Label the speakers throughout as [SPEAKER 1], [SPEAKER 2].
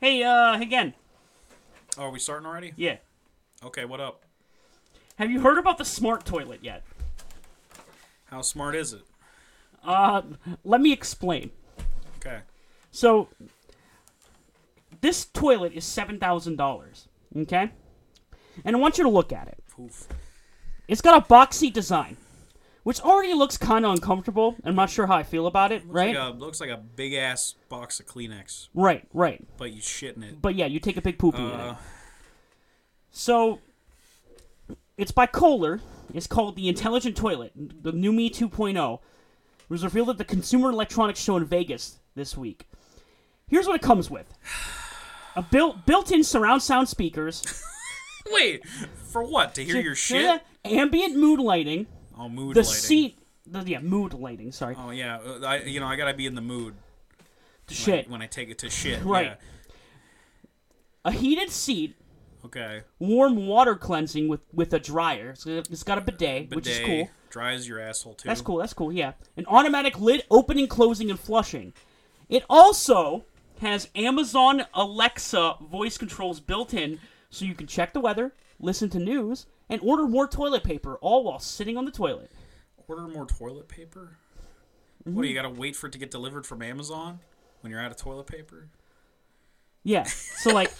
[SPEAKER 1] Hey, uh, again.
[SPEAKER 2] Oh, are we starting already?
[SPEAKER 1] Yeah.
[SPEAKER 2] Okay, what up?
[SPEAKER 1] Have you heard about the smart toilet yet?
[SPEAKER 2] How smart is it?
[SPEAKER 1] Uh, let me explain.
[SPEAKER 2] Okay.
[SPEAKER 1] So, this toilet is $7,000. Okay? And I want you to look at it.
[SPEAKER 2] Poof.
[SPEAKER 1] It's got a boxy design, which already looks kind of uncomfortable. I'm not sure how I feel about it,
[SPEAKER 2] Looks
[SPEAKER 1] right?
[SPEAKER 2] Like a, looks like a big ass box of Kleenex,
[SPEAKER 1] right, right.
[SPEAKER 2] but you shit in it.
[SPEAKER 1] But yeah, you take a big poopy in it.
[SPEAKER 2] Uh,
[SPEAKER 1] So it's by Kohler. It's called the Intelligent Toilet, the new Me 2.0. It was revealed at the Consumer Electronics Show in Vegas this week. Here's what it comes with: a built built-in surround sound speakers,
[SPEAKER 2] wait, for what? To hear your shit?
[SPEAKER 1] ambient mood lighting,
[SPEAKER 2] Oh, mood
[SPEAKER 1] the
[SPEAKER 2] lighting.
[SPEAKER 1] seat, the yeah mood lighting. Sorry,
[SPEAKER 2] Oh yeah, uh, I you know I gotta be in the mood when I-
[SPEAKER 1] shit.
[SPEAKER 2] when I take it to shit.
[SPEAKER 1] Right.
[SPEAKER 2] Yeah.
[SPEAKER 1] A heated seat,
[SPEAKER 2] Okay.
[SPEAKER 1] warm water cleansing with with a dryer. So it's got a bidet, which is
[SPEAKER 2] Bidet
[SPEAKER 1] cool.
[SPEAKER 2] Dries your asshole too.
[SPEAKER 1] That's cool. That's cool. Yeah, an automatic lid opening, closing, and flushing. It also has Amazon Alexa voice controls built in, so you can check the weather, listen to news, and order more toilet paper, all while sitting on the toilet.
[SPEAKER 2] Order more toilet paper.
[SPEAKER 1] Mm-hmm.
[SPEAKER 2] What do you gotta wait for it to get delivered from Amazon when you're out of toilet paper?
[SPEAKER 1] Yeah. So like,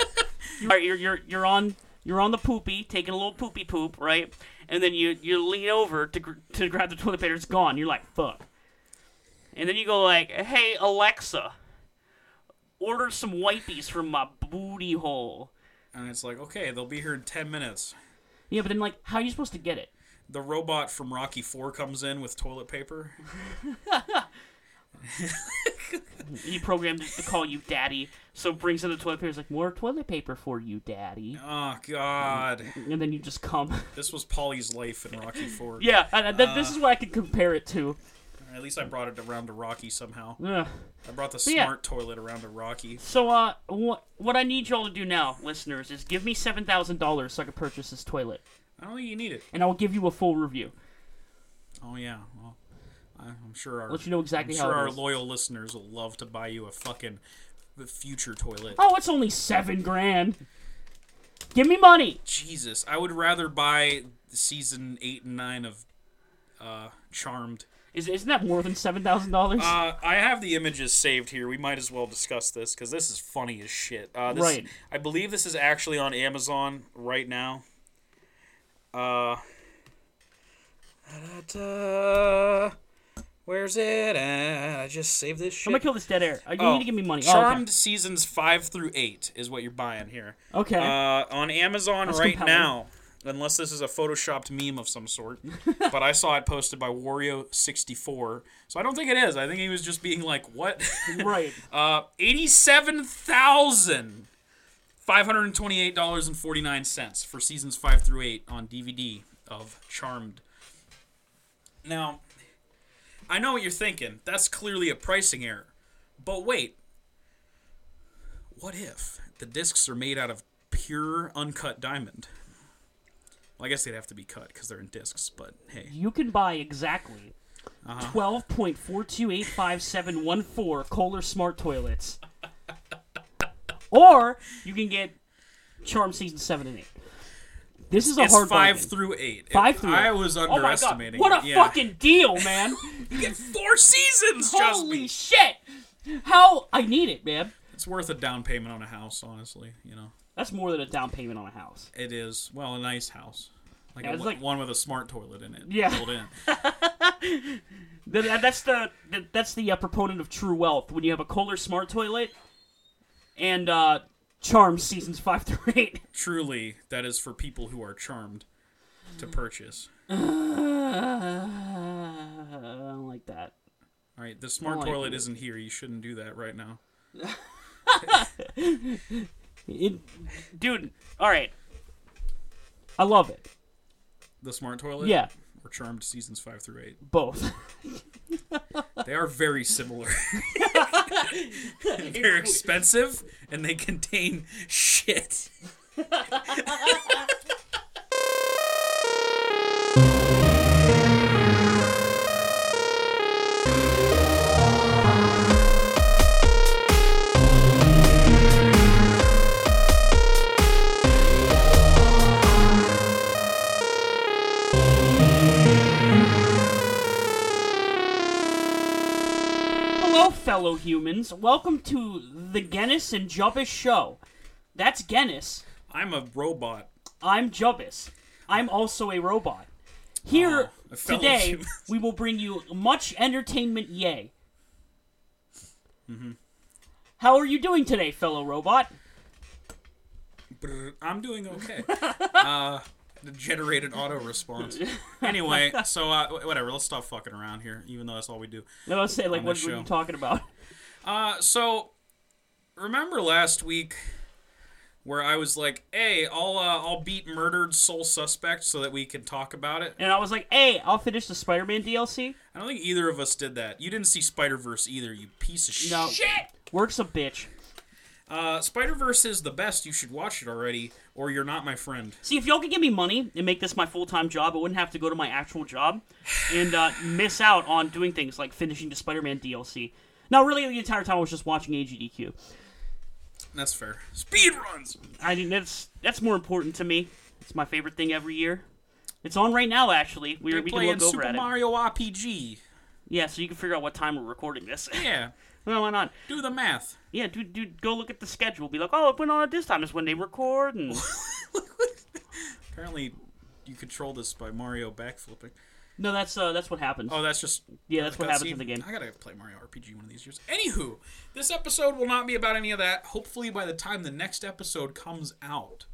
[SPEAKER 1] you're you're you're, you're on. You're on the poopy, taking a little poopy poop, right? And then you, you lean over to, gr- to grab the toilet paper. It's gone. You're like, fuck. And then you go like, hey Alexa, order some wipies from my booty hole.
[SPEAKER 2] And it's like, okay, they'll be here in ten minutes.
[SPEAKER 1] Yeah, but then like, how are you supposed to get it?
[SPEAKER 2] the robot from Rocky Four comes in with toilet paper.
[SPEAKER 1] You programmed it to call you daddy, so it brings in the toilet paper. It's like more toilet paper for you, daddy.
[SPEAKER 2] Oh God,
[SPEAKER 1] And then you just come.
[SPEAKER 2] this was Polly's life in Rocky Four.
[SPEAKER 1] yeah, I, I- th- this is what I could compare it to.
[SPEAKER 2] At least I brought it around to Rocky somehow.
[SPEAKER 1] Ugh.
[SPEAKER 2] I brought the
[SPEAKER 1] yeah.
[SPEAKER 2] smart toilet around to Rocky.
[SPEAKER 1] So, uh, what what I need y'all to do now, listeners, is give me seven thousand dollars so I can purchase this toilet,
[SPEAKER 2] I don't think you need it.
[SPEAKER 1] and I will give you a full review.
[SPEAKER 2] Oh yeah, well, I- I'm sure our
[SPEAKER 1] Let you know
[SPEAKER 2] I'm
[SPEAKER 1] exactly how
[SPEAKER 2] sure
[SPEAKER 1] it
[SPEAKER 2] our
[SPEAKER 1] is.
[SPEAKER 2] loyal listeners will love to buy you a fucking future toilet.
[SPEAKER 1] oh, it's only seven grand. Give me money.
[SPEAKER 2] Jesus, I would rather buy season eight and nine of uh, Charmed.
[SPEAKER 1] Is isn't that more than seven thousand dollars?
[SPEAKER 2] Uh, I have the images saved here. We might as well discuss this because this is funny as shit. Uh, this,
[SPEAKER 1] Right.
[SPEAKER 2] I believe this is actually on Amazon right now. Uh, da-da-da. where's it at? I just saved this shit.
[SPEAKER 1] I'm gonna kill this dead air. Uh, You need to give me money. Oh, okay.
[SPEAKER 2] Charmed seasons five through eight is what you're buying here.
[SPEAKER 1] Okay.
[SPEAKER 2] Uh, on Amazon
[SPEAKER 1] That's
[SPEAKER 2] right
[SPEAKER 1] compelling.
[SPEAKER 2] now, unless this is a photoshopped meme of some sort, but I saw it posted by Wario64, so I don't think it is. I think he was just being like, what?
[SPEAKER 1] right.
[SPEAKER 2] uh, $87,528.49 for seasons five through eight on DVD of Charmed. Now, I know what you're thinking. That's clearly a pricing error. But wait, what if the discs are made out of pure uncut diamond? Well, I guess they'd have to be cut because they're in discs, but hey.
[SPEAKER 1] you can buy exactly
[SPEAKER 2] Uh-huh.
[SPEAKER 1] twelve point four two eight five seven one four Kohler smart toilets, or you can get Charm season seven and eight. This is a
[SPEAKER 2] It's
[SPEAKER 1] hard
[SPEAKER 2] five
[SPEAKER 1] bargain.
[SPEAKER 2] through eight.
[SPEAKER 1] Five through
[SPEAKER 2] I
[SPEAKER 1] eight.
[SPEAKER 2] was
[SPEAKER 1] Oh my god!
[SPEAKER 2] underestimating.
[SPEAKER 1] What
[SPEAKER 2] it,
[SPEAKER 1] a
[SPEAKER 2] yeah.
[SPEAKER 1] fucking deal, man!
[SPEAKER 2] You get four seasons,
[SPEAKER 1] Holy
[SPEAKER 2] Holy
[SPEAKER 1] shit! How I need it, man.
[SPEAKER 2] It's worth a down payment on a house, honestly. You know,
[SPEAKER 1] That's more than a down payment on a house.
[SPEAKER 2] it is well a nice house, like,
[SPEAKER 1] Yeah,
[SPEAKER 2] a,
[SPEAKER 1] it's
[SPEAKER 2] like
[SPEAKER 1] like-
[SPEAKER 2] one with a smart toilet in it.
[SPEAKER 1] Yeah.
[SPEAKER 2] built in.
[SPEAKER 1] Th- th- That's the th- that's the uh, proponent of true wealth when you have a Kohler smart toilet and uh, Charm seasons five through eight.
[SPEAKER 2] Truly, that is for people who are charmed to purchase.
[SPEAKER 1] I don't like that.
[SPEAKER 2] All right, the smart
[SPEAKER 1] like Oh,
[SPEAKER 2] toilet
[SPEAKER 1] it.
[SPEAKER 2] isn't here. You shouldn't do that right now.
[SPEAKER 1] It, dude. All right, I love it.
[SPEAKER 2] The smart toilet,
[SPEAKER 1] Yeah,
[SPEAKER 2] or charmed seasons five through eight.
[SPEAKER 1] both.
[SPEAKER 2] They are very similar. They're expensive and they contain shit.
[SPEAKER 1] fellow humans. Welcome to the Guinness and Jubbis show. That's Guinness.
[SPEAKER 2] I'm a robot.
[SPEAKER 1] I'm Jubbis. I'm also a robot. Here
[SPEAKER 2] a fellow
[SPEAKER 1] today,
[SPEAKER 2] human.
[SPEAKER 1] we will bring you much entertainment. Yay!
[SPEAKER 2] Mm-hmm.
[SPEAKER 1] How are you doing today, fellow robot?
[SPEAKER 2] Brr, I'm doing okay. uh, the generated auto response. Anyway, so uh, wh- whatever. Let's stop fucking around here, even though that's all we do.
[SPEAKER 1] No, I was saying, like,
[SPEAKER 2] On
[SPEAKER 1] what
[SPEAKER 2] this
[SPEAKER 1] were
[SPEAKER 2] show.
[SPEAKER 1] you talking about?
[SPEAKER 2] Uh, so remember last week where I was like, "Hey, I'll uh, I'll beat murdered soul suspect so that we can talk about it."
[SPEAKER 1] And I was like, hey, I'll finish the Spider-Man DLC.
[SPEAKER 2] I don't think either of us did that. You didn't see Spider Verse either, you piece of
[SPEAKER 1] No.
[SPEAKER 2] shit.
[SPEAKER 1] Work's a bitch.
[SPEAKER 2] Uh, Spider Verse is the best. You should watch it already, or you're not my friend.
[SPEAKER 1] See, if y'all could give me money and make this my full time job, I wouldn't have to go to my actual job and uh, miss out on doing things like finishing the Spider Man DLC. No, really, the entire time I was just watching AGDQ.
[SPEAKER 2] That's fair. Speed runs.
[SPEAKER 1] I mean, that's that's more important to me. It's my favorite thing every year. It's on right now, actually. We,
[SPEAKER 2] They're
[SPEAKER 1] we can
[SPEAKER 2] playing
[SPEAKER 1] look over
[SPEAKER 2] Super
[SPEAKER 1] at it.
[SPEAKER 2] Mario RPG.
[SPEAKER 1] Yeah, so you can figure out what time we're recording this.
[SPEAKER 2] Yeah,
[SPEAKER 1] well, why not?
[SPEAKER 2] do the math.
[SPEAKER 1] Yeah, dude, dude, go look at the schedule. Be like, oh, it went on at this time. Is when they record. And
[SPEAKER 2] Apparently, you control this by Mario backflipping.
[SPEAKER 1] no, that's uh, that's what happens.
[SPEAKER 2] Oh, that's just
[SPEAKER 1] yeah, that's what happens in
[SPEAKER 2] cutscene.
[SPEAKER 1] the game.
[SPEAKER 2] I gotta play Mario RPG one of these years. Anywho, this episode will not be about any of that. Hopefully, by the time the next episode comes out,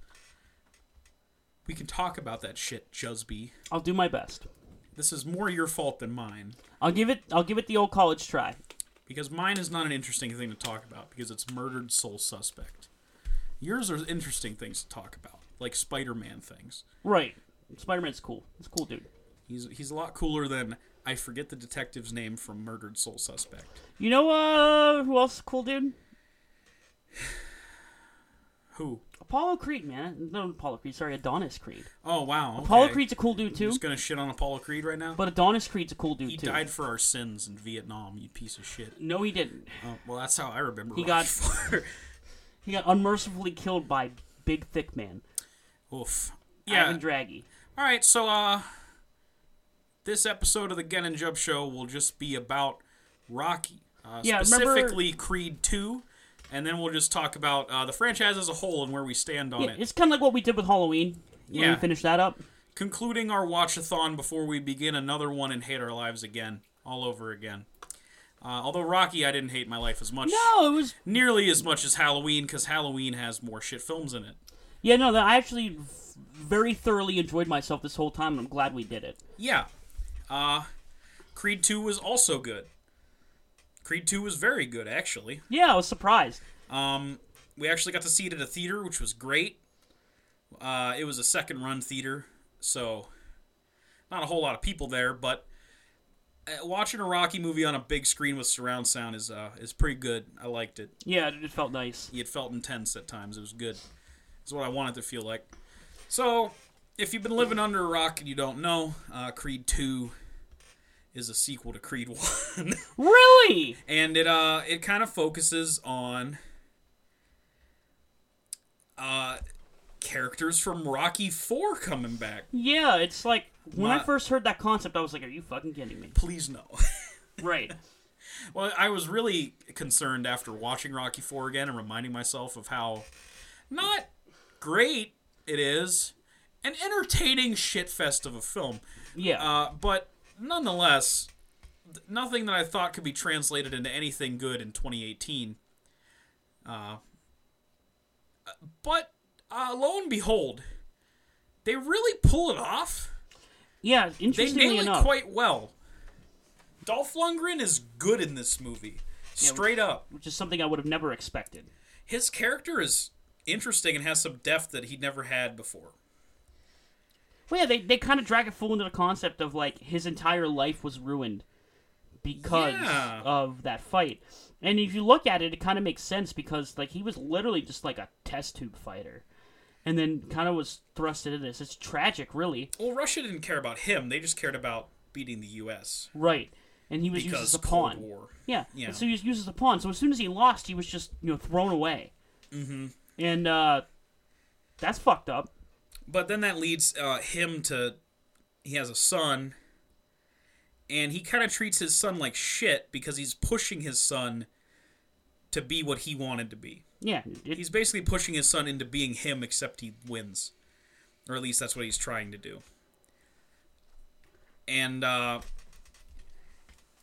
[SPEAKER 2] we can talk about that shit, Jusby.
[SPEAKER 1] I'll do my best.
[SPEAKER 2] This is more your fault than mine
[SPEAKER 1] I'll give it. I'll give it the old college try.
[SPEAKER 2] because mine is not an interesting thing to talk about because it's murdered soul suspect. Yours are interesting things to talk about, like Spider-Man things.
[SPEAKER 1] Right. Spider Man's cool. He's a cool dude.
[SPEAKER 2] He's he's a lot cooler than I forget the detective's name from Murdered Soul Suspect.
[SPEAKER 1] You know uh who else is a cool dude?
[SPEAKER 2] Who?
[SPEAKER 1] Apollo Creed, man. No Apollo Creed, sorry, Adonis Creed.
[SPEAKER 2] Oh wow. Okay.
[SPEAKER 1] Apollo Creed's a cool dude too.
[SPEAKER 2] Just gonna shit on Apollo Creed right now.
[SPEAKER 1] But Adonis Creed's a cool dude
[SPEAKER 2] He
[SPEAKER 1] too.
[SPEAKER 2] died for our sins in Vietnam, you piece of shit.
[SPEAKER 1] No he didn't.
[SPEAKER 2] Oh, well, that's how I remember.
[SPEAKER 1] He
[SPEAKER 2] Rocky
[SPEAKER 1] got-
[SPEAKER 2] Fire.
[SPEAKER 1] He got unmercifully killed by Big Thick Man.
[SPEAKER 2] Oof.
[SPEAKER 1] Yeah.
[SPEAKER 2] Yeah.
[SPEAKER 1] Ivan Draghi.
[SPEAKER 2] All right. So, uh, this episode of the Gun and Jump Show will just be about Rocky, uh,
[SPEAKER 1] Yeah, remember-
[SPEAKER 2] specifically Creed Two, and then we'll just talk about uh, the franchise as a whole and where we stand on
[SPEAKER 1] Yeah,
[SPEAKER 2] it,
[SPEAKER 1] it's kinda like what we did with Halloween. When
[SPEAKER 2] Yeah.
[SPEAKER 1] we finished that up.
[SPEAKER 2] concluding our watch-a-thon before we begin another one and hate our lives again, all over again. Uh, although Rocky, I didn't hate my life as much.
[SPEAKER 1] No, it was
[SPEAKER 2] nearly as much as Halloween because Halloween has more shit films in it.
[SPEAKER 1] Yeah, no, that I actually v- very thoroughly enjoyed myself this whole time and I'm glad we did it.
[SPEAKER 2] Yeah. Uh, Creed 2 was also good. Creed 2 was very good, actually.
[SPEAKER 1] Yeah, I was surprised.
[SPEAKER 2] Um, we actually got to see it at a theater, which was great. Uh, it was a second run theater, so not a whole lot of people there, but uh, watching a Rocky movie on a big screen with surround sound is uh, is pretty good. I liked it.
[SPEAKER 1] Yeah, it it felt nice.
[SPEAKER 2] it felt intense at times. It was good. It's what I wanted to feel like. So, if you've been living under a rock and you don't know, uh, Creed Two is a sequel to Creed One,
[SPEAKER 1] Really?
[SPEAKER 2] and it uh it kind of focuses on uh characters from Rocky Four coming back.
[SPEAKER 1] Yeah, it's like when I
[SPEAKER 2] Not-
[SPEAKER 1] first heard that concept, I was like, "Are you fucking kidding me?"
[SPEAKER 2] Please no.
[SPEAKER 1] Right.
[SPEAKER 2] well, I was really concerned after watching Rocky Four again and reminding myself of how not great it is, an entertaining shitfest of a film.
[SPEAKER 1] Yeah.
[SPEAKER 2] Uh, but nonetheless, th- nothing that I thought could be translated into anything good in 2018. Uh, but uh, lo and behold, they really pull it off.
[SPEAKER 1] yeah.
[SPEAKER 2] They
[SPEAKER 1] Interestingly
[SPEAKER 2] nail it
[SPEAKER 1] enough,
[SPEAKER 2] quite well. Dolph Lundgren is good in this movie. Straight up.
[SPEAKER 1] which is something I would have never expected.
[SPEAKER 2] His character is interesting and has some depth that he never had before.
[SPEAKER 1] Well, yeah, they they kind of drag it full into the concept of like his entire life was ruined because
[SPEAKER 2] Yeah.
[SPEAKER 1] of that fight. And if you look at it, it kind of makes sense because like he was literally just like a test tube fighter, and then kind of was thrust into this. It's tragic, really.
[SPEAKER 2] Well, Russia didn't care about him, they just cared about beating the U.S.
[SPEAKER 1] Right. And he was used
[SPEAKER 2] because
[SPEAKER 1] as a
[SPEAKER 2] Cold
[SPEAKER 1] pawn.
[SPEAKER 2] War.
[SPEAKER 1] Yeah.
[SPEAKER 2] Yeah.
[SPEAKER 1] And so he was used as a pawn. So as soon as he lost, he was just you know thrown away. Mm-hmm. And uh, that's fucked up.
[SPEAKER 2] But then that leads uh, him to he has a son, and he kind of treats his son like shit because he's pushing his son to be what he wanted to be.
[SPEAKER 1] Yeah, it,
[SPEAKER 2] He's basically pushing his son into being him, except he wins, or at least that's what he's trying to do. And uh,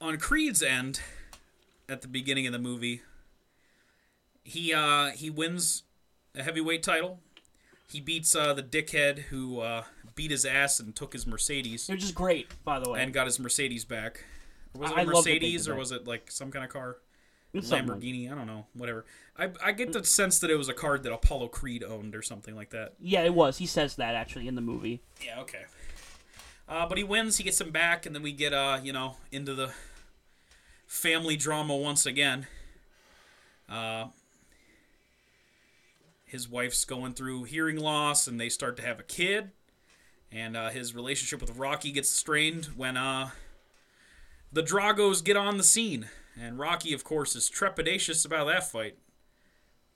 [SPEAKER 2] on Creed's end, at the beginning of the movie, he uh, he wins a heavyweight title. He beats uh, the dickhead who uh, beat his ass and took his Mercedes
[SPEAKER 1] it was just great, by the way.
[SPEAKER 2] and got his Mercedes back. Or was it
[SPEAKER 1] I- I
[SPEAKER 2] a
[SPEAKER 1] love that they
[SPEAKER 2] Mercedes
[SPEAKER 1] did
[SPEAKER 2] or
[SPEAKER 1] that.
[SPEAKER 2] was it like some kind of car?
[SPEAKER 1] It's something like-
[SPEAKER 2] Lamborghini, I don't know, whatever. I, I get the sense that it was a card that Apollo Creed owned or something like that.
[SPEAKER 1] yeah, it was. He says that actually in the movie.
[SPEAKER 2] Yeah, okay. Uh, but he wins, he gets him back, and then we get uh, you know, into the family drama once again. Uh, his wife's going through hearing loss, and they start to have a kid, and uh, his relationship with Rocky gets strained when uh, the Dragos get on the scene, and Rocky, of course, is trepidatious about that fight.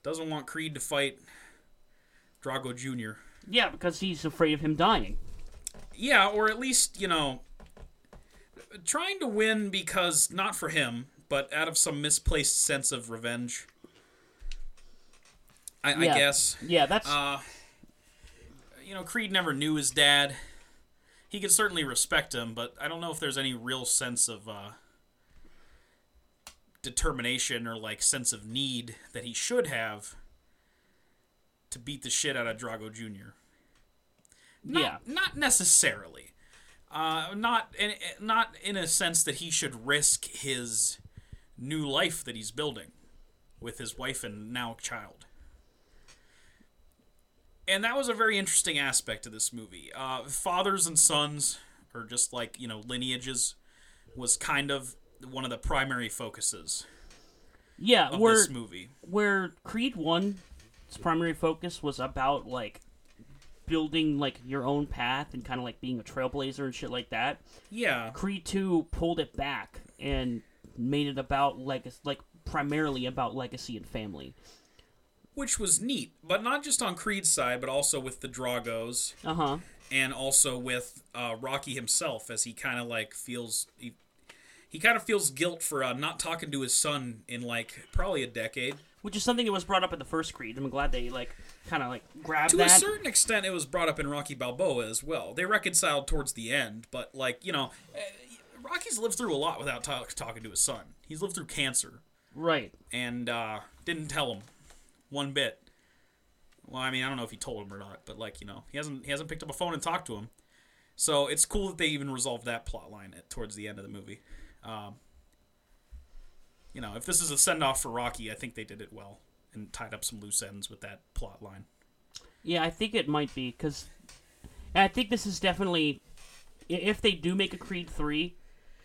[SPEAKER 2] Doesn't want Creed to fight Drago Jr.
[SPEAKER 1] Yeah, because he's afraid of him dying.
[SPEAKER 2] Yeah, or at least, you know, trying to win because not for him, but out of some misplaced sense of revenge. I, I
[SPEAKER 1] Yeah.
[SPEAKER 2] guess.
[SPEAKER 1] Yeah, that's
[SPEAKER 2] Uh, you know, Creed never knew his dad. He could certainly respect him, but I don't know if there's any real sense of uh, determination or like sense of need that he should have to beat the shit out of Drago Jr. Not,
[SPEAKER 1] yeah.
[SPEAKER 2] not necessarily. Uh, not in not in a sense that he should risk his new life that he's building with his wife and now child. And that was a very interesting aspect of this movie. Uh, fathers and sons, or just like you know lineages, was kind of one of the primary focuses
[SPEAKER 1] Yeah,
[SPEAKER 2] of
[SPEAKER 1] we're
[SPEAKER 2] this movie.
[SPEAKER 1] where Creed One, its primary focus was about like building like your own path and kind of like being a trailblazer and shit like that.
[SPEAKER 2] Yeah,
[SPEAKER 1] Creed Two pulled it back and made it about legacy, like primarily about legacy and family.
[SPEAKER 2] which was neat, but not just on Creed's side, but also with the Dragos
[SPEAKER 1] Uh huh.
[SPEAKER 2] and also with uh, Rocky himself as he kind of like feels he, he kind of feels guilt for uh, not talking to his son in like probably a decade.
[SPEAKER 1] Which is something that was brought up in the first Creed. I'm glad they like kind of like grabbed
[SPEAKER 2] To a
[SPEAKER 1] that.
[SPEAKER 2] certain extent, it was brought up in Rocky Balboa as well. They reconciled towards the end, but like you know, eh, Rocky's lived through a lot without talk, talking to his son. He's lived through cancer
[SPEAKER 1] Right.
[SPEAKER 2] and uh, didn't tell him one bit. Well, I mean, I don't know if he told him or not, but like you know, he hasn't he hasn't picked up a phone and talked to him. So it's cool that they even resolved that plot line at, towards the end of the movie. Um, you know, if this is a send off for Rocky, I think they did it well and tied up some loose ends with that plot line.
[SPEAKER 1] Yeah, I think it might be because I think this is definitely i- if they do make a Creed three,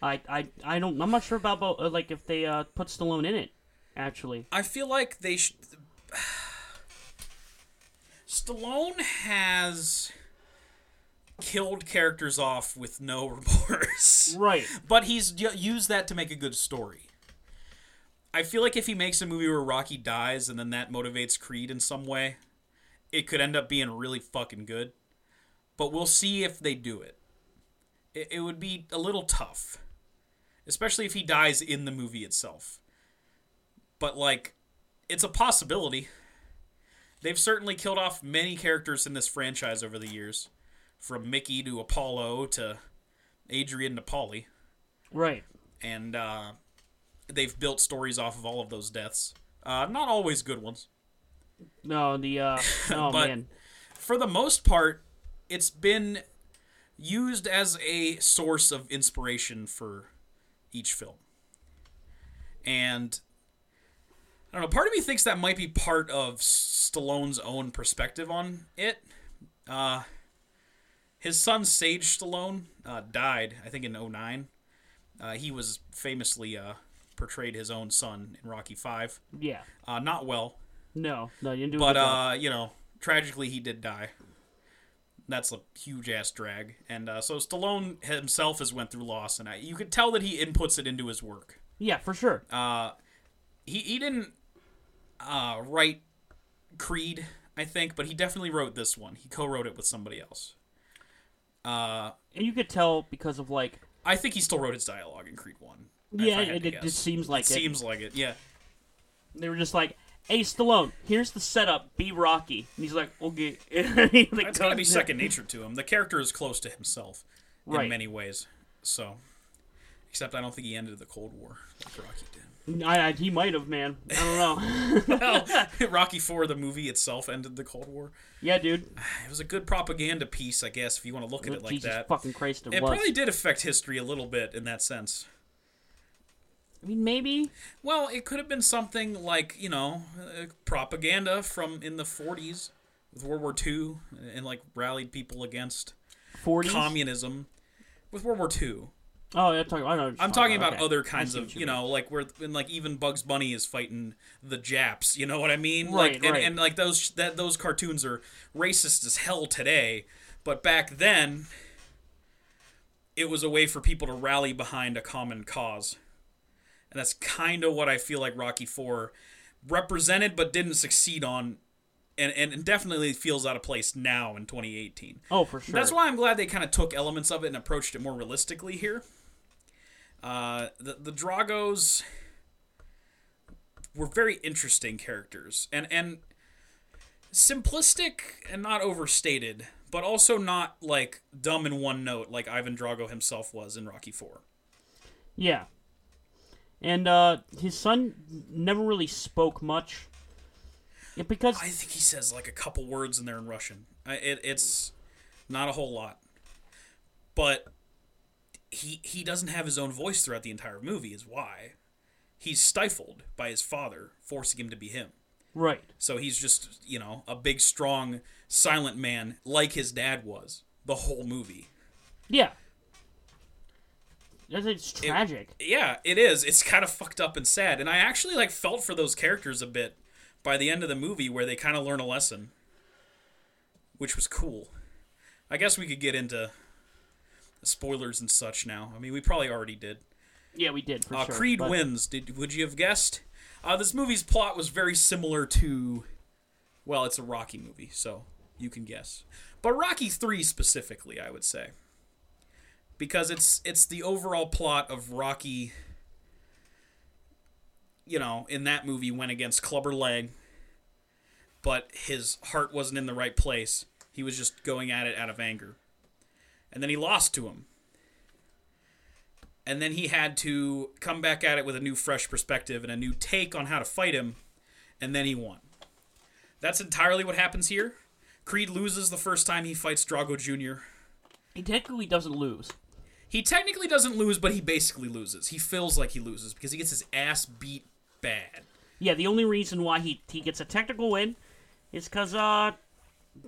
[SPEAKER 1] I I, I don't I'm not sure about Bo- uh, like if they uh, put Stallone in it actually.
[SPEAKER 2] I feel like they should. Stallone has killed characters off with no remorse.
[SPEAKER 1] Right.
[SPEAKER 2] but he's y- used that to make a good story. I feel like if he makes a movie where Rocky dies and then that motivates Creed in some way, it could end up being really fucking good. But we'll see if they do it. It, it would be a little tough, especially if he dies in the movie itself. But like, it's a possibility. They've certainly killed off many characters in this franchise over the years, from Mickey to Apollo to Adrian to Polly
[SPEAKER 1] Right.
[SPEAKER 2] and uh, they've built stories off of all of those deaths. Uh, not always good ones.
[SPEAKER 1] No, the uh, oh
[SPEAKER 2] But-
[SPEAKER 1] man,
[SPEAKER 2] For the most part, it's been used as a source of inspiration for each film. And I don't know, part of me thinks that might be part of Stallone's own perspective on it. Uh, his son, Sage Stallone, uh, died, I think, in 09. Uh, he was famously uh, portrayed his own son in Rocky Five.
[SPEAKER 1] yeah.
[SPEAKER 2] Uh, not well,
[SPEAKER 1] No, no, you didn't do. a
[SPEAKER 2] but
[SPEAKER 1] good job.
[SPEAKER 2] uh, you know, tragically he did die. That's a huge ass drag, and uh, so Stallone himself has went through loss, and I, you could tell that he inputs it into his work.
[SPEAKER 1] yeah, for sure.
[SPEAKER 2] He he didn't uh, write Creed, I think, but he definitely wrote this one. He co-wrote it with somebody else.
[SPEAKER 1] and you could tell because of like
[SPEAKER 2] I think he still wrote his dialogue in Creed One. if
[SPEAKER 1] Yeah,
[SPEAKER 2] I had
[SPEAKER 1] it,
[SPEAKER 2] to
[SPEAKER 1] it
[SPEAKER 2] guess.
[SPEAKER 1] just seems like it.
[SPEAKER 2] seems like it. Yeah,
[SPEAKER 1] They were just like, "Hey, Stallone, here's the setup. Be Rocky." And he's like, "Okay." And he, like,
[SPEAKER 2] it's gotta be
[SPEAKER 1] goes-
[SPEAKER 2] second nature to him. The character is close to himself
[SPEAKER 1] Right.
[SPEAKER 2] in many ways. So, except I don't think he ended the Cold War like Rocky did.
[SPEAKER 1] I, I, he might have, man. I don't know.
[SPEAKER 2] Well, Rocky Four, the movie itself, ended the Cold War.
[SPEAKER 1] yeah, dude.
[SPEAKER 2] It was a good propaganda piece, I guess, if you want to look at it like
[SPEAKER 1] Jesus
[SPEAKER 2] that.
[SPEAKER 1] fucking Christ, it,
[SPEAKER 2] It
[SPEAKER 1] was.
[SPEAKER 2] probably did affect history a little bit in that sense.
[SPEAKER 1] I mean, maybe.
[SPEAKER 2] Well, it could have been something like you know uh, propaganda from in the '40s with World War II, and like rallied people against
[SPEAKER 1] 40s?
[SPEAKER 2] communism with World War II.
[SPEAKER 1] oh, yeah, I'm talking, I know what you're
[SPEAKER 2] I'm talking about
[SPEAKER 1] okay.
[SPEAKER 2] other
[SPEAKER 1] I
[SPEAKER 2] kinds
[SPEAKER 1] see
[SPEAKER 2] of,
[SPEAKER 1] what
[SPEAKER 2] you know, like where when like even Bugs Bunny is fighting the Japs. You know what I mean?
[SPEAKER 1] Right,
[SPEAKER 2] like, and,
[SPEAKER 1] right.
[SPEAKER 2] and like those that those cartoons are racist as hell today, but back then, it was a way for people to rally behind a common cause, and that's kind of what I feel like Rocky Four represented, but didn't succeed on, and and, and definitely feels out of place now in 2018.
[SPEAKER 1] Oh, for sure.
[SPEAKER 2] That's why I'm glad they kind of took elements of it and approached it more realistically here. Uh, the the Dragos were very interesting characters and and simplistic and not overstated, but also not like dumb in one note like Ivan Drago himself was in Rocky Four.
[SPEAKER 1] Yeah. And uh, his son never really spoke much. Yeah, because
[SPEAKER 2] I think he says like a couple words in there in Russian. I, it, it's not a whole lot, but he he doesn't have his own voice throughout the entire movie. Is why he's stifled by his father forcing him to be him.
[SPEAKER 1] right,
[SPEAKER 2] So he's just you know a big, strong, silent man like his dad was the whole movie.
[SPEAKER 1] yeah. That's it's tragic.
[SPEAKER 2] Yeah, it is. It's kind of fucked up and sad. And I actually like felt for those characters a bit by the end of the movie where they kind of learn a lesson, which was cool. I guess we could get into spoilers and such now. I mean, we probably already did.
[SPEAKER 1] yeah, we did for
[SPEAKER 2] Uh,
[SPEAKER 1] sure.
[SPEAKER 2] Creed
[SPEAKER 1] but-
[SPEAKER 2] wins. Did would you have guessed? Uh, this movie's plot was very similar to, well, it's a Rocky movie, so you can guess. But Rocky three specifically, I would say, because it's it's the overall plot of Rocky. You know, in that movie, went against Clubber Lang, but his heart wasn't in the right place. He was just going at it out of anger, and then he lost to him and then he had to come back at it with a new fresh perspective and a new take on how to fight him and then he won that's entirely what happens here creed loses the first time he fights drago jr
[SPEAKER 1] He technically doesn't lose.
[SPEAKER 2] he technically doesn't lose but he basically loses he feels like he loses because he gets his ass beat bad
[SPEAKER 1] Yeah, the only reason why he he gets a technical win is because uh,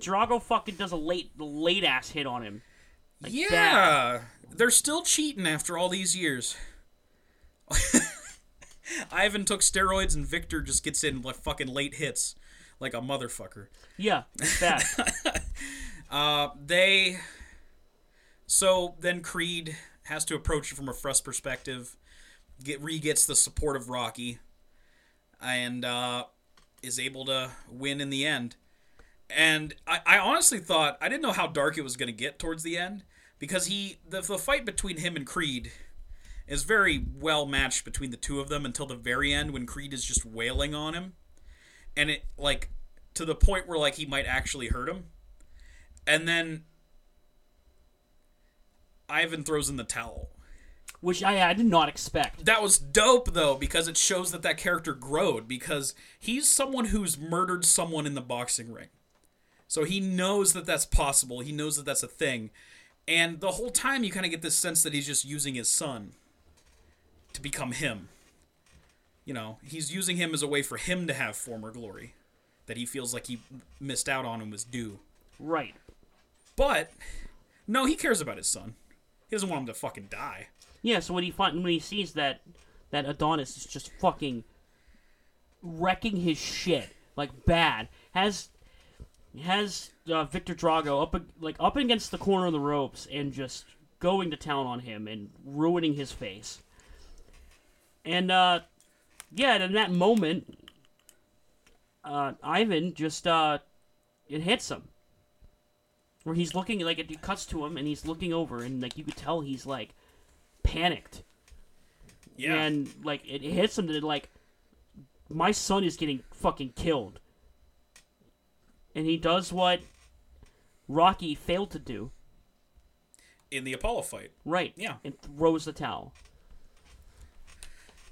[SPEAKER 1] Drago fucking does a late late ass hit on him.
[SPEAKER 2] yeah they're still cheating after all these years ivan took steroids and victor just gets in like fucking late hits like a motherfucker
[SPEAKER 1] Yeah, it's bad.
[SPEAKER 2] they so then creed has to approach it from a fresh perspective get re gets the support of rocky and uh is able to win in the end and I, I honestly thought i didn't know how dark it was going to get towards the end because he the, the fight between him and creed is very well matched between the two of them until the very end when creed is just wailing on him and it like to the point where like he might actually hurt him and then Ivan throws in the towel.
[SPEAKER 1] which I I did not expect.
[SPEAKER 2] That was dope though because it shows that that character growed because he's someone who's murdered someone in the boxing ring. So he knows that that's possible. He knows that that's a thing. And the whole time you kind of get this sense that he's just using his son to become him. You know, he's using him as a way for him to have former glory that he feels like he missed out on and was due.
[SPEAKER 1] Right.
[SPEAKER 2] But no, he cares about his son. He doesn't want him to fucking die.
[SPEAKER 1] Yeah. So when he find, when he sees that that Adonis is just fucking wrecking his shit like bad has has uh, Victor Drago up ag- like up against the corner of the ropes and just going to town on him and ruining his face. And uh, yeah, and in that moment, uh, Ivan just uh, it hits him. Where he's looking, like it cuts to him, and he's looking over, and like you could tell he's like panicked
[SPEAKER 2] Yeah.
[SPEAKER 1] and like it hits him that like my son is getting fucking killed and he does what rocky failed to do
[SPEAKER 2] in the Apollo fight.
[SPEAKER 1] right
[SPEAKER 2] Yeah.
[SPEAKER 1] and throws the towel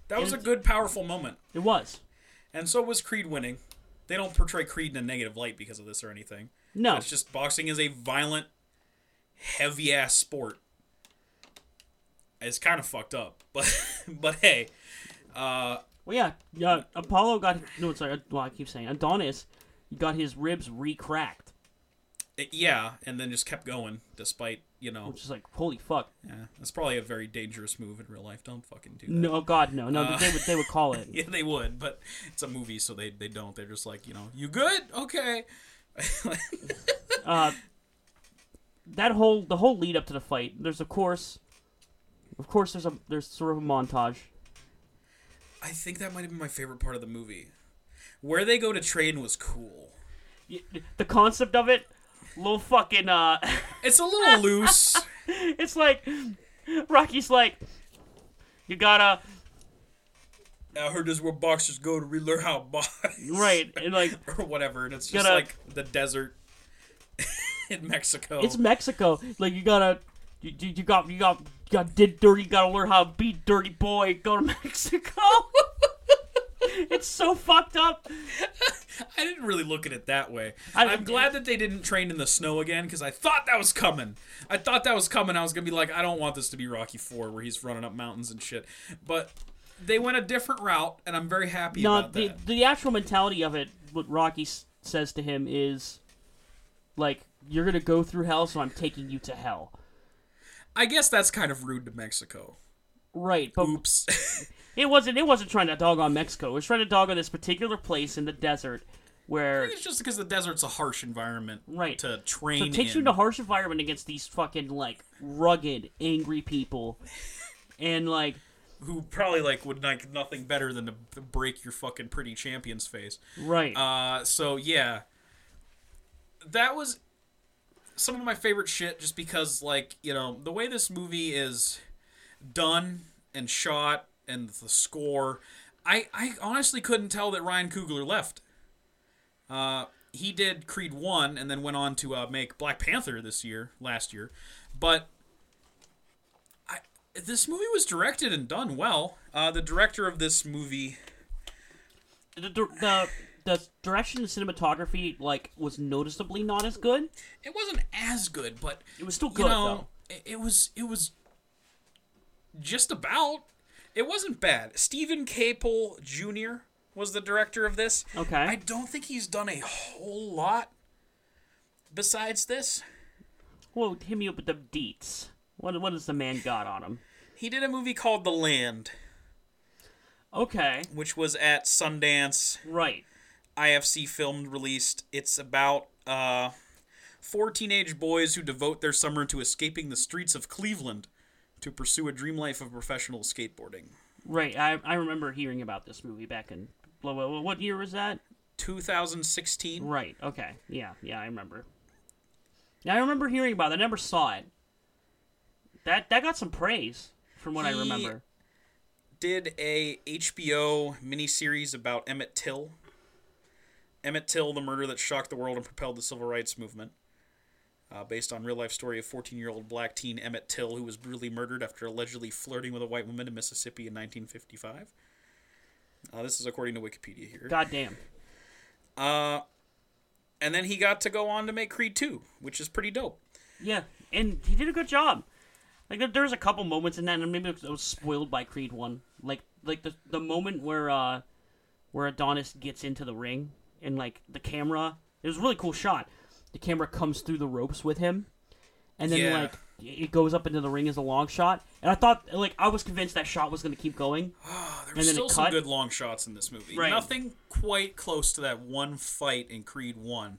[SPEAKER 2] That was a
[SPEAKER 1] And-
[SPEAKER 2] good, powerful moment.
[SPEAKER 1] it was
[SPEAKER 2] And so was Creed winning. They don't portray Creed in a negative light because of this or anything.
[SPEAKER 1] no
[SPEAKER 2] It's just boxing is a violent, heavy ass sport. It's kind of fucked up, but but hey,
[SPEAKER 1] well yeah yeah apollo got no sorry well i keep saying adonis got his ribs re-cracked
[SPEAKER 2] it- yeah. And then just kept going despite you know
[SPEAKER 1] which is like holy fuck
[SPEAKER 2] yeah, that's probably a very dangerous move in real life. Don't fucking do that.
[SPEAKER 1] no oh, god no no they would they would call it
[SPEAKER 2] Uh, Yeah, they would, but it's a movie, so they they don't. They're just like you know, you good? Okay.
[SPEAKER 1] that whole the whole lead up to the fight. There's of course, of course, there's a there's sort of a montage.
[SPEAKER 2] I think that might have been my favorite part of the movie. Where they go to train was cool.
[SPEAKER 1] Y- The concept of it, little fucking. uh
[SPEAKER 2] It's a little loose.
[SPEAKER 1] It's like Rocky's like, you gotta
[SPEAKER 2] I heard this is where boxers go to relearn how to box.
[SPEAKER 1] right and like
[SPEAKER 2] Or whatever. And it's just
[SPEAKER 1] Gotta-
[SPEAKER 2] like the desert in Mexico.
[SPEAKER 1] it's Mexico. Like you gotta you, you, you got you got you got did dirty. You gotta learn how to be dirty boy. Go to Mexico. it's so fucked up.
[SPEAKER 2] I didn't really look at it that way.
[SPEAKER 1] I-
[SPEAKER 2] I'm glad that they didn't train in the snow again because I thought that was coming. I thought that was coming. I was gonna be like, I don't want this to be Rocky Four where he's running up mountains and shit. But they went a different route, and I'm very happy
[SPEAKER 1] No,
[SPEAKER 2] about
[SPEAKER 1] the
[SPEAKER 2] that.
[SPEAKER 1] the actual mentality of it, what Rocky s- says to him is, like, you're gonna go through hell, so I'm taking you to hell.
[SPEAKER 2] I guess that's kind of rude to Mexico.
[SPEAKER 1] Right, but
[SPEAKER 2] Oops.
[SPEAKER 1] it wasn't. It wasn't trying to dog on Mexico. It was trying to dog on this particular place in the desert, where
[SPEAKER 2] it's just because the desert's a harsh environment,
[SPEAKER 1] Right.
[SPEAKER 2] To train.
[SPEAKER 1] it takes you
[SPEAKER 2] in.
[SPEAKER 1] into harsh environment against these fucking like rugged, angry people, and like,
[SPEAKER 2] who probably like would like nothing better than to break your fucking pretty champion's face.
[SPEAKER 1] right,
[SPEAKER 2] Uh, so yeah, that was some of my favorite shit. Just because, like, you know, the way this movie is done and shot and the score, I I honestly couldn't tell that Ryan Coogler left. Uh, he did Creed one and then went on to uh, make Black Panther this year, last year, but. I- This movie was directed and done well. Uh, the director of this movie
[SPEAKER 1] the, the the the direction and cinematography like was noticeably not as good.
[SPEAKER 2] it wasn't as good, but
[SPEAKER 1] It was still
[SPEAKER 2] you
[SPEAKER 1] good
[SPEAKER 2] know, it, it was it was just about. It wasn't bad. Stephen Capel Jr. was the director of this.
[SPEAKER 1] though. Okay,
[SPEAKER 2] I don't think he's done a whole lot besides this.
[SPEAKER 1] Well, hit me up with the deets. What what has the man got on him?
[SPEAKER 2] He did a movie called The Land,
[SPEAKER 1] Okay,
[SPEAKER 2] which was at Sundance.
[SPEAKER 1] right.
[SPEAKER 2] IFC film released. It's about uh, four teenage boys who devote their summer to escaping the streets of Cleveland to pursue a dream life of professional skateboarding.
[SPEAKER 1] Right, I, I remember hearing about this movie back in blah, blah, blah, what year was that?
[SPEAKER 2] 2016.
[SPEAKER 1] Right, okay. Yeah, yeah, I remember. Yeah, I remember hearing about it. I never saw it. That that got some praise from what I
[SPEAKER 2] He-
[SPEAKER 1] remember.
[SPEAKER 2] Did a HBO miniseries about Emmett Till. Emmett Till, the murder that shocked the world and propelled the civil rights movement. Uh, based on real life story of 14 year old black teen Emmett Till, who was brutally murdered after allegedly flirting with a white woman in Mississippi in 1955. Uh, this is according to Wikipedia here.
[SPEAKER 1] Goddamn.
[SPEAKER 2] Uh, and then he got to go on to make Creed 2, which is pretty dope.
[SPEAKER 1] Yeah, and he did a good job. Like there, there was a couple moments in that, and maybe it was, it was spoiled by Creed One. Like like the the moment where uh where Adonis gets into the ring and like the camera, it was a really cool shot. The camera comes through the ropes with him, and then
[SPEAKER 2] Yeah.
[SPEAKER 1] like it goes up into the ring as a long shot. And I thought like I was convinced that shot was gonna keep going.
[SPEAKER 2] There were
[SPEAKER 1] And then
[SPEAKER 2] still
[SPEAKER 1] it
[SPEAKER 2] some
[SPEAKER 1] cut.
[SPEAKER 2] good long shots in this movie.
[SPEAKER 1] Right.
[SPEAKER 2] Nothing quite close to that one fight in Creed 1.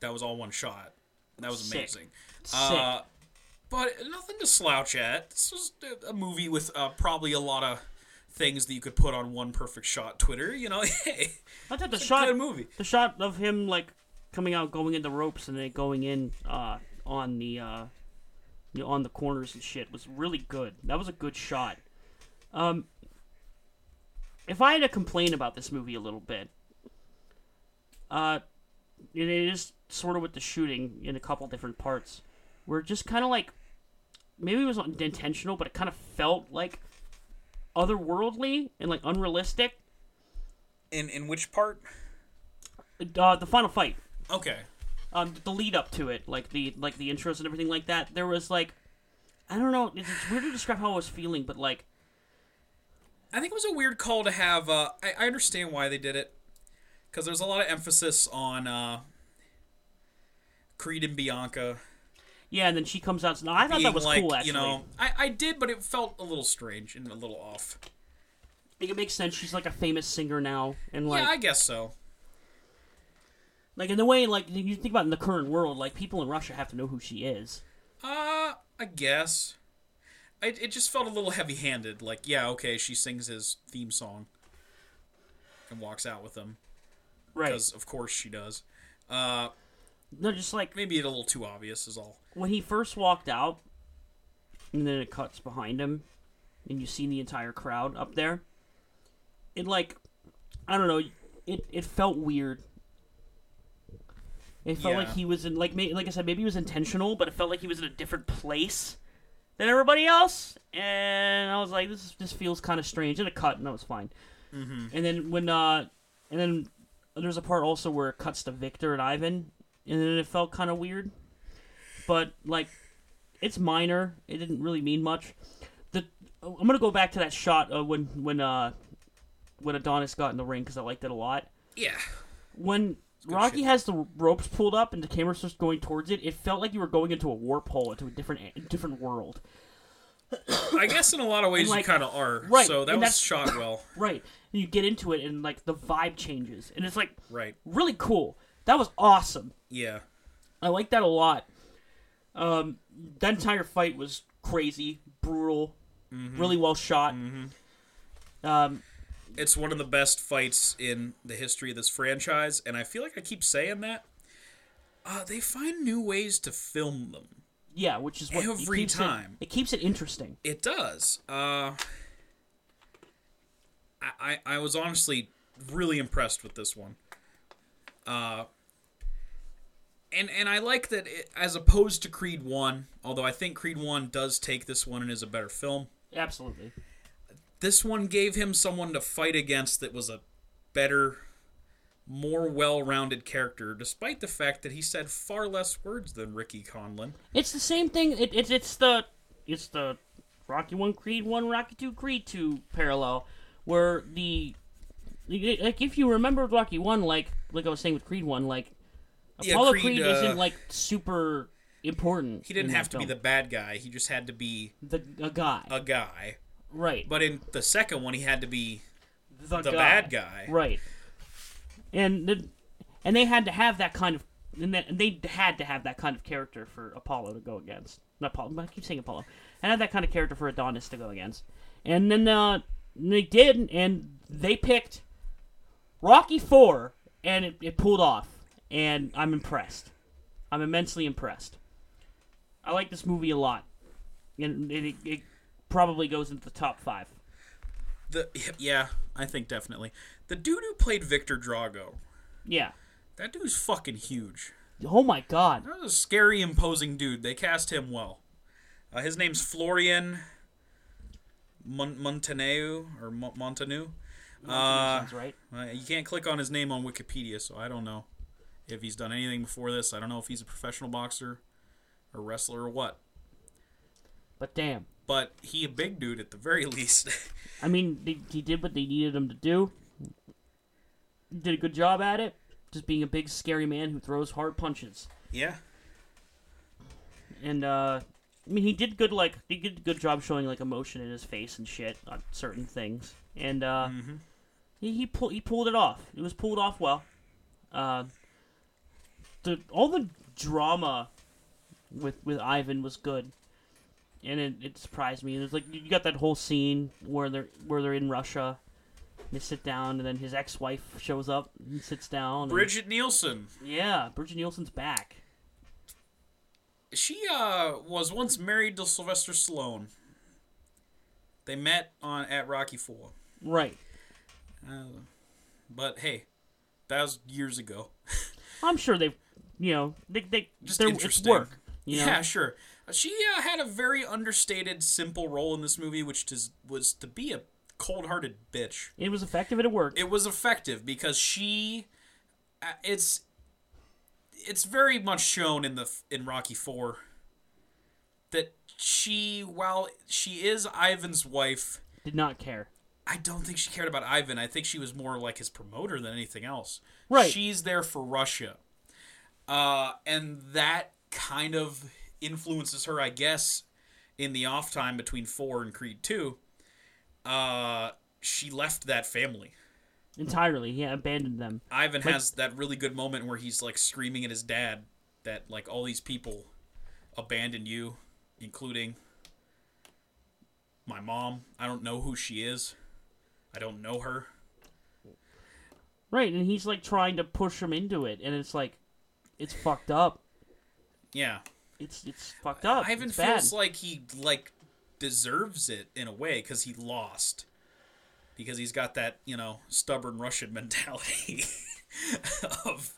[SPEAKER 2] That was all one shot. That was
[SPEAKER 1] Sick.
[SPEAKER 2] amazing.
[SPEAKER 1] Sick.
[SPEAKER 2] Uh, but nothing to slouch at. This was a- a movie with uh, probably a lot of things that you could put on one perfect shot Twitter. You know, hey,
[SPEAKER 1] I thought the shot
[SPEAKER 2] good movie.
[SPEAKER 1] the shot of him like coming out, going in the ropes, and then going in uh on the uh you know, on the corners and shit was really good. That was a good shot. Um, if I had to complain about this movie a little bit, uh, it is sort of with the shooting in a couple different parts, where it just kind of like maybe it was not intentional, but it kind of felt like otherworldly and like unrealistic.
[SPEAKER 2] In in which part?
[SPEAKER 1] Uh, the final fight.
[SPEAKER 2] Okay.
[SPEAKER 1] um, the lead up to it, like the like the intros and everything like that, there was like, I don't know, it's, it's weird to describe how I was feeling, but like,
[SPEAKER 2] I think it was a weird call to have. Uh, I, I understand why they did it, because there's a lot of emphasis on uh, Creed and Bianca.
[SPEAKER 1] yeah, and then she comes out. And I thought
[SPEAKER 2] being
[SPEAKER 1] that was
[SPEAKER 2] like,
[SPEAKER 1] cool, actually.
[SPEAKER 2] You know, I, I did, but it felt a little strange and a little off.
[SPEAKER 1] Like, it makes sense. She's like a famous singer now, and like,
[SPEAKER 2] yeah, I guess so.
[SPEAKER 1] like in the way, like you think about in the current world, like people in Russia have to know who she is.
[SPEAKER 2] Uh, I guess. It, it just felt a little heavy handed. Like, yeah, okay, she sings his theme song and walks out with him.
[SPEAKER 1] Right.
[SPEAKER 2] Because, of course, she does. Uh,
[SPEAKER 1] No, just like
[SPEAKER 2] maybe it a little too obvious, is all.
[SPEAKER 1] when he first walked out, and then it cuts behind him, and you see the entire crowd up there. It like, I don't know, it it felt weird. It felt like
[SPEAKER 2] Yeah.
[SPEAKER 1] he was in like may, like I said, maybe he was intentional, but it felt like he was in a different place than everybody else. And I was like, this is, this feels kind of strange. And it cut, and that was fine. Mm-hmm. And then when uh, and then there's a part also where it cuts to Victor and Ivan, and then it felt kind of weird but like it's minor it didn't really mean much the i'm gonna go back to that shot uh, when when uh when adonis got in the ring because i liked it a lot
[SPEAKER 2] Yeah.
[SPEAKER 1] when rocky
[SPEAKER 2] shit.
[SPEAKER 1] has the ropes pulled up and the camera starts going towards it it felt like you were going into a warp hole into a different a different world
[SPEAKER 2] I guess in a lot of ways
[SPEAKER 1] like-
[SPEAKER 2] you kind of are.
[SPEAKER 1] right,
[SPEAKER 2] So that
[SPEAKER 1] and
[SPEAKER 2] was
[SPEAKER 1] that's-
[SPEAKER 2] shot well.
[SPEAKER 1] right and you get into it and like the vibe changes and it's like
[SPEAKER 2] Right.
[SPEAKER 1] really cool that was awesome
[SPEAKER 2] Yeah.
[SPEAKER 1] I like that a lot. Um, that entire fight was crazy, brutal, really well shot. Um,
[SPEAKER 2] It's one of the best fights in the history of this franchise, and I feel like I keep saying that. Uh, they find new ways to film them.
[SPEAKER 1] yeah, which is what it
[SPEAKER 2] Every
[SPEAKER 1] keeps it-
[SPEAKER 2] time.
[SPEAKER 1] it, keeps it interesting.
[SPEAKER 2] It does. Uh, I, I I was honestly really impressed with this one. Uh, and and I like that it, as opposed to Creed One, although I think Creed One does take this one and is a better film.
[SPEAKER 1] Absolutely.
[SPEAKER 2] This one gave him someone to fight against that was a better, more well-rounded character, despite the fact that he said far less words than Ricky Conlon.
[SPEAKER 1] It's the same thing. It, it's it's the it's the Rocky One Creed One Rocky Two Creed Two parallel where the like if you remember Rocky One, like like I was saying with Creed One, like
[SPEAKER 2] Yeah,
[SPEAKER 1] Apollo
[SPEAKER 2] Creed,
[SPEAKER 1] Creed,
[SPEAKER 2] uh,
[SPEAKER 1] isn't like super important.
[SPEAKER 2] He didn't have to be the bad guy; he just had to be
[SPEAKER 1] the the a guy,
[SPEAKER 2] a guy.
[SPEAKER 1] right?
[SPEAKER 2] But in the second one, he had to be the
[SPEAKER 1] guy.
[SPEAKER 2] bad guy.
[SPEAKER 1] right? And the, and they had to have that kind of and that- and they had to have that kind of character for Apollo to go against. Not Apollo. I keep saying Apollo. And had that kind of character for Adonis to go against. And then uh, they did, and they picked Rocky Four, and it, it pulled off. And I'm impressed. I'm immensely impressed. I like this movie a lot, and it, it, it probably goes into the top five.
[SPEAKER 2] The yeah, I think definitely. The dude who played Victor Drago,
[SPEAKER 1] Yeah.
[SPEAKER 2] that dude's fucking huge.
[SPEAKER 1] Oh my God.
[SPEAKER 2] That was a scary, imposing dude. They cast him well. Uh, his name's Florian Mon- Montaneu or Mon- Montanu. Uh,
[SPEAKER 1] Sounds right.
[SPEAKER 2] uh, you can't click on his name on Wikipedia, so I don't know if he's done anything before this. I don't know if he's a professional boxer or wrestler or what.
[SPEAKER 1] But damn.
[SPEAKER 2] But he a big dude at the very least.
[SPEAKER 1] I mean, they, he did what they needed him to do. Did a good job at it, just being a big, scary man who throws hard punches.
[SPEAKER 2] yeah.
[SPEAKER 1] And uh, I mean, he did good. Like he did a good job showing like emotion in his face and shit on certain things. And uh, he he, pull, he pulled it off. It was pulled off well. Uh, the all the drama with with Ivan was good. And it, it surprised me. There's like you got that whole scene where they're where they're in Russia. They sit down, and then his ex-wife shows up and sits down. and-
[SPEAKER 2] Bridget Nielsen.
[SPEAKER 1] yeah, Bridget Nielsen's back.
[SPEAKER 2] She uh was once married to Sylvester Stallone. They met on at Rocky Four.
[SPEAKER 1] Right.
[SPEAKER 2] Uh, but hey, that was years ago.
[SPEAKER 1] I'm sure they've, you know, they they
[SPEAKER 2] Just
[SPEAKER 1] they're, it's
[SPEAKER 2] interesting.
[SPEAKER 1] work. You know?
[SPEAKER 2] Yeah, sure. She uh, had a very understated, simple role in this movie, which is, was to be a cold-hearted bitch.
[SPEAKER 1] It was effective. It worked.
[SPEAKER 2] It was effective because she, uh, it's, it's very much shown in the in Rocky Four that she, while she is Ivan's wife,
[SPEAKER 1] Did not care.
[SPEAKER 2] I don't think she cared about Ivan. I think she was more like his promoter than anything else.
[SPEAKER 1] Right.
[SPEAKER 2] She's there for Russia. Uh, and that kind of influences her, I guess, in the off time between 4 and Creed 2. Uh, she left that family.
[SPEAKER 1] Entirely. Yeah, abandoned them.
[SPEAKER 2] Ivan has that really good moment where he's like screaming at his dad that like all these people abandoned you, including my mom. I don't know who she is. I don't know her.
[SPEAKER 1] Right, and he's like trying to push him into it, and it's like, it's fucked up.
[SPEAKER 2] Yeah.
[SPEAKER 1] It's it's fucked up.
[SPEAKER 2] Ivan
[SPEAKER 1] it's bad.
[SPEAKER 2] feels like he like deserves it in a way because he lost, because he's got that you know stubborn Russian mentality of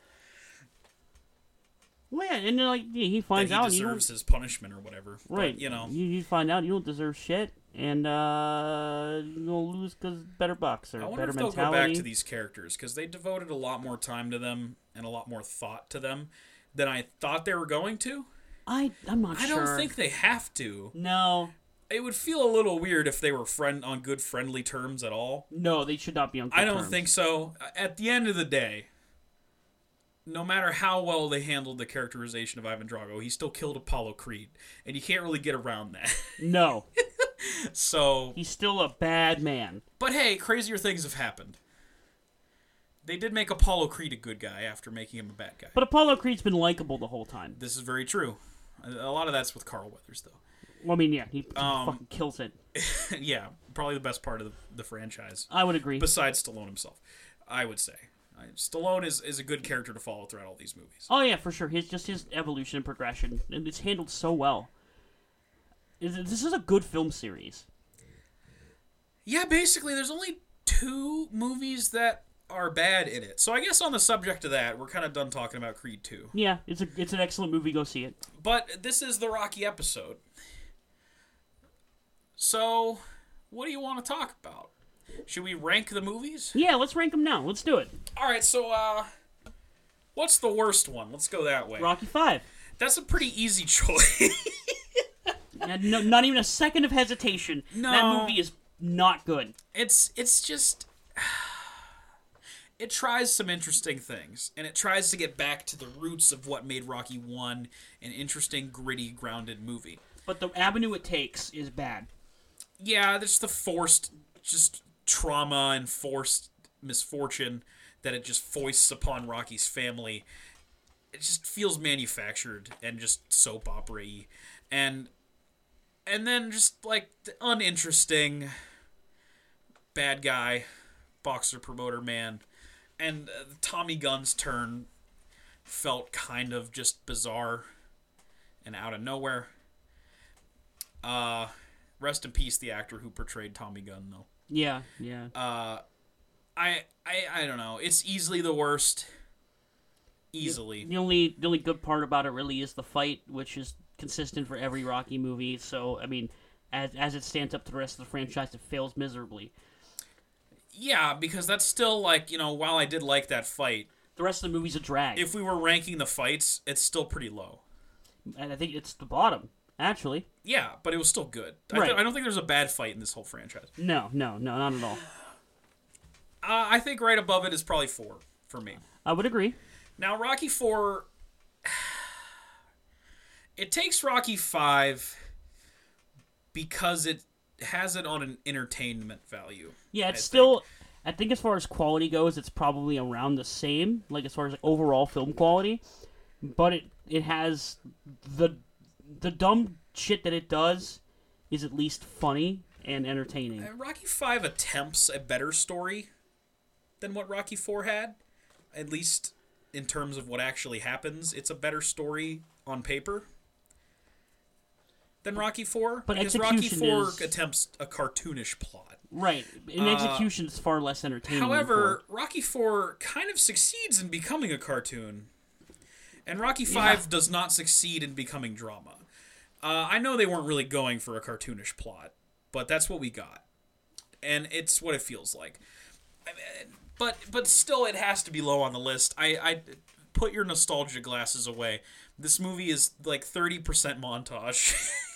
[SPEAKER 1] well, yeah, and then like yeah, he
[SPEAKER 2] that
[SPEAKER 1] finds
[SPEAKER 2] he
[SPEAKER 1] out you don't,
[SPEAKER 2] deserves his punishment or whatever. But,
[SPEAKER 1] right,
[SPEAKER 2] you know.
[SPEAKER 1] you, you find out you don't deserve shit, and uh, you're gonna lose because better bucks or
[SPEAKER 2] I wonder
[SPEAKER 1] better
[SPEAKER 2] if they'll
[SPEAKER 1] mentality.
[SPEAKER 2] go back to these characters because they devoted a lot more time to them and a lot more thought to them than I thought they were going to.
[SPEAKER 1] I I'm not
[SPEAKER 2] I
[SPEAKER 1] sure.
[SPEAKER 2] don't think they have to.
[SPEAKER 1] No,
[SPEAKER 2] It would feel a little weird if they were friend on good friendly terms at all.
[SPEAKER 1] no, they should not be on.
[SPEAKER 2] I don't
[SPEAKER 1] terms.
[SPEAKER 2] think so. At the end of the day, no matter how well they handled the characterization of Ivan Drago, he still killed Apollo Creed, and you can't really get around that.
[SPEAKER 1] No,
[SPEAKER 2] so,
[SPEAKER 1] he's still a bad man.
[SPEAKER 2] but hey, crazier things have happened. They did make Apollo Creed a good guy after making him a bad guy.
[SPEAKER 1] But Apollo Creed's been likable the whole time.
[SPEAKER 2] This is very true. A a lot of that's with Carl Weathers, though.
[SPEAKER 1] Well, I mean, yeah, he, he
[SPEAKER 2] Um,
[SPEAKER 1] fucking kills it.
[SPEAKER 2] yeah, probably the best part of the, the franchise.
[SPEAKER 1] I would agree.
[SPEAKER 2] Besides Stallone himself, I would say. I, Stallone is, is a good character to follow throughout all these movies.
[SPEAKER 1] Oh yeah, for sure. His just his evolution and progression, and it's handled so well. Is it- This is a good film series.
[SPEAKER 2] Yeah, basically, there's only two movies that are bad in it. So I guess on the subject of that, we're kind of done talking about Creed 2.
[SPEAKER 1] Yeah, it's a it's an excellent movie. Go see it.
[SPEAKER 2] But this is the Rocky episode. So, what do you want to talk about? Should we rank the movies?
[SPEAKER 1] Yeah, let's rank them now. Let's do it.
[SPEAKER 2] All right, so uh what's the worst one? Let's go that way.
[SPEAKER 1] Rocky Five.
[SPEAKER 2] That's a pretty easy choice.
[SPEAKER 1] And no, not even a second of hesitation.
[SPEAKER 2] No.
[SPEAKER 1] That movie is not good.
[SPEAKER 2] it's it's just it tries some interesting things and it tries to get back to the roots of what made rocky one an interesting gritty grounded movie
[SPEAKER 1] But the avenue it takes is bad.
[SPEAKER 2] yeah there's the forced just trauma and forced misfortune that it just foists upon rocky's family it just feels manufactured and just soap opera and and then just like the uninteresting bad guy boxer promoter man and uh, tommy gunn's turn felt kind of just bizarre and out of nowhere uh rest in peace the actor who portrayed tommy gunn though
[SPEAKER 1] Yeah, yeah.
[SPEAKER 2] i i, I don't know it's easily the worst easily
[SPEAKER 1] the only the only good part about it really is the fight, which is consistent for every Rocky movie. So I mean, as as it stands up to the rest of the franchise, it fails miserably.
[SPEAKER 2] Yeah, because that's still like, you know, while I did like that fight,
[SPEAKER 1] The rest of the movie's a drag.
[SPEAKER 2] if we were ranking the fights, it's still pretty low.
[SPEAKER 1] and I think it's the bottom. Actually,
[SPEAKER 2] Yeah, but it was still good. I, th-
[SPEAKER 1] Right.
[SPEAKER 2] I don't think there's a bad fight in this whole franchise.
[SPEAKER 1] no, no, no, not at all.
[SPEAKER 2] Uh, I think right above it is probably four for me.
[SPEAKER 1] I would agree.
[SPEAKER 2] Now, Rocky Four, it takes Rocky Five because it has it on an entertainment value.
[SPEAKER 1] Yeah, it's
[SPEAKER 2] I
[SPEAKER 1] still. I think as far as quality goes, it's probably around the same. Like as far as overall film quality, but it it has the the dumb shit that it does is at least funny and entertaining.
[SPEAKER 2] And Rocky Five attempts a better story than what Rocky Four had, at least in terms of what actually happens. It's a better story on paper, than Rocky Four,
[SPEAKER 1] But
[SPEAKER 2] because Rocky
[SPEAKER 1] execution
[SPEAKER 2] Four
[SPEAKER 1] is-
[SPEAKER 2] attempts a cartoonish plot.
[SPEAKER 1] Right. In execution, it's far less entertaining. than
[SPEAKER 2] Uh, However, Rocky Four kind of succeeds in becoming a cartoon, and Rocky Five does not succeed in becoming drama. Uh, I know they weren't really going for a cartoonish plot, but that's what we got, and it's what it feels like. I mean, But but still, it has to be low on the list. I, I put your nostalgia glasses away. This movie is like thirty percent montage.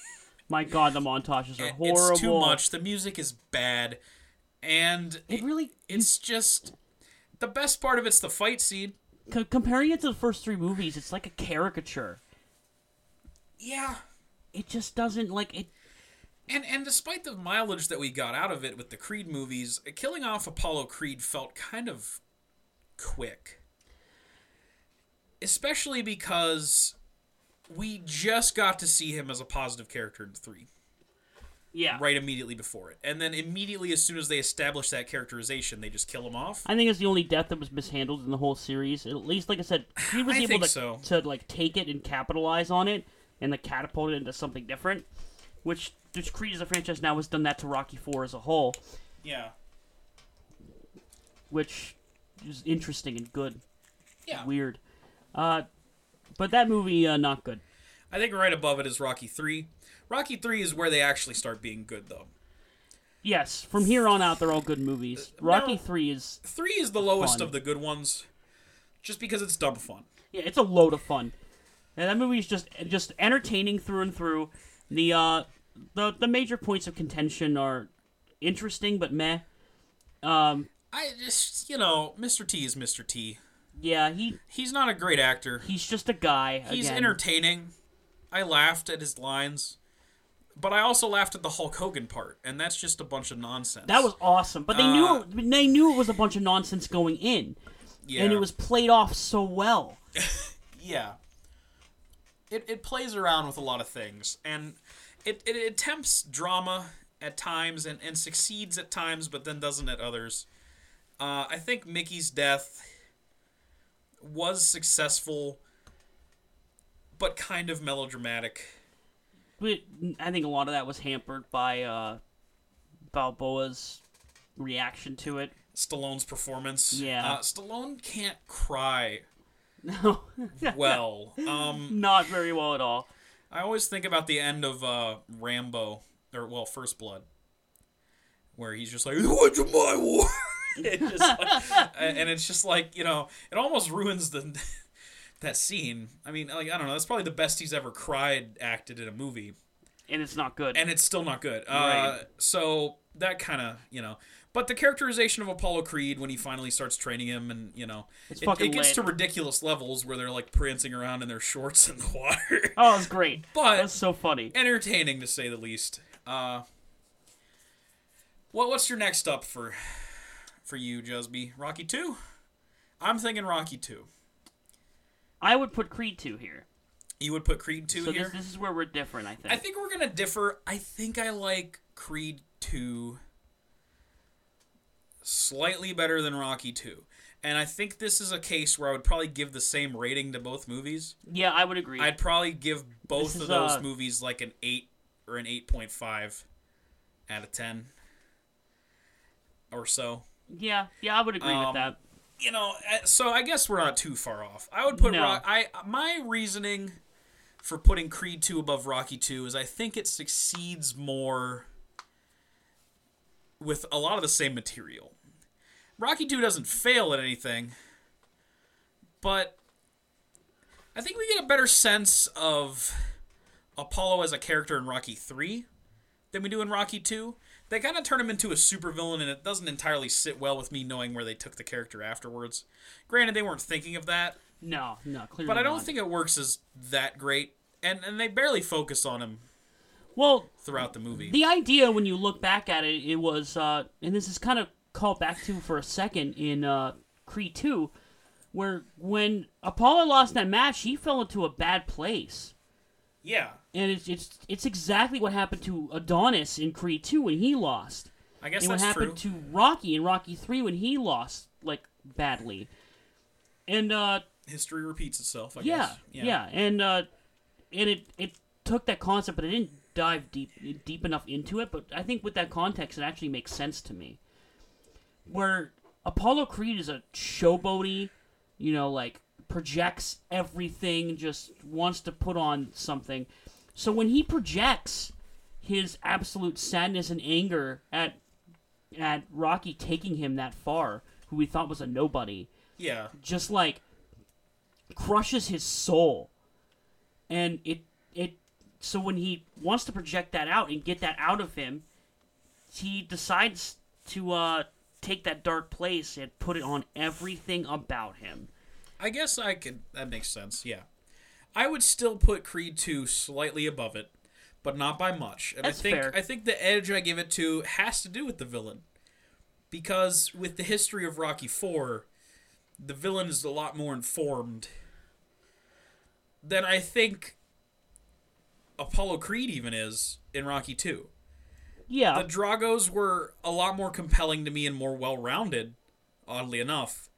[SPEAKER 1] My God, the montages are horrible.
[SPEAKER 2] it's too much. The music is bad, and
[SPEAKER 1] It really.
[SPEAKER 2] it's just the best part of it's the fight scene.
[SPEAKER 1] c- comparing it to the first three movies, it's like a caricature.
[SPEAKER 2] Yeah.
[SPEAKER 1] It just doesn't like it.
[SPEAKER 2] And and despite the mileage that we got out of it with the Creed movies, killing off Apollo Creed felt kind of quick. Especially because we just got to see him as a positive character in 3
[SPEAKER 1] Yeah.
[SPEAKER 2] right immediately before it. And then immediately as soon as they establish that characterization, they just kill him off.
[SPEAKER 1] I think it's the only death that was mishandled in the whole series. At least, like I said, he was
[SPEAKER 2] I
[SPEAKER 1] able
[SPEAKER 2] think
[SPEAKER 1] to,
[SPEAKER 2] so.
[SPEAKER 1] to like take it and capitalize on it, and like catapult it into something different. Which, which Creed as a franchise now has done that to Rocky Four as a whole,
[SPEAKER 2] Yeah.
[SPEAKER 1] which is interesting and good,
[SPEAKER 2] Yeah.
[SPEAKER 1] weird. Uh, but that movie uh, not good.
[SPEAKER 2] I think right above it is Rocky 3. Rocky 3 is where they actually start being good though.
[SPEAKER 1] Yes, from here on out, they're all good movies. Rocky
[SPEAKER 2] Uh, no.
[SPEAKER 1] Three is
[SPEAKER 2] Three is the lowest
[SPEAKER 1] Fun.
[SPEAKER 2] of the good ones, just because it's dumb fun.
[SPEAKER 1] yeah, it's a load of fun. And that movie is just just entertaining through and through. The uh, the the major points of contention are interesting but meh. Um,
[SPEAKER 2] I just, you know, Mr. T is Mr. T.
[SPEAKER 1] yeah, he
[SPEAKER 2] He's not a great actor.
[SPEAKER 1] he's just a guy.
[SPEAKER 2] He's
[SPEAKER 1] again.
[SPEAKER 2] entertaining. I laughed at his lines, but I also laughed at the Hulk Hogan part, and that's just a bunch of nonsense.
[SPEAKER 1] That was awesome, but they
[SPEAKER 2] Uh,
[SPEAKER 1] knew it, they knew it was a bunch of nonsense going in,
[SPEAKER 2] yeah,
[SPEAKER 1] and it was played off so well.
[SPEAKER 2] yeah. It it plays around with a lot of things, and it it attempts drama at times and and succeeds at times, but then doesn't at others. Uh, I think Mickey's death was successful, but kind of melodramatic.
[SPEAKER 1] But I think a lot of that was hampered by uh, Balboa's reaction to it.
[SPEAKER 2] Stallone's performance.
[SPEAKER 1] Yeah.
[SPEAKER 2] Uh, Stallone can't cry
[SPEAKER 1] No,
[SPEAKER 2] well. um,
[SPEAKER 1] not very well at all.
[SPEAKER 2] I always think about the end of uh, Rambo, or, well, First Blood, where he's just like, What's my war? it just like- and it's just like, you know, it almost ruins the. That scene, I mean, like I don't know, that's probably the best he's ever cried acted in a movie.
[SPEAKER 1] and it's not good.
[SPEAKER 2] and it's still not good. Uh,
[SPEAKER 1] Right.
[SPEAKER 2] So that kind of you know, but the characterization of Apollo Creed when he finally starts training him, and you know, it,
[SPEAKER 1] fucking
[SPEAKER 2] it gets
[SPEAKER 1] lit.
[SPEAKER 2] to ridiculous levels where they're like prancing around in their shorts in the water.
[SPEAKER 1] oh, it's great.
[SPEAKER 2] But-
[SPEAKER 1] that's so funny.
[SPEAKER 2] Entertaining to say the least. Uh, what what's your next up for for you, Jusby? Rocky two. I'm thinking Rocky two.
[SPEAKER 1] I would put Creed two here.
[SPEAKER 2] You would put Creed two
[SPEAKER 1] So
[SPEAKER 2] here.
[SPEAKER 1] this, this is where we're different. I think.
[SPEAKER 2] I think we're gonna differ. I think I like Creed two slightly better than Rocky two, and I think this is a case where I would probably give the same rating to both movies.
[SPEAKER 1] yeah, I would agree.
[SPEAKER 2] I'd probably give both
[SPEAKER 1] This
[SPEAKER 2] of
[SPEAKER 1] is,
[SPEAKER 2] those
[SPEAKER 1] uh,
[SPEAKER 2] movies like an eight or an eight point five out of ten or so.
[SPEAKER 1] yeah, yeah, I would agree
[SPEAKER 2] Um,
[SPEAKER 1] with that.
[SPEAKER 2] You know, uh, so I guess we're not too far off. I would put
[SPEAKER 1] No.
[SPEAKER 2] Rock. I my reasoning for putting Creed two above Rocky two is I think it succeeds more with a lot of the same material. Rocky 2 doesn't fail at anything, but I think we get a better sense of Apollo as a character in Rocky 3 than we do in Rocky 2. They kind of turn him into a supervillain, and it doesn't entirely sit well with me knowing where they took the character afterwards. Granted, they weren't thinking of that,
[SPEAKER 1] No, no, clearly.
[SPEAKER 2] but I don't
[SPEAKER 1] not.
[SPEAKER 2] think it works as that great, and, and they barely focus on him
[SPEAKER 1] Well,
[SPEAKER 2] throughout the movie.
[SPEAKER 1] the idea when you look back at it, it was, uh, and this is kind of called back to for a second in uh, Creed two, where when Apollo lost that match, he fell into a bad place.
[SPEAKER 2] yeah.
[SPEAKER 1] And it's, it's it's exactly what happened to Adonis in Creed 2 when he lost.
[SPEAKER 2] I guess
[SPEAKER 1] and what
[SPEAKER 2] that's
[SPEAKER 1] happened
[SPEAKER 2] true.
[SPEAKER 1] to Rocky in Rocky Three when he lost like badly, and uh,
[SPEAKER 2] History repeats itself, I
[SPEAKER 1] yeah,
[SPEAKER 2] guess.
[SPEAKER 1] yeah, and uh, and it it took that concept, but it didn't dive deep deep enough into it, but I think with that context, it actually makes sense to me. Where Apollo Creed is a showboaty, you know, like projects everything, just wants to put on something. So when he projects his absolute sadness and anger at at Rocky taking him that far, who we thought was a nobody,
[SPEAKER 2] Yeah.
[SPEAKER 1] just like crushes his soul and it it so when he wants to project that out and get that out of him he decides to uh take that dark place and put it on everything about him
[SPEAKER 2] I guess I could. That makes sense. Yeah, I would still put Creed two slightly above it, but not by much. And
[SPEAKER 1] That's
[SPEAKER 2] I think
[SPEAKER 1] fair.
[SPEAKER 2] I think the edge I give it to has to do with the villain, because with the history of Rocky four, the villain is a lot more informed than I think Apollo Creed even is in Rocky two.
[SPEAKER 1] yeah
[SPEAKER 2] The Dragos were a lot more compelling to me and more well rounded, oddly enough,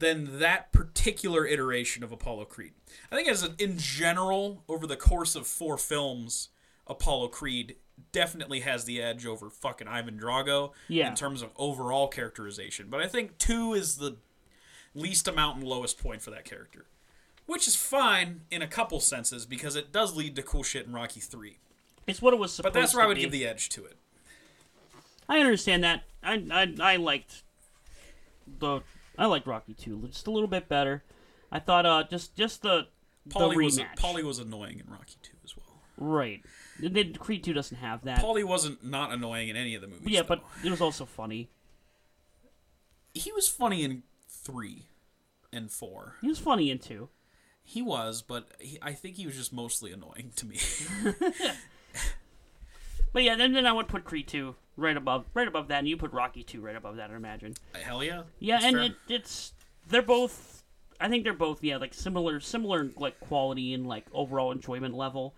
[SPEAKER 2] than that particular iteration of Apollo Creed. I think, as a, in general, over the course of four films, Apollo Creed definitely has the edge over fucking Ivan Drago
[SPEAKER 1] Yeah.
[SPEAKER 2] in terms of overall characterization. But I think two is the least amount and lowest point for that character. Which is fine in a couple senses because it does lead to cool shit in Rocky 3.
[SPEAKER 1] it's what it was supposed
[SPEAKER 2] But that's where
[SPEAKER 1] to
[SPEAKER 2] I would
[SPEAKER 1] be.
[SPEAKER 2] give the edge to it.
[SPEAKER 1] i understand that i i, I liked the i liked rocky 2 just a little bit better i thought uh just just the
[SPEAKER 2] Paulie
[SPEAKER 1] the
[SPEAKER 2] was
[SPEAKER 1] rematch
[SPEAKER 2] Paulie was annoying in Rocky Two as well.
[SPEAKER 1] right And then creed 2 doesn't have that
[SPEAKER 2] Paulie wasn't not annoying in any of the movies.
[SPEAKER 1] yeah but
[SPEAKER 2] though.
[SPEAKER 1] it was also funny
[SPEAKER 2] he was funny in three and four.
[SPEAKER 1] He was funny in two.
[SPEAKER 2] He was, but he, I think he was just mostly annoying to me.
[SPEAKER 1] But yeah, then, then I would put Creed two right above right above that, and you put Rocky two right above that. I imagine.
[SPEAKER 2] Hell yeah.
[SPEAKER 1] Yeah,
[SPEAKER 2] That's
[SPEAKER 1] and
[SPEAKER 2] fair.
[SPEAKER 1] it, it's they're both. I think they're both yeah like similar similar like quality and like overall enjoyment level.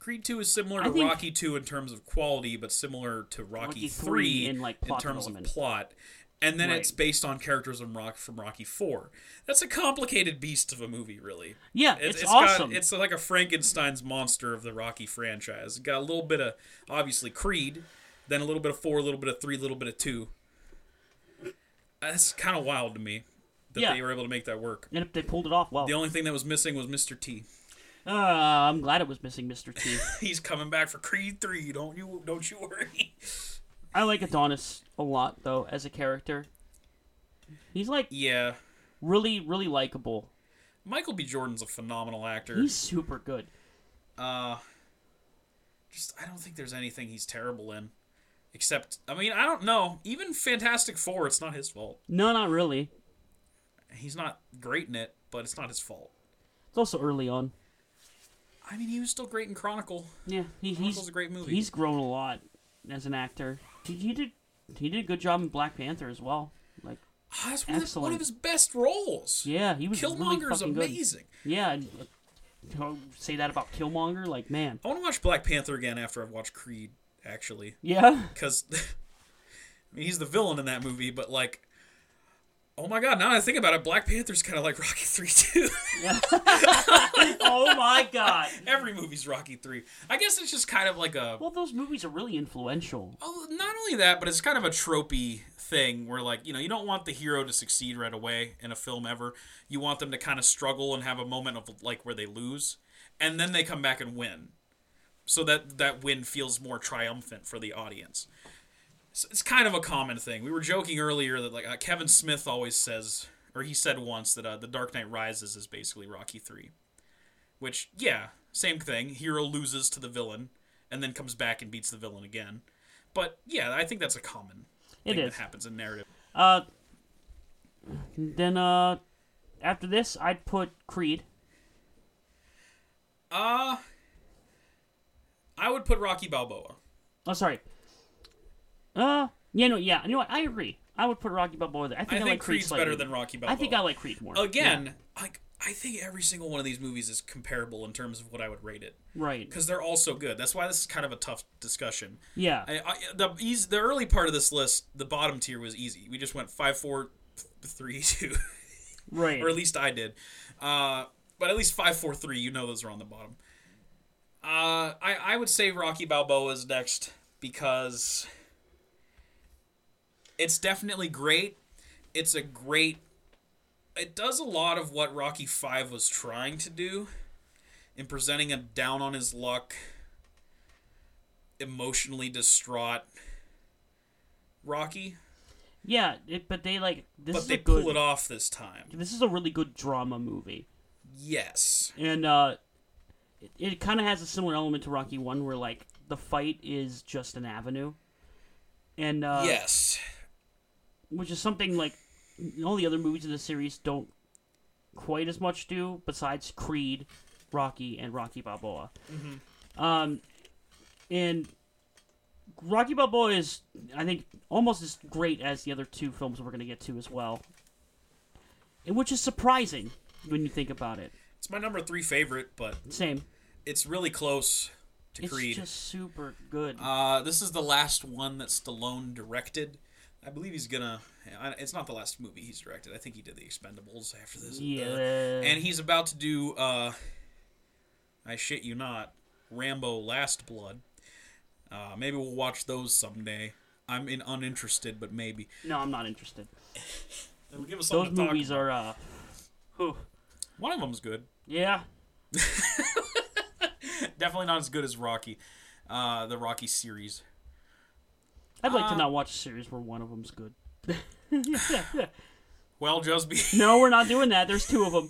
[SPEAKER 2] Creed Two is similar to
[SPEAKER 1] think-
[SPEAKER 2] Rocky Two in terms of quality, but similar to Rocky,
[SPEAKER 1] Rocky
[SPEAKER 2] Three
[SPEAKER 1] III in, like, plot
[SPEAKER 2] terms
[SPEAKER 1] development.
[SPEAKER 2] of plot. And then
[SPEAKER 1] Right.
[SPEAKER 2] it's based on characters from Rock from Rocky Four. That's a complicated beast of a movie, really.
[SPEAKER 1] Yeah,
[SPEAKER 2] It-
[SPEAKER 1] it's,
[SPEAKER 2] got-
[SPEAKER 1] awesome.
[SPEAKER 2] it's like a Frankenstein's monster of the Rocky franchise. Got a little bit of obviously Creed, then a little bit of four, a little bit of three, a little bit of two. Uh, That's kind of wild to me that
[SPEAKER 1] Yeah.
[SPEAKER 2] they were able to make that work.
[SPEAKER 1] and if they pulled it off well.
[SPEAKER 2] The only thing that was missing was Mr. T.
[SPEAKER 1] Uh, I'm glad it was missing Mr. T.
[SPEAKER 2] He's coming back for Creed three. Don't you? Don't you worry.
[SPEAKER 1] I like Adonis a lot though as a character. He's like
[SPEAKER 2] yeah,
[SPEAKER 1] really really likable.
[SPEAKER 2] Michael B. Jordan's a phenomenal actor.
[SPEAKER 1] He's super good.
[SPEAKER 2] Uh, just I don't think there's anything he's terrible in, except I mean I don't know. Even Fantastic Four, it's not his fault.
[SPEAKER 1] No, not really.
[SPEAKER 2] he's not great in it, but it's not his fault.
[SPEAKER 1] It's also early on.
[SPEAKER 2] I mean, he was still great in Chronicle.
[SPEAKER 1] Yeah, he,
[SPEAKER 2] Chronicle's
[SPEAKER 1] he's
[SPEAKER 2] a great movie.
[SPEAKER 1] He's grown a lot as an actor. He, he did he did a good job in Black Panther as well. Like
[SPEAKER 2] Ah, that's one of, his- one
[SPEAKER 1] excellent.
[SPEAKER 2] of his best roles.
[SPEAKER 1] yeah, he was really
[SPEAKER 2] Killmonger is
[SPEAKER 1] fucking good.
[SPEAKER 2] amazing.
[SPEAKER 1] Yeah, and, uh, don't say that about Killmonger. Like man,
[SPEAKER 2] I want to watch Black Panther again after I've watched Creed, actually,
[SPEAKER 1] yeah,
[SPEAKER 2] because I mean he's the villain in that movie, but like. Oh my god, now that I think about it, Black Panther's kind of like Rocky 3 too.
[SPEAKER 1] oh my god.
[SPEAKER 2] Every movie's Rocky 3. I guess it's just kind of like a
[SPEAKER 1] Well, those movies are really influential.
[SPEAKER 2] Well, not only that, but it's kind of a tropey thing where, like, you know, you don't want the hero to succeed right away in a film ever. You want them to kind of struggle and have a moment of like where they lose, and then they come back and win, so that that win feels more triumphant for the audience. So it's kind of a common thing. We were joking earlier that like uh, Kevin Smith always says, or he said once that uh, the Dark Knight Rises is basically Rocky Three, which yeah, same thing. Hero loses to the villain and then comes back and beats the villain again. But yeah, I think that's a common
[SPEAKER 1] It
[SPEAKER 2] thing
[SPEAKER 1] is.
[SPEAKER 2] that happens in narrative.
[SPEAKER 1] Uh, then uh, after this, I'd put Creed.
[SPEAKER 2] Uh I would put Rocky Balboa.
[SPEAKER 1] Oh, sorry. Uh, yeah, no, yeah, you know what? I agree. I would put Rocky Balboa there. I
[SPEAKER 2] I
[SPEAKER 1] think I,
[SPEAKER 2] think
[SPEAKER 1] like Creed
[SPEAKER 2] Creed's better
[SPEAKER 1] slightly.
[SPEAKER 2] than Rocky Balboa.
[SPEAKER 1] I think I like Creed more.
[SPEAKER 2] again, like I think every single one of these movies is comparable in terms of what I would rate it
[SPEAKER 1] Yeah, right.
[SPEAKER 2] because they're all so good. That's why this is kind of a tough discussion.
[SPEAKER 1] Yeah.
[SPEAKER 2] I, I, the easy, the early part of this list, the bottom tier was easy. We just went five, four, th- three, two,
[SPEAKER 1] Right.
[SPEAKER 2] or at least I did. Uh, but at least five, four, three. You know those are on the bottom. Uh, I I would say Rocky Balboa is next because it's definitely great. It's a great. It does a lot of what Rocky Five was trying to do, in presenting him down on his luck, emotionally distraught. Rocky,
[SPEAKER 1] Yeah, it, but they like this
[SPEAKER 2] but
[SPEAKER 1] is
[SPEAKER 2] they
[SPEAKER 1] a good.
[SPEAKER 2] pull it off this time.
[SPEAKER 1] This is a really good drama movie,
[SPEAKER 2] Yes,
[SPEAKER 1] and uh, it, it kind of has a similar element to Rocky One, where like the fight is just an avenue, and uh,
[SPEAKER 2] yes,
[SPEAKER 1] which is something like all the other movies in the series don't quite as much do besides creed rocky and rocky balboa
[SPEAKER 2] Mm-hmm.
[SPEAKER 1] um, and rocky balboa is i think almost as great as the other two films we're going to get to as well and which is surprising when you think about it
[SPEAKER 2] it's my number three favorite, but
[SPEAKER 1] same
[SPEAKER 2] it's really close to
[SPEAKER 1] it's
[SPEAKER 2] Creed.
[SPEAKER 1] just super good
[SPEAKER 2] Uh, this is the last one that Stallone directed. I believe he's gonna. I- It's not the last movie he's directed. I think he did The Expendables after this. Uh,
[SPEAKER 1] yeah
[SPEAKER 2] And he's about to do. Uh, I shit you not, Rambo: Last Blood. Uh, maybe we'll watch those someday. I'm in uninterested, but maybe.
[SPEAKER 1] no i'm not interested
[SPEAKER 2] It'll give us
[SPEAKER 1] those
[SPEAKER 2] something to talk
[SPEAKER 1] movies
[SPEAKER 2] about.
[SPEAKER 1] are uh whew.
[SPEAKER 2] One of them's good.
[SPEAKER 1] yeah
[SPEAKER 2] Definitely not as good as Rocky, uh, the Rocky series.
[SPEAKER 1] I'd like
[SPEAKER 2] Uh,
[SPEAKER 1] to not watch a series where one of them's good.
[SPEAKER 2] Well, Jusby.
[SPEAKER 1] No, we're not doing that. There's two of them.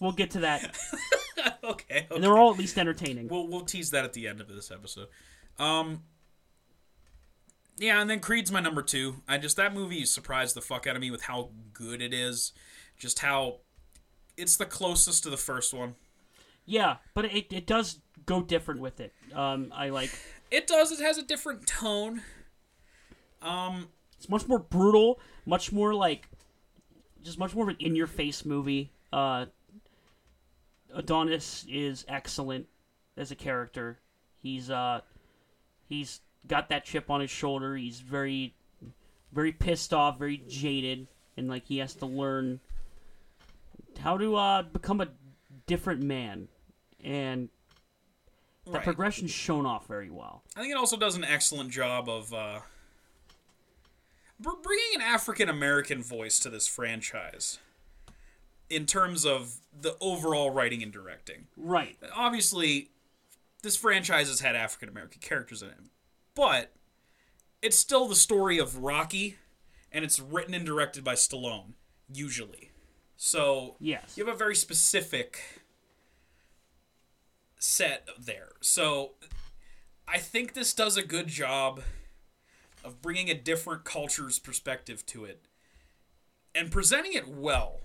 [SPEAKER 1] We'll get to that.
[SPEAKER 2] okay.
[SPEAKER 1] And they're all at least entertaining.
[SPEAKER 2] we'll we'll tease that at the end of this episode. Um Yeah, and then Creed's my number 2. I just that movie surprised the fuck out of me with how good it is. Just how it's the closest to the first one.
[SPEAKER 1] Yeah, but it, it does go different with it. Um, I like
[SPEAKER 2] It does it has a different tone.
[SPEAKER 1] it's much more brutal, much more like just much more of an in your face movie. Uh, Adonis is excellent as a character. He's uh he's got that chip on his shoulder. He's very very pissed off, very jaded, and like he has to learn how to uh become a different man. And the
[SPEAKER 2] Right.
[SPEAKER 1] progression's shown off very well.
[SPEAKER 2] I think it also does an excellent job of uh br- bringing an African American voice to this franchise in terms of the overall writing and directing.
[SPEAKER 1] Right.
[SPEAKER 2] obviously this franchise has had African American characters in it, but it's still the story of Rocky, and it's written and directed by Stallone usually. So
[SPEAKER 1] Yes.
[SPEAKER 2] you have a very specific set there. So I think this does a good job of bringing a different culture's perspective to it and presenting it well.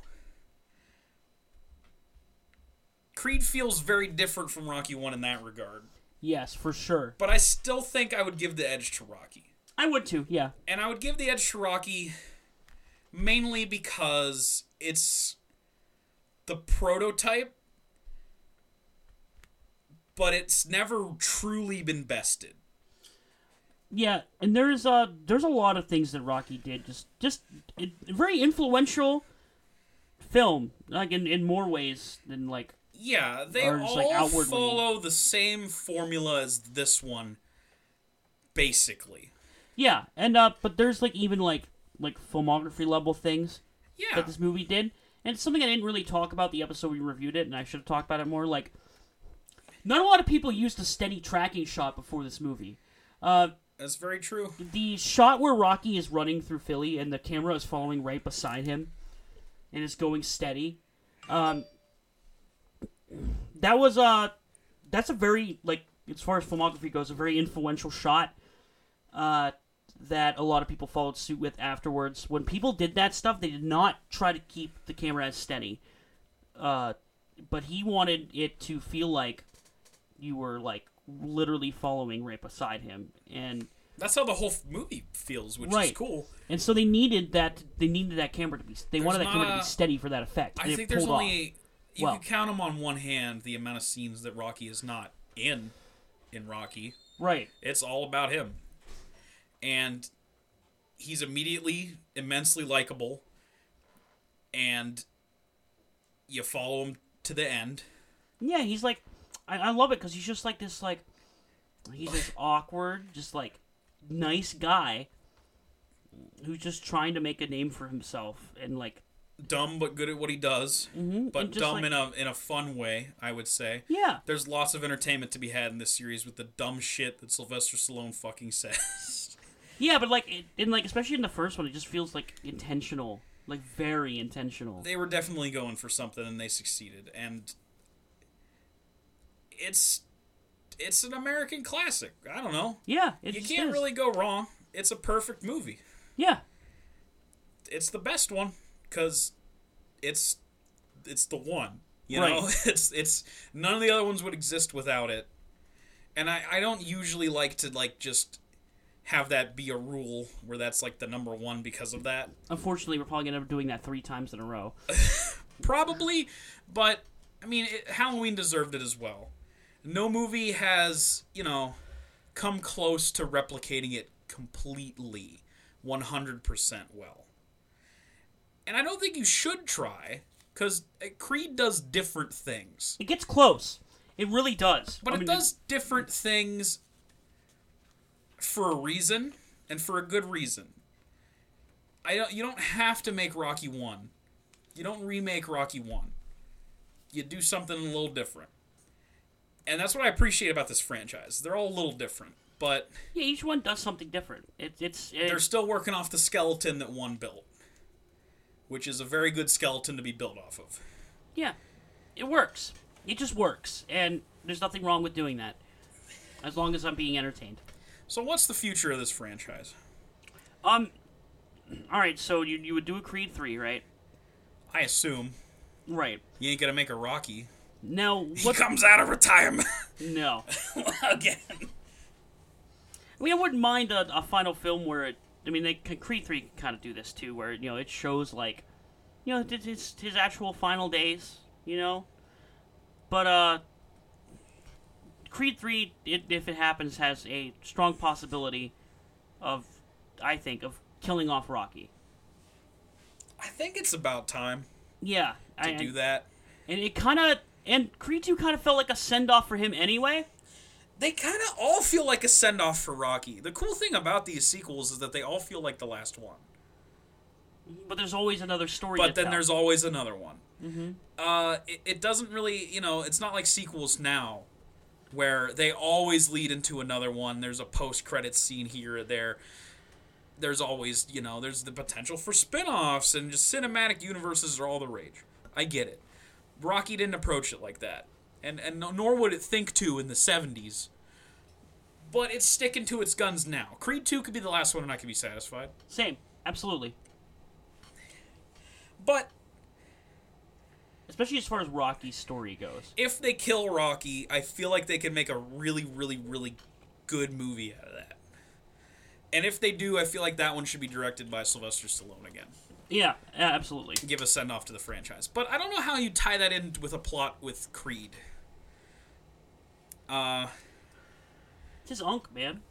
[SPEAKER 2] Creed feels very different from Rocky 1 in that regard,
[SPEAKER 1] Yes, for sure.
[SPEAKER 2] but I still think I would give the edge to Rocky.
[SPEAKER 1] I would too. Yeah.
[SPEAKER 2] And I would give the edge to Rocky mainly because it's the prototype, but it's never truly been bested.
[SPEAKER 1] Yeah, and there's uh there's a lot of things that Rocky did just just it, very influential film like in, in more ways than like
[SPEAKER 2] Yeah, they
[SPEAKER 1] Or
[SPEAKER 2] all
[SPEAKER 1] just, like, outwardly.
[SPEAKER 2] follow the same formula as this one, basically.
[SPEAKER 1] yeah and uh but there's like even like like filmography level things
[SPEAKER 2] Yeah,
[SPEAKER 1] that this movie did and it's something I didn't really talk about the episode we reviewed it and I should have talked about it more like not a lot of people used a steady tracking shot before this movie uh
[SPEAKER 2] that's very true.
[SPEAKER 1] the shot where Rocky is running through Philly and the camera is following right beside him and is going steady. Um, that was uh that's a very like as far as filmography goes, a very influential shot. Uh, that a lot of people followed suit with afterwards. When people did that stuff, they did not try to keep the camera as steady. Uh, but he wanted it to feel like you were like literally following right beside him and
[SPEAKER 2] That's how the whole f- movie feels, which is
[SPEAKER 1] Right.
[SPEAKER 2] cool.
[SPEAKER 1] and so they needed that. They needed that camera to be. They wanted that
[SPEAKER 2] not
[SPEAKER 1] camera to
[SPEAKER 2] a-
[SPEAKER 1] be steady for that effect.
[SPEAKER 2] I
[SPEAKER 1] and it
[SPEAKER 2] think there's
[SPEAKER 1] pulled
[SPEAKER 2] only
[SPEAKER 1] off.
[SPEAKER 2] you
[SPEAKER 1] Well.
[SPEAKER 2] can count them on one hand the amount of scenes that Rocky is not in in Rocky.
[SPEAKER 1] right.
[SPEAKER 2] It's all about him, and he's immediately immensely likable, and you follow him to the end.
[SPEAKER 1] Yeah, he's like, I, I love it because he's just like this like he's this awkward, just like nice guy who's just trying to make a name for himself and like
[SPEAKER 2] Dumb but good at what he does,
[SPEAKER 1] mhm,
[SPEAKER 2] but
[SPEAKER 1] and just,
[SPEAKER 2] dumb
[SPEAKER 1] like-
[SPEAKER 2] in a in a fun way, I would say.
[SPEAKER 1] yeah
[SPEAKER 2] There's lots of entertainment to be had in this series with the dumb shit that Sylvester Stallone fucking says.
[SPEAKER 1] yeah, but like it, in like especially in the first one, it just feels like intentional, like very intentional.
[SPEAKER 2] they were definitely going for something and they succeeded and it's it's an American classic. I don't know.
[SPEAKER 1] Yeah, it
[SPEAKER 2] You
[SPEAKER 1] just
[SPEAKER 2] can't
[SPEAKER 1] is.
[SPEAKER 2] really go wrong. It's a perfect movie.
[SPEAKER 1] yeah
[SPEAKER 2] It's the best one cuz it's it's the one. You
[SPEAKER 1] Right.
[SPEAKER 2] know, it's it's none of the other ones would exist without it. And I I don't usually like to like just have that be a rule where that's like the number 1 because of that.
[SPEAKER 1] Unfortunately, we're probably gonna end up doing that three times in a row.
[SPEAKER 2] probably but i mean it, halloween deserved it as well no movie has you know come close to replicating it completely 100% well and i don't think you should try because creed does different things
[SPEAKER 1] It gets close. It really does.
[SPEAKER 2] but
[SPEAKER 1] I
[SPEAKER 2] it
[SPEAKER 1] mean,
[SPEAKER 2] does different things for a reason and for a good reason. I don't you don't have to make Rocky 1. You don't remake Rocky 1. You do something a little different. And that's what I appreciate about this franchise. They're all a little different, but
[SPEAKER 1] Yeah, each one does something different. It, it's it,
[SPEAKER 2] they're still working off the skeleton that one built, which is a very good skeleton to be built off of.
[SPEAKER 1] yeah, it works. It just works, and there's nothing wrong with doing that, as long as I'm being entertained.
[SPEAKER 2] So what's the future of this franchise?
[SPEAKER 1] Um, all right. So you you would do a Creed three, right?
[SPEAKER 2] I assume
[SPEAKER 1] Right.
[SPEAKER 2] you ain't going to make a Rocky.
[SPEAKER 1] Now
[SPEAKER 2] He
[SPEAKER 1] what?
[SPEAKER 2] comes out of retirement.
[SPEAKER 1] no.
[SPEAKER 2] again.
[SPEAKER 1] I mean, I wouldn't mind a, a final film where it. I mean, they can, Creed Three can kind of do this too, where you know it shows like, you know, his- his his actual final days, you know. But uh, Creed Three, it, if it happens, has a strong possibility of, I think, of killing off Rocky.
[SPEAKER 2] I think it's about time
[SPEAKER 1] Yeah,
[SPEAKER 2] to
[SPEAKER 1] I,
[SPEAKER 2] do that.
[SPEAKER 1] and it kind of and Creed Two kind of felt like a send off for him anyway.
[SPEAKER 2] They kind of all feel like a send off for Rocky. The cool thing about these sequels is that they all feel like the last one,
[SPEAKER 1] But there's always another story.
[SPEAKER 2] but
[SPEAKER 1] to
[SPEAKER 2] then
[SPEAKER 1] tell. Mm-hmm.
[SPEAKER 2] there's always another one. Uh, it, it doesn't really, you know, it's not like sequels now where they always lead into another one. There's a post credit scene here or there. There's always, you know, there's the potential for spin offs and just cinematic universes are all the rage. I get it. Rocky didn't approach it like that, and and no- nor would it think to in the '70s. But it's sticking to its guns now. Creed Two could be the last one, and I could be satisfied.
[SPEAKER 1] same, absolutely.
[SPEAKER 2] But
[SPEAKER 1] Especially as far as Rocky's story goes.
[SPEAKER 2] if they kill Rocky, I feel like they can make a really, really, really good movie out of that. And if they do, I feel like that one should be directed by Sylvester Stallone again.
[SPEAKER 1] Yeah, a- absolutely.
[SPEAKER 2] Give a send off to the franchise. But I don't know how you tie that in with a plot with Creed. Uh,
[SPEAKER 1] It's his uncle, man.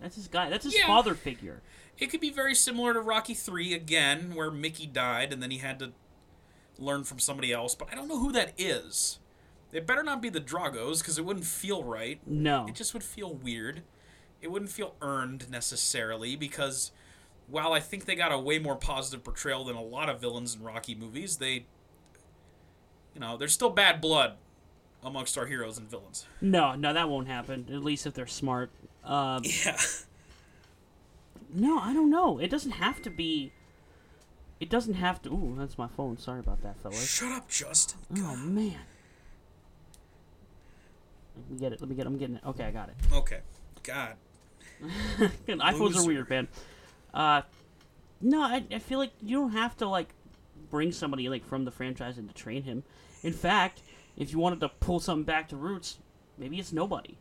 [SPEAKER 1] That's his guy. That's his
[SPEAKER 2] Yeah.
[SPEAKER 1] father figure.
[SPEAKER 2] It could be very similar to Rocky 3 again, where Mickey died and then he had to learn from somebody else, but I don't know who that is. It better not be the Dragos, because it wouldn't feel right.
[SPEAKER 1] No.
[SPEAKER 2] It just would feel weird. It wouldn't feel earned necessarily, because while I think they got a way more positive portrayal than a lot of villains in Rocky movies, they, you know, there's still bad blood amongst our heroes and villains.
[SPEAKER 1] No, no, that won't happen. At least if they're smart. Um,
[SPEAKER 2] Yeah.
[SPEAKER 1] no, I don't know. It doesn't have to be. It doesn't have to. Ooh, that's my phone. Sorry about that, fellas.
[SPEAKER 2] Shut up, Justin.
[SPEAKER 1] Oh man. Let me get it. Let me get. I'm getting it. Okay, I got it.
[SPEAKER 2] Okay. God.
[SPEAKER 1] Man, iPhones are
[SPEAKER 2] Loser.
[SPEAKER 1] weird, man. Uh, no, I, I feel like you don't have to like bring somebody like from the franchise in to train him. In fact, if you wanted to pull something back to roots, maybe it's nobody.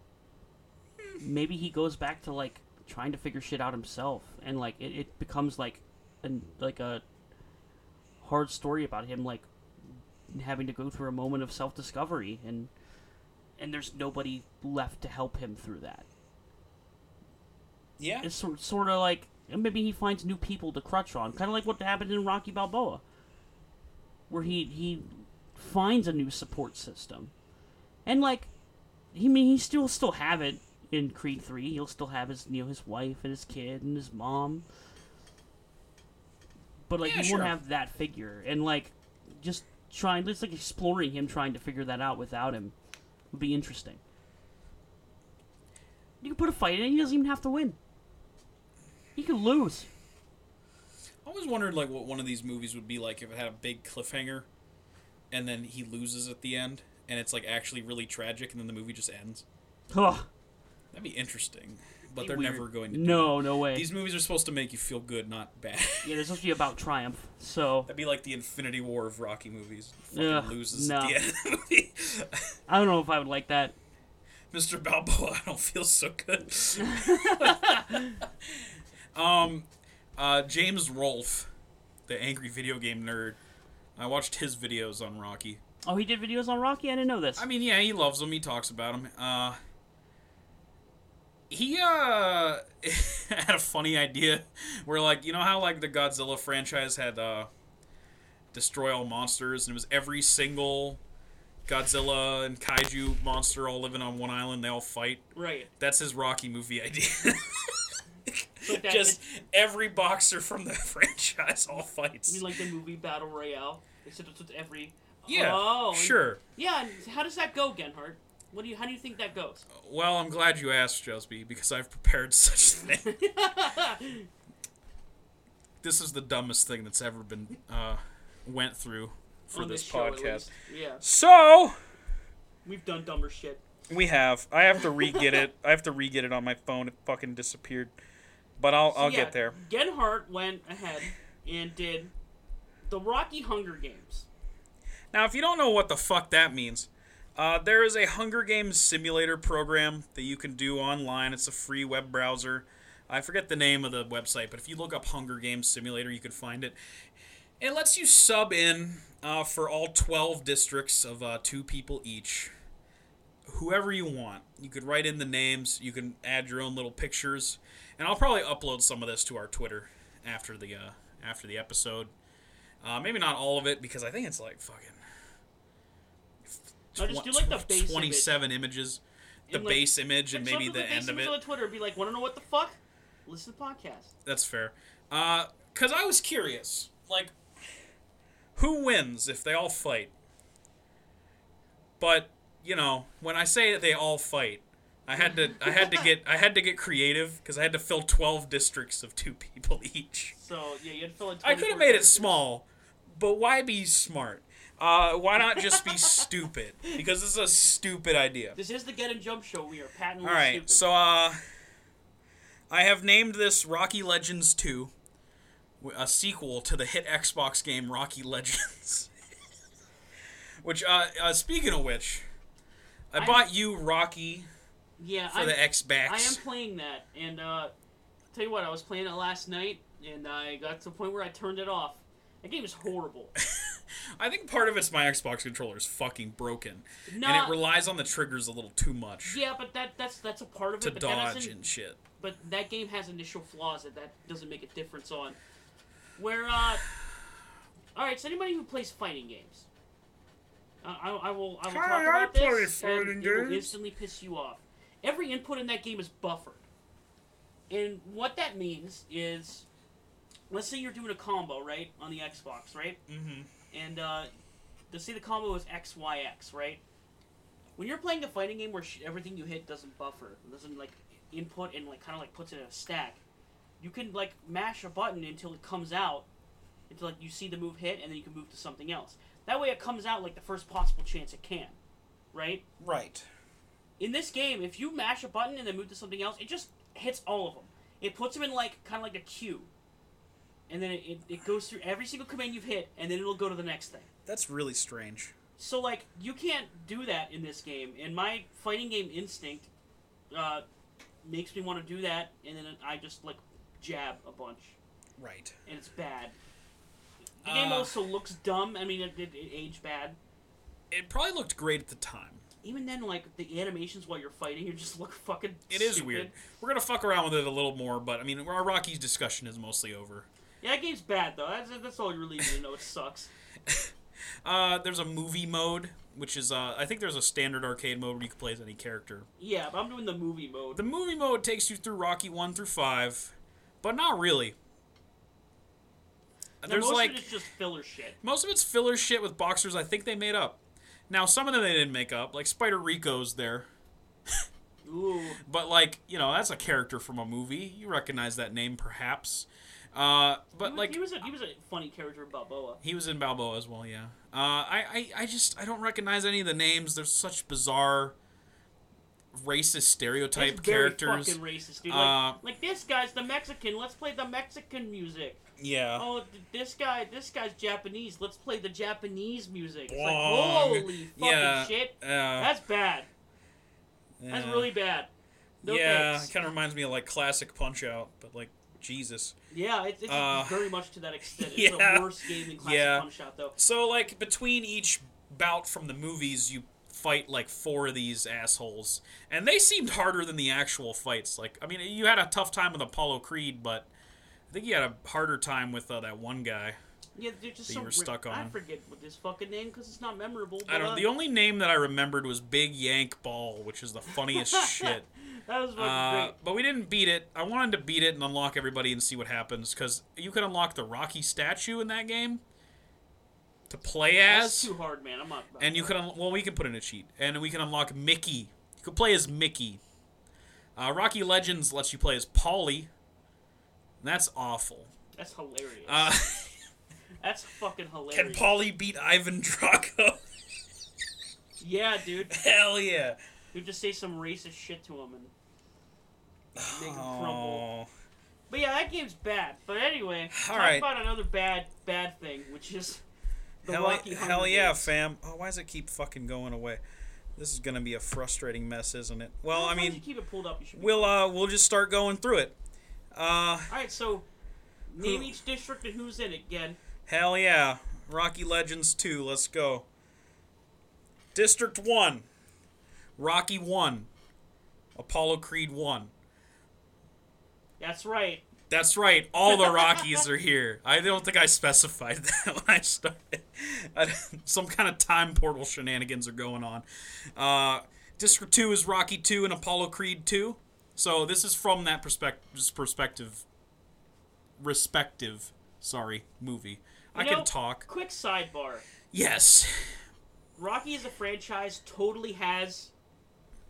[SPEAKER 1] Maybe he goes back to like trying to figure shit out himself, and like it, it becomes like an like a hard story about him like having to go through a moment of self discovery and and there's nobody left to help him through that
[SPEAKER 2] Yeah.
[SPEAKER 1] it's sort, sort of like maybe he finds new people to crutch on, kind of like what happened in Rocky Balboa, where he he finds a new support system, and like he I mean he still still have it in Creed three. He'll still have his you know his wife and his kid and his mom. But like
[SPEAKER 2] Yeah,
[SPEAKER 1] he
[SPEAKER 2] sure.
[SPEAKER 1] won't have that figure, and like just trying, it's like exploring him trying to figure that out without him would be interesting. You can put a fight in, he doesn't even have to win. He could lose.
[SPEAKER 2] I always wondered like what one of these movies would be like if it had a big cliffhanger, and then he loses at the end, and it's like actually really tragic, and then the movie just ends.
[SPEAKER 1] Ugh,
[SPEAKER 2] That'd be interesting, but
[SPEAKER 1] be
[SPEAKER 2] they're
[SPEAKER 1] weird.
[SPEAKER 2] never going to. do
[SPEAKER 1] no, no
[SPEAKER 2] that.
[SPEAKER 1] way.
[SPEAKER 2] These movies are supposed to make you feel good, not bad.
[SPEAKER 1] Yeah, they're supposed to be about triumph. So
[SPEAKER 2] That'd be like the Infinity War of Rocky movies. Fucking
[SPEAKER 1] Ugh,
[SPEAKER 2] loses
[SPEAKER 1] no.
[SPEAKER 2] at the end of the movie.
[SPEAKER 1] I don't know if I would like that.
[SPEAKER 2] Mr. Balboa, I don't feel so good. um, uh, James Rolfe, the angry video game nerd. I watched his videos on Rocky.
[SPEAKER 1] Oh, he did videos on Rocky. I didn't know this.
[SPEAKER 2] I mean, yeah, he loves him. He talks about him. Uh, he uh had a funny idea where, like, you know how like the Godzilla franchise had uh, destroy all monsters, and it was every single Godzilla and kaiju monster all living on one island. They all fight.
[SPEAKER 1] right.
[SPEAKER 2] That's his Rocky movie idea.
[SPEAKER 1] that-
[SPEAKER 2] Just every boxer from the franchise all fights.
[SPEAKER 1] like the movie Battle Royale, except it's with every.
[SPEAKER 2] Yeah,
[SPEAKER 1] oh,
[SPEAKER 2] sure.
[SPEAKER 1] Yeah. and How does that go, Genhart? What do you? How do you think that goes?
[SPEAKER 2] Well, I'm glad you asked, Josby, because I've prepared such thing. this is the dumbest thing that's ever been uh, went through for
[SPEAKER 1] On
[SPEAKER 2] this,
[SPEAKER 1] show, at
[SPEAKER 2] podcast.
[SPEAKER 1] least. Yeah,
[SPEAKER 2] So
[SPEAKER 1] we've done dumber shit.
[SPEAKER 2] we have. I have to re-get it. I have to re-get it on my phone. It fucking disappeared, but I'll I'll
[SPEAKER 1] Yeah,
[SPEAKER 2] get there.
[SPEAKER 1] Genhart went ahead and did the Rocky Hunger Games.
[SPEAKER 2] Now, if you don't know what the fuck that means, uh, there is a Hunger Games simulator program that you can do online. It's a free web browser. I forget the name of the website, but if you look up Hunger Games Simulator, you can find it. It lets you sub in uh, for all 12 districts of uh, two people each. Whoever you want. You could write in the names, you can add your own little pictures. And I'll probably upload some of this to our Twitter after the uh, after the episode. Uh, maybe not all of it because I think it's like fucking
[SPEAKER 1] No, just do, like, the base of it.
[SPEAKER 2] 27 images. The
[SPEAKER 1] And, like-
[SPEAKER 2] base image and
[SPEAKER 1] Some
[SPEAKER 2] maybe
[SPEAKER 1] people
[SPEAKER 2] the
[SPEAKER 1] face
[SPEAKER 2] end of
[SPEAKER 1] themselves On
[SPEAKER 2] it.
[SPEAKER 1] Twitter, and be like, want to know what the fuck? Listen to the podcast.
[SPEAKER 2] That's fair. Uh, cause I was curious, like, who wins if they all fight? But you know, when I say that they all fight, I had to, I had to get, I had to get creative because I had to fill twelve districts of two people each.
[SPEAKER 1] So yeah, you had to fill in.
[SPEAKER 2] I could
[SPEAKER 1] 24
[SPEAKER 2] have made it
[SPEAKER 1] characters.
[SPEAKER 2] small, but why be smart? Uh, why not just be stupid? Because this is a stupid idea.
[SPEAKER 1] This is the Get and Jump show. We are patently
[SPEAKER 2] All right,
[SPEAKER 1] stupid.
[SPEAKER 2] so uh, I have named this Rocky Legends Two, w- a sequel to the hit Xbox game Rocky Legends. which, uh, uh, speaking of which, I,
[SPEAKER 1] I-
[SPEAKER 2] bought you Rocky
[SPEAKER 1] yeah,
[SPEAKER 2] for
[SPEAKER 1] I'm,
[SPEAKER 2] the
[SPEAKER 1] I am
[SPEAKER 2] Xbox.
[SPEAKER 1] playing that, and uh, tell you what, I was playing it last night, and I got to the point where I turned it off. That game is horrible.
[SPEAKER 2] I think part of it's my Xbox controller is fucking broken, and
[SPEAKER 1] Nah.
[SPEAKER 2] it relies on the triggers a little too much
[SPEAKER 1] yeah, but that that's that's a part of it.
[SPEAKER 2] to
[SPEAKER 1] but that
[SPEAKER 2] dodge
[SPEAKER 1] doesn't-
[SPEAKER 2] and shit.
[SPEAKER 1] but that game has initial flaws that that doesn't make a difference on. Where, uh, all right, so anybody who plays fighting games, uh, I, I will I will talk
[SPEAKER 2] Hi, I
[SPEAKER 1] about
[SPEAKER 2] play
[SPEAKER 1] this and
[SPEAKER 2] fighting
[SPEAKER 1] it will
[SPEAKER 2] games.
[SPEAKER 1] instantly piss you off. Every input in that game is buffered, and what that means is, let's say you're doing a combo right on the Xbox, right?
[SPEAKER 2] Mm-hmm.
[SPEAKER 1] and uh, let's say the combo is XYX, right? When you're playing a fighting game where sh- everything you hit doesn't buffer, doesn't like input and like kind of like puts it in a stack, you can like mash a button until it comes out, until like you see the move hit, and then you can move to something else. That way, it comes out like the first possible chance it can, right?
[SPEAKER 2] Right.
[SPEAKER 1] In this game, if you mash a button and then move to something else, it just hits all of them. It puts them in like kind of like a queue, and then it, it, it goes through every single command you've hit, and then it'll go to the next thing.
[SPEAKER 2] That's really strange.
[SPEAKER 1] So like you can't do that in this game, and my fighting game instinct uh, makes me want to do that, and then I just like jab a bunch,
[SPEAKER 2] Right.
[SPEAKER 1] and it's bad. The game
[SPEAKER 2] Uh.
[SPEAKER 1] also looks dumb. I mean, it, it, it aged bad.
[SPEAKER 2] It probably looked great at the time.
[SPEAKER 1] Even then, like the animations while you're fighting, you just look fucking.
[SPEAKER 2] It is
[SPEAKER 1] stupid.
[SPEAKER 2] weird. We're gonna fuck around with it a little more, but I mean, our Rockies discussion is mostly over.
[SPEAKER 1] Yeah, that game's bad though. That's that's all you really need to know. It sucks.
[SPEAKER 2] Uh, there's a movie mode which is uh, I think there's a standard arcade mode where you can play as any character.
[SPEAKER 1] Yeah, but I'm doing the movie mode.
[SPEAKER 2] The movie mode takes you through Rocky one through five, but not really.
[SPEAKER 1] No,
[SPEAKER 2] There's
[SPEAKER 1] most
[SPEAKER 2] like
[SPEAKER 1] of it's just filler shit.
[SPEAKER 2] most of it's filler shit with boxers I think they made up. Now some of them they didn't make up, like Spider Rico's there.
[SPEAKER 1] Ooh,
[SPEAKER 2] But like, you know, that's a character from a movie. You recognize that name perhaps. Uh,
[SPEAKER 1] he
[SPEAKER 2] but
[SPEAKER 1] was,
[SPEAKER 2] like
[SPEAKER 1] he was a he was a funny character in Balboa.
[SPEAKER 2] He was in Balboa as well, yeah. Uh, I, I, I just I don't recognize any of the names. There's such bizarre, racist stereotype
[SPEAKER 1] It's very
[SPEAKER 2] characters.
[SPEAKER 1] fucking racist, dude.
[SPEAKER 2] Uh,
[SPEAKER 1] Like, like this guy's the Mexican. Let's play the Mexican music.
[SPEAKER 2] yeah.
[SPEAKER 1] Oh, th- this guy, this guy's Japanese. Let's play the Japanese music. It's like,
[SPEAKER 2] Wong.
[SPEAKER 1] holy fucking
[SPEAKER 2] Yeah,
[SPEAKER 1] shit.
[SPEAKER 2] uh,
[SPEAKER 1] That's bad. That's
[SPEAKER 2] yeah.
[SPEAKER 1] really bad. No
[SPEAKER 2] yeah.
[SPEAKER 1] thanks.
[SPEAKER 2] Kind of reminds me of like classic Punch Out, but like Jesus.
[SPEAKER 1] Yeah, it's, it's
[SPEAKER 2] Uh,
[SPEAKER 1] very much to that extent. It's
[SPEAKER 2] yeah.
[SPEAKER 1] a worse game than Classic
[SPEAKER 2] Yeah.
[SPEAKER 1] Punch Out, though.
[SPEAKER 2] So like between each bout from the movies, you fight like four of these assholes, and they seemed harder than the actual fights. Like I mean, you had a tough time with Apollo Creed, but I think you had a harder time with uh, that one guy.
[SPEAKER 1] Yeah, they're just
[SPEAKER 2] That you
[SPEAKER 1] so
[SPEAKER 2] were
[SPEAKER 1] ri-
[SPEAKER 2] stuck
[SPEAKER 1] I
[SPEAKER 2] on.
[SPEAKER 1] forget what his fucking name because it's not memorable. But,
[SPEAKER 2] I don't.
[SPEAKER 1] uh,
[SPEAKER 2] The only name that I remembered was Big Yank Ball, which is the funniest shit.
[SPEAKER 1] that was fucking
[SPEAKER 2] Uh,
[SPEAKER 1] great.
[SPEAKER 2] but we didn't beat it. I wanted to beat it and unlock everybody and see what happens because you can unlock the Rocky statue in that game to play
[SPEAKER 1] That's
[SPEAKER 2] as,
[SPEAKER 1] too hard, man. I'm not.
[SPEAKER 2] and you can un- well we can put in a cheat and we can unlock Mickey. You can play as Mickey. Uh, Rocky Legends lets you play as Polly. That's awful.
[SPEAKER 1] That's hilarious.
[SPEAKER 2] Uh,
[SPEAKER 1] That's fucking
[SPEAKER 2] can
[SPEAKER 1] hilarious.
[SPEAKER 2] Polly beat Ivan Drago?
[SPEAKER 1] yeah, dude.
[SPEAKER 2] Hell yeah!
[SPEAKER 1] You just say some racist shit to him and make him crumble.
[SPEAKER 2] Oh.
[SPEAKER 1] But yeah, that game's bad. But anyway,
[SPEAKER 2] All
[SPEAKER 1] talk
[SPEAKER 2] right.
[SPEAKER 1] about another bad, bad thing, which is the
[SPEAKER 2] hell,
[SPEAKER 1] Rocky Hunger
[SPEAKER 2] hell yeah,
[SPEAKER 1] Games.
[SPEAKER 2] fam. Oh, why does it keep fucking going away? This is gonna be a frustrating mess, isn't it? Well, I
[SPEAKER 1] As long as you
[SPEAKER 2] mean,
[SPEAKER 1] keep it pulled up. You should be
[SPEAKER 2] we'll uh, we'll just start going through it. Uh,
[SPEAKER 1] All right, so name
[SPEAKER 2] Who-
[SPEAKER 1] each district and who's in it again.
[SPEAKER 2] hell yeah, Rocky Legends two. Let's go. District one, Rocky one, Apollo Creed one.
[SPEAKER 1] That's right.
[SPEAKER 2] That's right. All the Rockies are here. I don't think I specified that when I started. I don't- Some kind of time portal shenanigans are going on. Uh, District Two is Rocky Two and Apollo Creed Two. So this is from that perspective. Perspective. Respective. Sorry, movie. I
[SPEAKER 1] You know-
[SPEAKER 2] can talk.
[SPEAKER 1] Quick sidebar.
[SPEAKER 2] Yes.
[SPEAKER 1] Rocky as a franchise totally has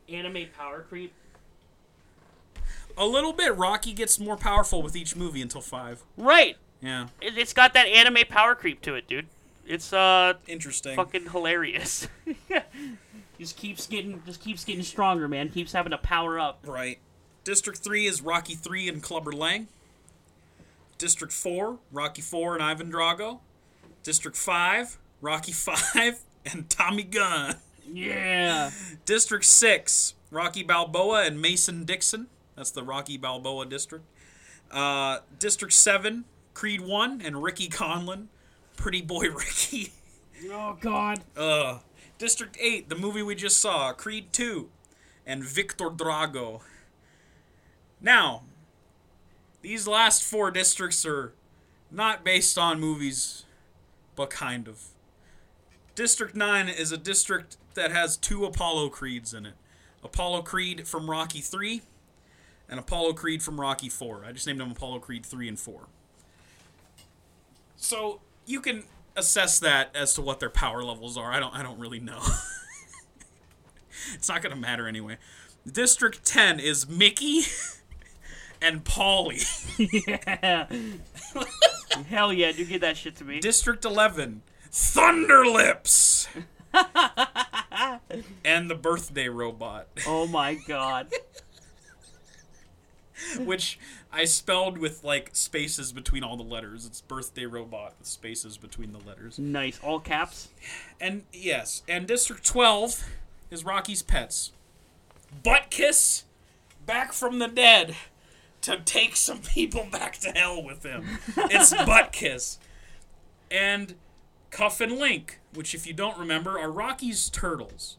[SPEAKER 1] anime power creep.
[SPEAKER 2] A little bit. Rocky gets more powerful with each movie until five.
[SPEAKER 1] Right.
[SPEAKER 2] Yeah.
[SPEAKER 1] It, it's got that anime power creep to it, dude. It's uh
[SPEAKER 2] Interesting.
[SPEAKER 1] fucking hilarious. just keeps getting just keeps getting stronger, man. Keeps having to power up.
[SPEAKER 2] Right. District 3 is Rocky 3 and Clubber Lang. District 4, Rocky 4 and Ivan Drago. District 5, Rocky 5 and Tommy Gunn.
[SPEAKER 1] Yeah.
[SPEAKER 2] District 6, Rocky Balboa and Mason Dixon. That's the Rocky Balboa district. Uh, district 7, Creed 1 and Ricky Conlon. Pretty boy Ricky.
[SPEAKER 1] Oh god.
[SPEAKER 2] Ugh. District 8, the movie we just saw, Creed 2, and Victor Drago. Now, these last four districts are not based on movies, but kind of. District 9 is a district that has two Apollo Creeds in it Apollo Creed from Rocky 3 and Apollo Creed from Rocky 4. I just named them Apollo Creed 3 and 4. So you can assess that as to what their power levels are. I don't I don't really know. it's not gonna matter anyway. District ten is Mickey and Polly.
[SPEAKER 1] Yeah. Hell yeah, do get that shit to me.
[SPEAKER 2] District eleven, Thunderlips. and the birthday robot,
[SPEAKER 1] Oh my god.
[SPEAKER 2] which I spelled with like spaces between all the letters. It's birthday robot with spaces between the letters.
[SPEAKER 1] Nice. All caps.
[SPEAKER 2] And yes, and District 12 is Rocky's Pets. Butt kiss back from the dead to take some people back to hell with him. It's butt kiss. And Cuff and Link, which if you don't remember are Rocky's turtles.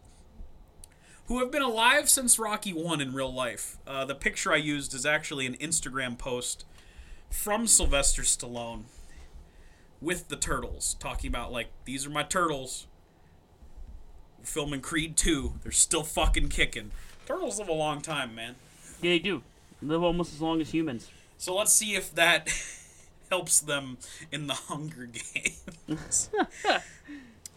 [SPEAKER 2] Who have been alive since Rocky 1 in real life. Uh, the picture I used is actually an Instagram post from Sylvester Stallone with the turtles, talking about like these are my turtles. filming Creed 2. They're still fucking kicking. Turtles live a long time, man.
[SPEAKER 1] Yeah, they do. Live almost as long as humans.
[SPEAKER 2] So let's see if that helps them in the Hunger Games.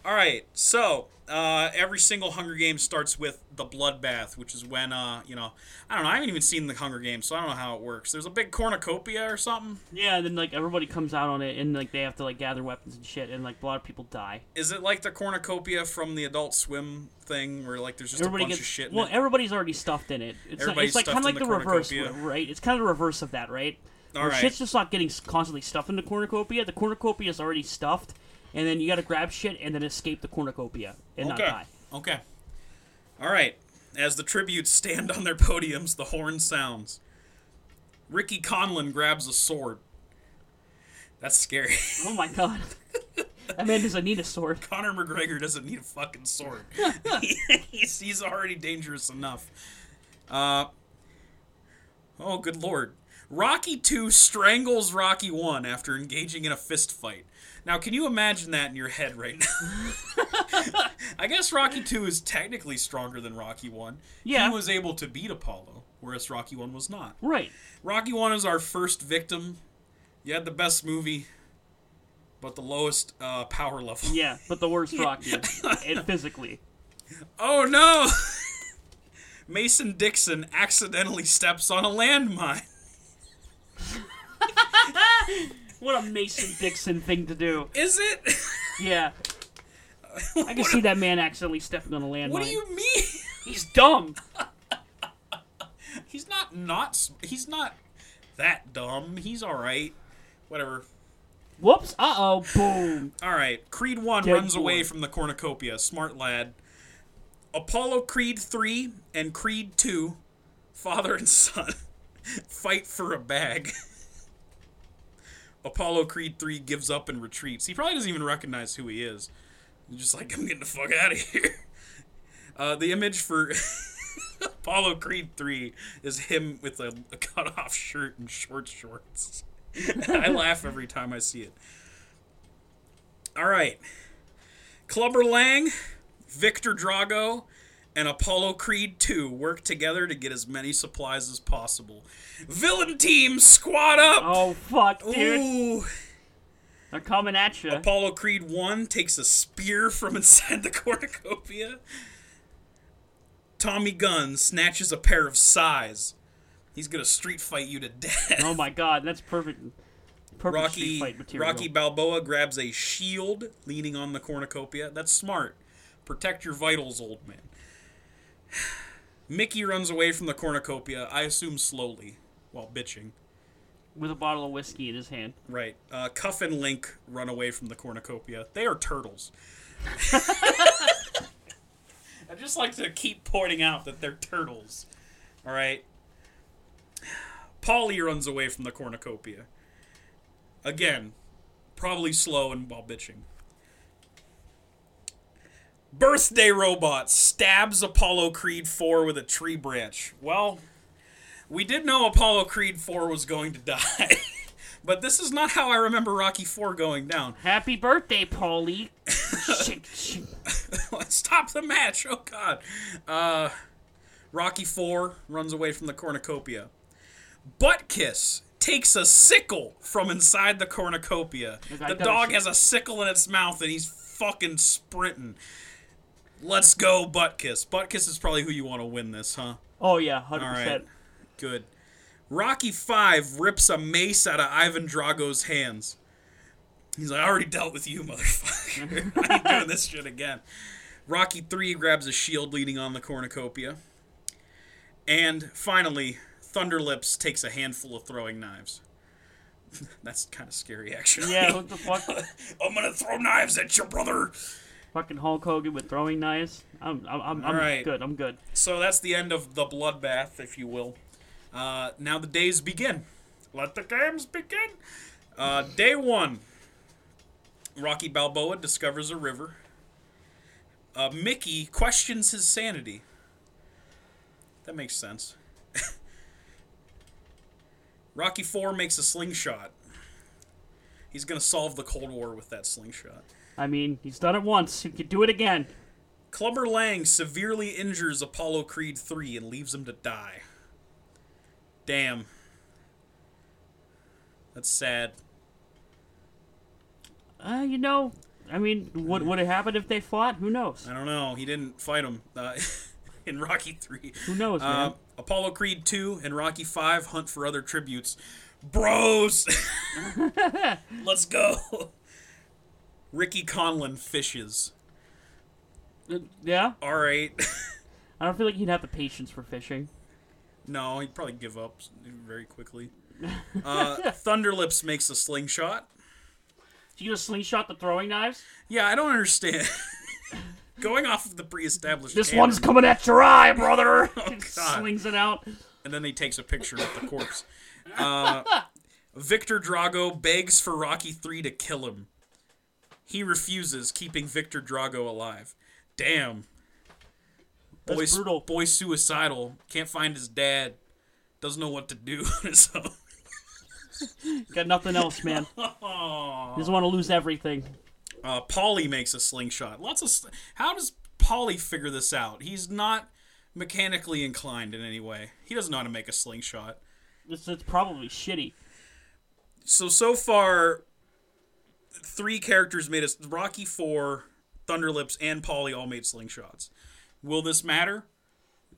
[SPEAKER 2] All right, so uh, every single Hunger Game starts with the bloodbath, which is when uh, you know I don't know. I haven't even seen the Hunger Games, so I don't know how it works. There's a big cornucopia or something.
[SPEAKER 1] Yeah, and then like everybody comes out on it, and like they have to like gather weapons and shit, and like a lot of people die.
[SPEAKER 2] Is it like the cornucopia from the Adult Swim thing, where like there's just
[SPEAKER 1] Everybody
[SPEAKER 2] a bunch
[SPEAKER 1] gets
[SPEAKER 2] of shit? In
[SPEAKER 1] well.
[SPEAKER 2] it?
[SPEAKER 1] Everybody's already stuffed in it. It's, not,
[SPEAKER 2] Everybody's
[SPEAKER 1] it's like kind of
[SPEAKER 2] stuffed
[SPEAKER 1] like
[SPEAKER 2] in
[SPEAKER 1] the,
[SPEAKER 2] the
[SPEAKER 1] reverse,
[SPEAKER 2] cornucopia.
[SPEAKER 1] right? It's kind of the reverse of that, right?
[SPEAKER 2] All
[SPEAKER 1] Where
[SPEAKER 2] right.
[SPEAKER 1] Shit's just not getting s- constantly stuffed in the cornucopia. The cornucopia is already stuffed, and then you got to grab shit and then escape the cornucopia and not die.
[SPEAKER 2] Okay. All right. As the tributes stand on their podiums, the horn sounds. Ricky Conlon grabs a sword. That's scary.
[SPEAKER 1] Oh my god. that man doesn't need a sword.
[SPEAKER 2] Conor McGregor doesn't need a fucking sword. he's, he's already dangerous enough. Uh, oh, good lord. Rocky 2 strangles Rocky 1 after engaging in a fist fight. Now, can you imagine that in your head right now? I guess Rocky 2 is technically stronger than Rocky 1.
[SPEAKER 1] Yeah.
[SPEAKER 2] He was able to beat Apollo, whereas Rocky 1 was not.
[SPEAKER 1] Right.
[SPEAKER 2] Rocky One is our first victim. You had the best movie, but the lowest uh, power level.
[SPEAKER 1] Yeah, but the worst Rocky. and physically.
[SPEAKER 2] Oh no! Mason Dixon accidentally steps on a landmine.
[SPEAKER 1] What a Mason Dixon thing to do.
[SPEAKER 2] Is it?
[SPEAKER 1] Yeah. I can see that man accidentally stepping on a landmine.
[SPEAKER 2] what do you mean?
[SPEAKER 1] He's dumb.
[SPEAKER 2] He's not not. s- He's not that dumb. He's all right. Whatever.
[SPEAKER 1] Whoops. Uh oh. Boom.
[SPEAKER 2] All right. Creed 1
[SPEAKER 1] Dead
[SPEAKER 2] runs away
[SPEAKER 1] boy.
[SPEAKER 2] from the cornucopia. Smart lad. Apollo Creed 3 and Creed 2, father and son, fight for a bag. Apollo Creed 3 gives up and retreats. He probably doesn't even recognize who he is. He's just like, I'm getting the fuck out of here. Uh, the image for Apollo Creed 3 is him with a, a cut off shirt and short shorts. I laugh every time I see it. All right. Clubber Lang, Victor Drago, and Apollo Creed 2 work together to get as many supplies as possible. Villain team, squad up!
[SPEAKER 1] Oh fuck, dude.
[SPEAKER 2] Ooh.
[SPEAKER 1] They're coming at you.
[SPEAKER 2] Apollo Creed 1 takes a spear from inside the cornucopia. Tommy Gunn snatches a pair of size. He's going to street fight you to death.
[SPEAKER 1] Oh my god, that's perfect. Perfect street
[SPEAKER 2] Rocky
[SPEAKER 1] fight material.
[SPEAKER 2] Rocky Balboa grabs a shield leaning on the cornucopia. That's smart. Protect your vitals, old man. Mickey runs away from the cornucopia, I assume slowly, while bitching.
[SPEAKER 1] with a bottle of whiskey in his hand.
[SPEAKER 2] Right. Uh, Cuff and Link run away from the cornucopia. They are turtles. I just like to keep pointing out that they're turtles. All right. Polly runs away from the cornucopia. Again, probably slow and while bitching. Birthday robot stabs Apollo Creed 4 with a tree branch. Well, we did know Apollo Creed 4 was going to die. But this is not how I remember Rocky Four going down.
[SPEAKER 1] Happy birthday, Paulie. shit, shit.
[SPEAKER 2] Stop the match! Oh God. Uh, Rocky Four runs away from the cornucopia. Butt Kiss takes a sickle from inside the cornucopia.
[SPEAKER 1] I gotta
[SPEAKER 2] The dog
[SPEAKER 1] see-
[SPEAKER 2] has a sickle in its mouth and he's fucking sprinting. Let's go, Butt Kiss. Butt Kiss is probably who you want to win this, huh?
[SPEAKER 1] Oh yeah, hundred
[SPEAKER 2] All right.
[SPEAKER 1] percent.
[SPEAKER 2] Good. Rocky Five rips a mace out of Ivan Drago's hands. He's like, I already dealt with you, motherfucker. I ain't doing this shit again. Rocky Three grabs a shield leaning on the cornucopia. And finally, Thunderlips takes a handful of throwing knives. That's kind of scary, actually.
[SPEAKER 1] Yeah, what the fuck?
[SPEAKER 2] I'm gonna throw knives at your brother.
[SPEAKER 1] Fucking Hulk Hogan with throwing knives. I'm, I'm, I'm, I'm
[SPEAKER 2] right.
[SPEAKER 1] good. I'm good.
[SPEAKER 2] So that's the end of the bloodbath, if you will. Uh, now the days begin. Let the games begin. Uh, day one. Rocky Balboa discovers a river. Uh, Mickey questions his sanity. That makes sense. Rocky Four makes a slingshot. He's gonna solve the Cold War with that slingshot.
[SPEAKER 1] I mean, he's done it once. He could do it again.
[SPEAKER 2] Clubber Lang severely injures Apollo Creed 3 and leaves him to die. Damn. That's sad.
[SPEAKER 1] Uh, you know, I mean, what would have happened if they fought? Who knows?
[SPEAKER 2] I don't know. He didn't fight him uh, in Rocky 3.
[SPEAKER 1] Who knows, man?
[SPEAKER 2] Uh, Apollo Creed 2 and Rocky 5 hunt for other tributes. Bros! Let's go! Ricky Conlon fishes.
[SPEAKER 1] Uh, yeah,
[SPEAKER 2] Alright.
[SPEAKER 1] I don't feel like he'd have the patience for fishing.
[SPEAKER 2] No, he'd probably give up very quickly. Uh, Thunderlips makes a slingshot.
[SPEAKER 1] So you gonna slingshot the throwing knives?
[SPEAKER 2] Yeah, I don't understand. Going off of the pre-established.
[SPEAKER 1] This
[SPEAKER 2] canon,
[SPEAKER 1] one's coming at your eye, brother.
[SPEAKER 2] Oh, God.
[SPEAKER 1] Slings it out.
[SPEAKER 2] and then he takes a picture of the corpse. Uh, Victor Drago begs for Rocky Three to kill him. He refuses, keeping Victor Drago alive. Damn. Boy,
[SPEAKER 1] That's brutal.
[SPEAKER 2] boy suicidal. Can't find his dad. Doesn't know what to do. so,
[SPEAKER 1] Got nothing else, man.
[SPEAKER 2] Oh.
[SPEAKER 1] Just want to lose everything.
[SPEAKER 2] uh, Polly makes a slingshot. Lots of. Sl- How does Polly figure this out? He's not mechanically inclined in any way. He doesn't know how to make a slingshot.
[SPEAKER 1] It's, it's probably shitty.
[SPEAKER 2] so so far three characters made us rocky four thunderlips and polly all made slingshots will this matter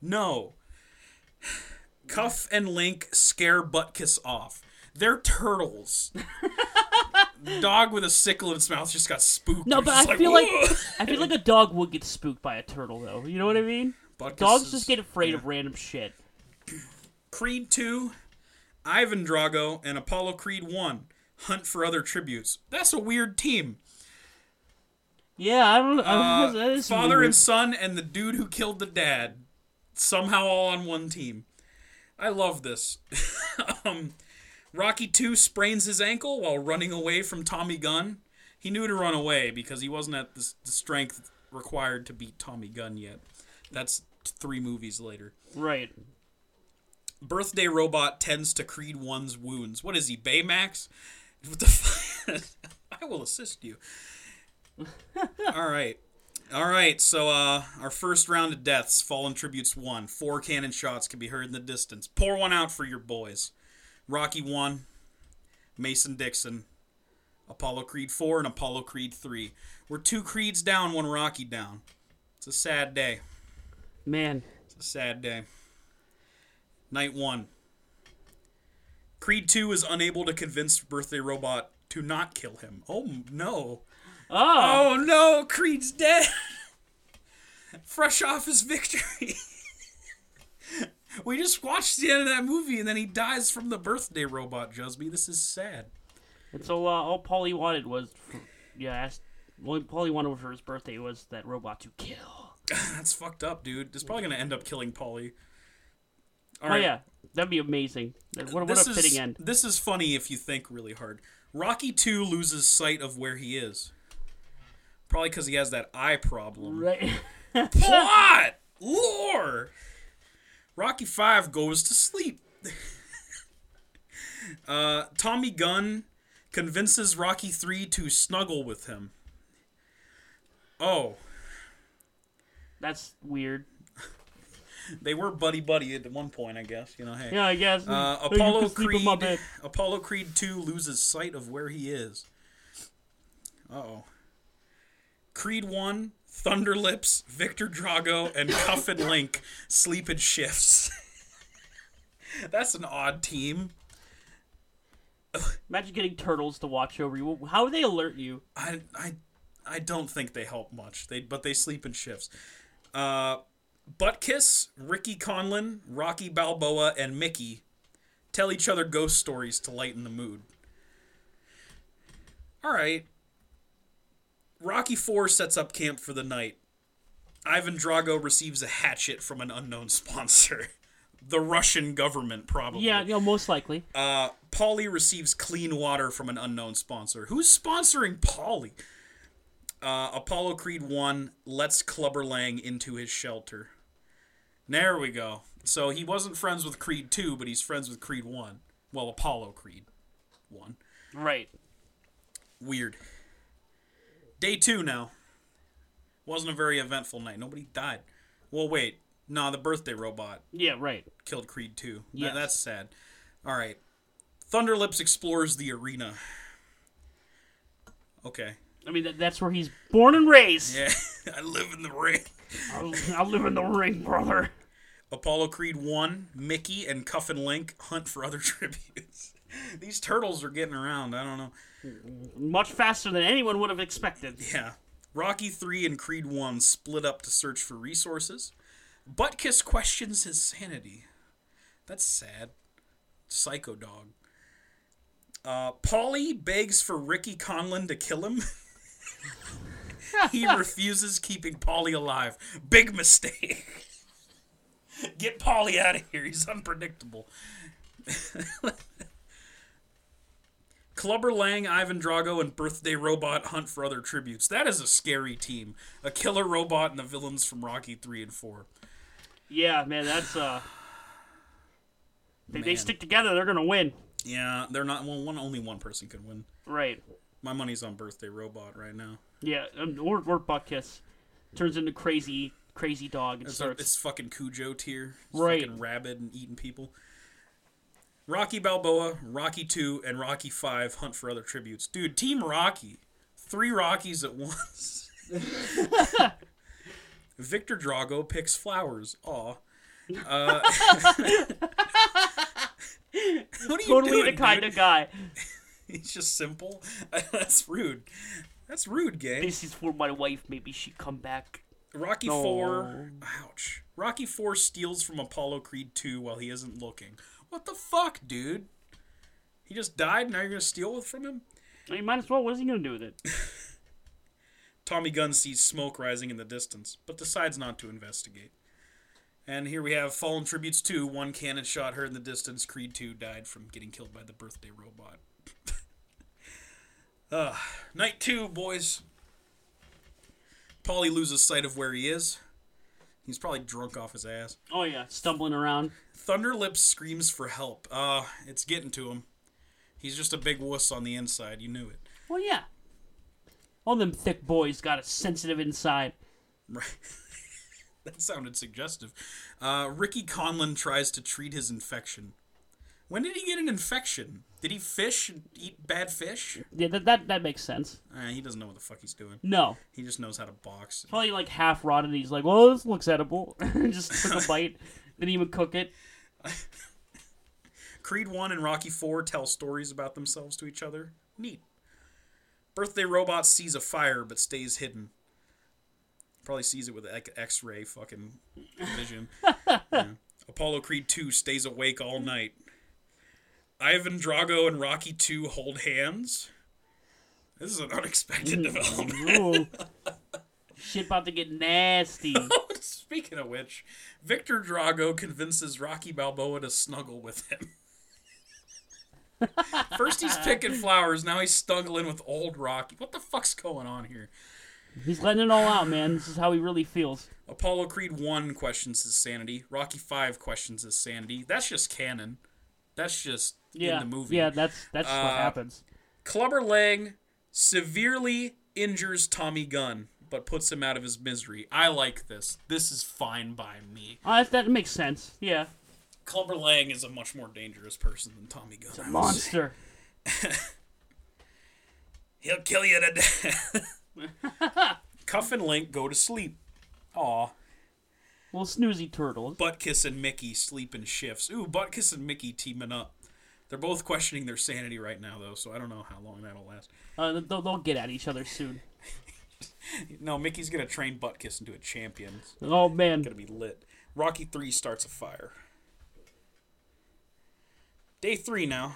[SPEAKER 2] no cuff and link scare buttkiss off they're turtles dog with a sickle in its mouth just got spooked
[SPEAKER 1] No,
[SPEAKER 2] It's
[SPEAKER 1] but
[SPEAKER 2] just
[SPEAKER 1] I feel like
[SPEAKER 2] "Whoa!"
[SPEAKER 1] I feel like a dog would get spooked by a turtle, though. You know what I mean?
[SPEAKER 2] Buttkiss
[SPEAKER 1] Dogs
[SPEAKER 2] is-
[SPEAKER 1] just get afraid
[SPEAKER 2] yeah.
[SPEAKER 1] of random shit.
[SPEAKER 2] creed 2 ivan drago and apollo creed 1 hunt for other tributes that's a weird team
[SPEAKER 1] Yeah, I don't know.
[SPEAKER 2] Uh,
[SPEAKER 1] that is
[SPEAKER 2] father
[SPEAKER 1] weird.
[SPEAKER 2] and son and the dude who killed the dad somehow all on one team i love this um, rocky 2 sprains his ankle while running away from tommy gunn he knew to run away because he wasn't at the, s- the strength required to beat tommy gunn yet that's t- three movies later
[SPEAKER 1] right.
[SPEAKER 2] birthday robot tends to creed one's wounds what is he baymax what the fuck? i will assist you all right all right so uh our first round of deaths fallen tributes one four cannon shots can be heard in the distance pour one out for your boys rocky one mason dixon apollo creed 4 and apollo creed 3 we're two creeds down one rocky down it's a sad day
[SPEAKER 1] Man,
[SPEAKER 2] a sad day. Night one. Creed 2 is unable to convince Birthday Robot to not kill him. Oh m- no.
[SPEAKER 1] Oh,
[SPEAKER 2] Oh no, Creed's dead. Fresh off his victory. we just watched the end of that movie and then he dies from the birthday robot, Jusby. This is sad.
[SPEAKER 1] and so uh, all Polly wanted was, yeah, asked, all Polly wanted for his birthday was that robot to kill.
[SPEAKER 2] That's fucked up, dude. It's probably going to end up killing Polly. All
[SPEAKER 1] Oh yeah, that'd be amazing. That- What, what a
[SPEAKER 2] this
[SPEAKER 1] fitting
[SPEAKER 2] is,
[SPEAKER 1] end.
[SPEAKER 2] This is funny if you think really hard. Rocky 2 loses sight of where he is. Probably because he has that eye problem.
[SPEAKER 1] Right.
[SPEAKER 2] Plot! Lore! Rocky 5 goes to sleep. uh, Tommy Gunn convinces Rocky 3 to snuggle with him. Oh,
[SPEAKER 1] That's weird.
[SPEAKER 2] they were buddy buddy at one point, I guess. You know, hey.
[SPEAKER 1] Yeah, I guess.
[SPEAKER 2] Uh,
[SPEAKER 1] Oh, you
[SPEAKER 2] Apollo
[SPEAKER 1] can sleep in my
[SPEAKER 2] Creed.
[SPEAKER 1] bed.
[SPEAKER 2] Apollo Creed two loses sight of where he is. Uh oh. Creed one, Thunderlips, Victor Drago, and Cuff and Link sleep in shifts. That's an odd team.
[SPEAKER 1] Imagine getting turtles to watch over you. How would they alert you?
[SPEAKER 2] I I I don't think they help much. They but they sleep in shifts. Uh, Buttkiss, Ricky Conlon, Rocky Balboa, and Mickey tell each other ghost stories to lighten the mood. All right. Rocky Four sets up camp for the night. Ivan Drago receives a hatchet from an unknown sponsor, the Russian government, probably.
[SPEAKER 1] Yeah, you know, most likely.
[SPEAKER 2] Uh, Polly receives clean water from an unknown sponsor. Who's sponsoring Polly? Uh, Apollo Creed 1 lets Clubber Lang into his shelter. There we go. So he wasn't friends with Creed 2, but he's friends with Creed 1. Well, Apollo Creed 1.
[SPEAKER 1] Right.
[SPEAKER 2] Weird. Day 2 now. Wasn't a very eventful night. Nobody died. Well, wait. No, the birthday robot
[SPEAKER 1] Yeah, right.
[SPEAKER 2] killed Creed 2. Yeah,
[SPEAKER 1] Yes.
[SPEAKER 2] that's sad. All right. Thunderlips explores the arena. Okay.
[SPEAKER 1] I mean, that, that's where he's born and raised.
[SPEAKER 2] Yeah, I live in the ring.
[SPEAKER 1] I, I live in the ring, brother.
[SPEAKER 2] Apollo Creed 1, Mickey, and Cuff and Link hunt for other tributes. These turtles are getting around. I don't know.
[SPEAKER 1] Much faster than anyone would have expected.
[SPEAKER 2] Yeah. Rocky 3 and Creed 1 split up to search for resources. Buttkiss questions his sanity. That's sad. Psycho dog. Uh, Polly begs for Ricky Conlon to kill him. he refuses keeping Polly alive. Big mistake. Get Polly out of here. He's unpredictable. Clubber Lang, Ivan Drago, and Birthday Robot hunt for other tributes. That is a scary team. A killer robot and the villains from Rocky 3 and 4.
[SPEAKER 1] Yeah, man, that's uh. They, they
[SPEAKER 2] Man.
[SPEAKER 1] stick together, they're gonna win.
[SPEAKER 2] Yeah, they're not. Well, one only one person can win.
[SPEAKER 1] Right.
[SPEAKER 2] My money's on Birthday Robot right now.
[SPEAKER 1] Yeah, um, or or butt kiss, turns into crazy crazy dog and
[SPEAKER 2] It's,
[SPEAKER 1] starts.
[SPEAKER 2] it's fucking Cujo tier. It's
[SPEAKER 1] Right.
[SPEAKER 2] Fucking rabid and eating people. Rocky Balboa, Rocky 2, and Rocky 5 hunt for other tributes. Dude, Team Rocky. Three Rockies at once. Victor Drago picks flowers. Aw. Uh, what are you
[SPEAKER 1] Totally
[SPEAKER 2] doing,
[SPEAKER 1] the kind
[SPEAKER 2] dude?
[SPEAKER 1] of guy.
[SPEAKER 2] He's just simple. That's rude. That's rude, gang.
[SPEAKER 1] This is for my wife. Maybe she come back.
[SPEAKER 2] Rocky Four. Ouch. Rocky Four steals from Apollo Creed Two while he isn't looking. What the fuck, dude? He just died. Now you're gonna steal it from him?
[SPEAKER 1] I mean, might as well. What is he gonna do with it?
[SPEAKER 2] Tommy Gunn sees smoke rising in the distance, but decides not to investigate. And here we have Fallen Tributes 2. One cannon shot her in the distance. Creed 2 died from getting killed by the birthday robot. Ugh. night 2, boys. Polly loses sight of where he is. He's probably drunk off his ass.
[SPEAKER 1] Oh yeah, stumbling around.
[SPEAKER 2] Thunderlip screams for help. Uh, it's getting to him. He's just a big wuss on the inside. You knew it.
[SPEAKER 1] Well, yeah. All them thick boys got a sensitive inside.
[SPEAKER 2] Right. that sounded suggestive. Uh, Ricky Conlon tries to treat his infection. When did he get an infection? Did he fish and eat bad fish?
[SPEAKER 1] Yeah, that that, that makes sense.
[SPEAKER 2] Uh, he doesn't know what the fuck he's doing.
[SPEAKER 1] No,
[SPEAKER 2] He just knows how to box.
[SPEAKER 1] probably like half rotted. He's like, well, this looks edible. Just took a bite. Didn't even cook it.
[SPEAKER 2] Creed 1 and Rocky 4 tell stories about themselves to each other. Neat. Birthday Robot sees a fire but stays hidden. Probably sees it with like X ray fucking vision. Yeah. Apollo Creed 2 stays awake all night. Ivan Drago and Rocky 2 hold hands. This is an unexpected development.
[SPEAKER 1] Ooh. Shit about to get nasty.
[SPEAKER 2] Speaking of which, Victor Drago convinces Rocky Balboa to snuggle with him. First he's picking flowers, now he's snuggling with old Rocky. What the fuck's going on here?
[SPEAKER 1] He's letting it all out, man. This is how he really feels.
[SPEAKER 2] Apollo Creed 1 questions his sanity. Rocky 5 questions his sanity. That's just canon. That's just
[SPEAKER 1] Yeah,
[SPEAKER 2] in the movie. Uh,
[SPEAKER 1] yeah, that's that's what happens.
[SPEAKER 2] Clubber Lang severely injures Tommy Gunn, but puts him out of his misery. I like this. This is fine by me.
[SPEAKER 1] Uh, that- that makes sense. Yeah,
[SPEAKER 2] Clubber Lang is a much more dangerous person than Tommy Gunn. I would say.
[SPEAKER 1] monster.
[SPEAKER 2] He'll kill you to death. Cuff and Link go to sleep. Aw.
[SPEAKER 1] Well, snoozy turtles.
[SPEAKER 2] Buttkiss and Mickey sleep in shifts. Ooh, Buttkiss and Mickey teaming up. They're both questioning their sanity right now, though, so I don't know how long that'll last.
[SPEAKER 1] Uh, they'll, they'll get at each other soon.
[SPEAKER 2] No, Mickey's gonna train Buttkiss into a champion. It's
[SPEAKER 1] Oh man,
[SPEAKER 2] gonna be lit. Rocky 3 starts a fire. Day 3 now.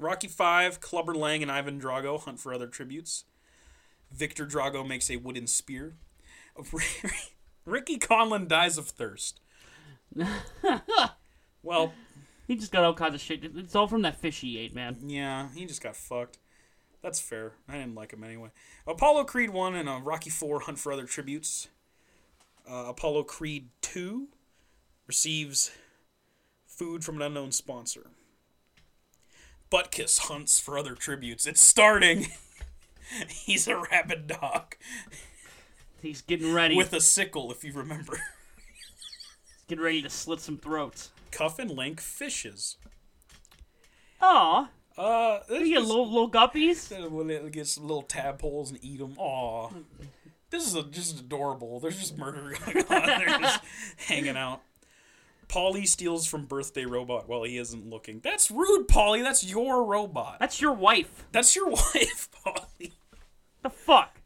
[SPEAKER 2] Rocky 5, Clubber Lang and Ivan Drago hunt for other tributes. Victor Drago makes a wooden spear. Ricky Conlon dies of thirst. well,
[SPEAKER 1] he just got all kinds of shit. It's all from that fish he ate, man.
[SPEAKER 2] yeah, he just got fucked. That's fair. I didn't like him anyway. Apollo Creed 1 and uh, Rocky 4 hunt for other tributes. Uh, Apollo Creed 2 receives food from an unknown sponsor. Buttkiss hunts for other tributes. It's starting. He's a rabid dog.
[SPEAKER 1] He's getting ready.
[SPEAKER 2] with a sickle, if you remember.
[SPEAKER 1] He's getting ready to slit some throats.
[SPEAKER 2] Cuff and Link fishes.
[SPEAKER 1] Aw,
[SPEAKER 2] Uh, this
[SPEAKER 1] you get
[SPEAKER 2] was-
[SPEAKER 1] little little guppies.
[SPEAKER 2] Then we'll let- get some little tadpoles and eat them. Aw. This is a, just adorable. There's just murder going on. They're just hanging out. Polly steals from birthday robot while he isn't looking. That's rude, Polly. That's your robot.
[SPEAKER 1] That's your wife.
[SPEAKER 2] That's your wife, Polly.
[SPEAKER 1] The fuck.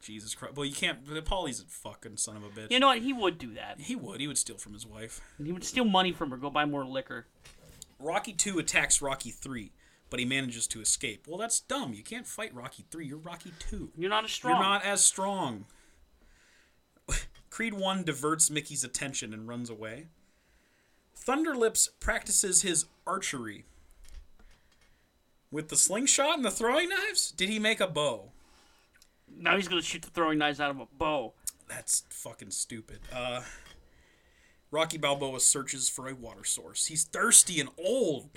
[SPEAKER 2] Jesus Christ. Well, you can't. but Polly's a fucking son of a bitch.
[SPEAKER 1] You know what? He would do that.
[SPEAKER 2] he would. He would steal from his wife.
[SPEAKER 1] He would steal money from her, go buy more liquor.
[SPEAKER 2] Rocky 2 attacks Rocky 3, but he manages to escape. Well, that's dumb. You can't fight Rocky 3. You're Rocky 2.
[SPEAKER 1] You're not as strong.
[SPEAKER 2] You're not as strong. Creed 1 diverts Mickey's attention and runs away. Thunderlips practices his archery with the slingshot and the throwing knives. Did he make a bow?
[SPEAKER 1] Now he's gonna shoot the throwing knives out of a bow.
[SPEAKER 2] That's fucking stupid. Uh, Rocky Balboa searches for a water source. He's thirsty and old.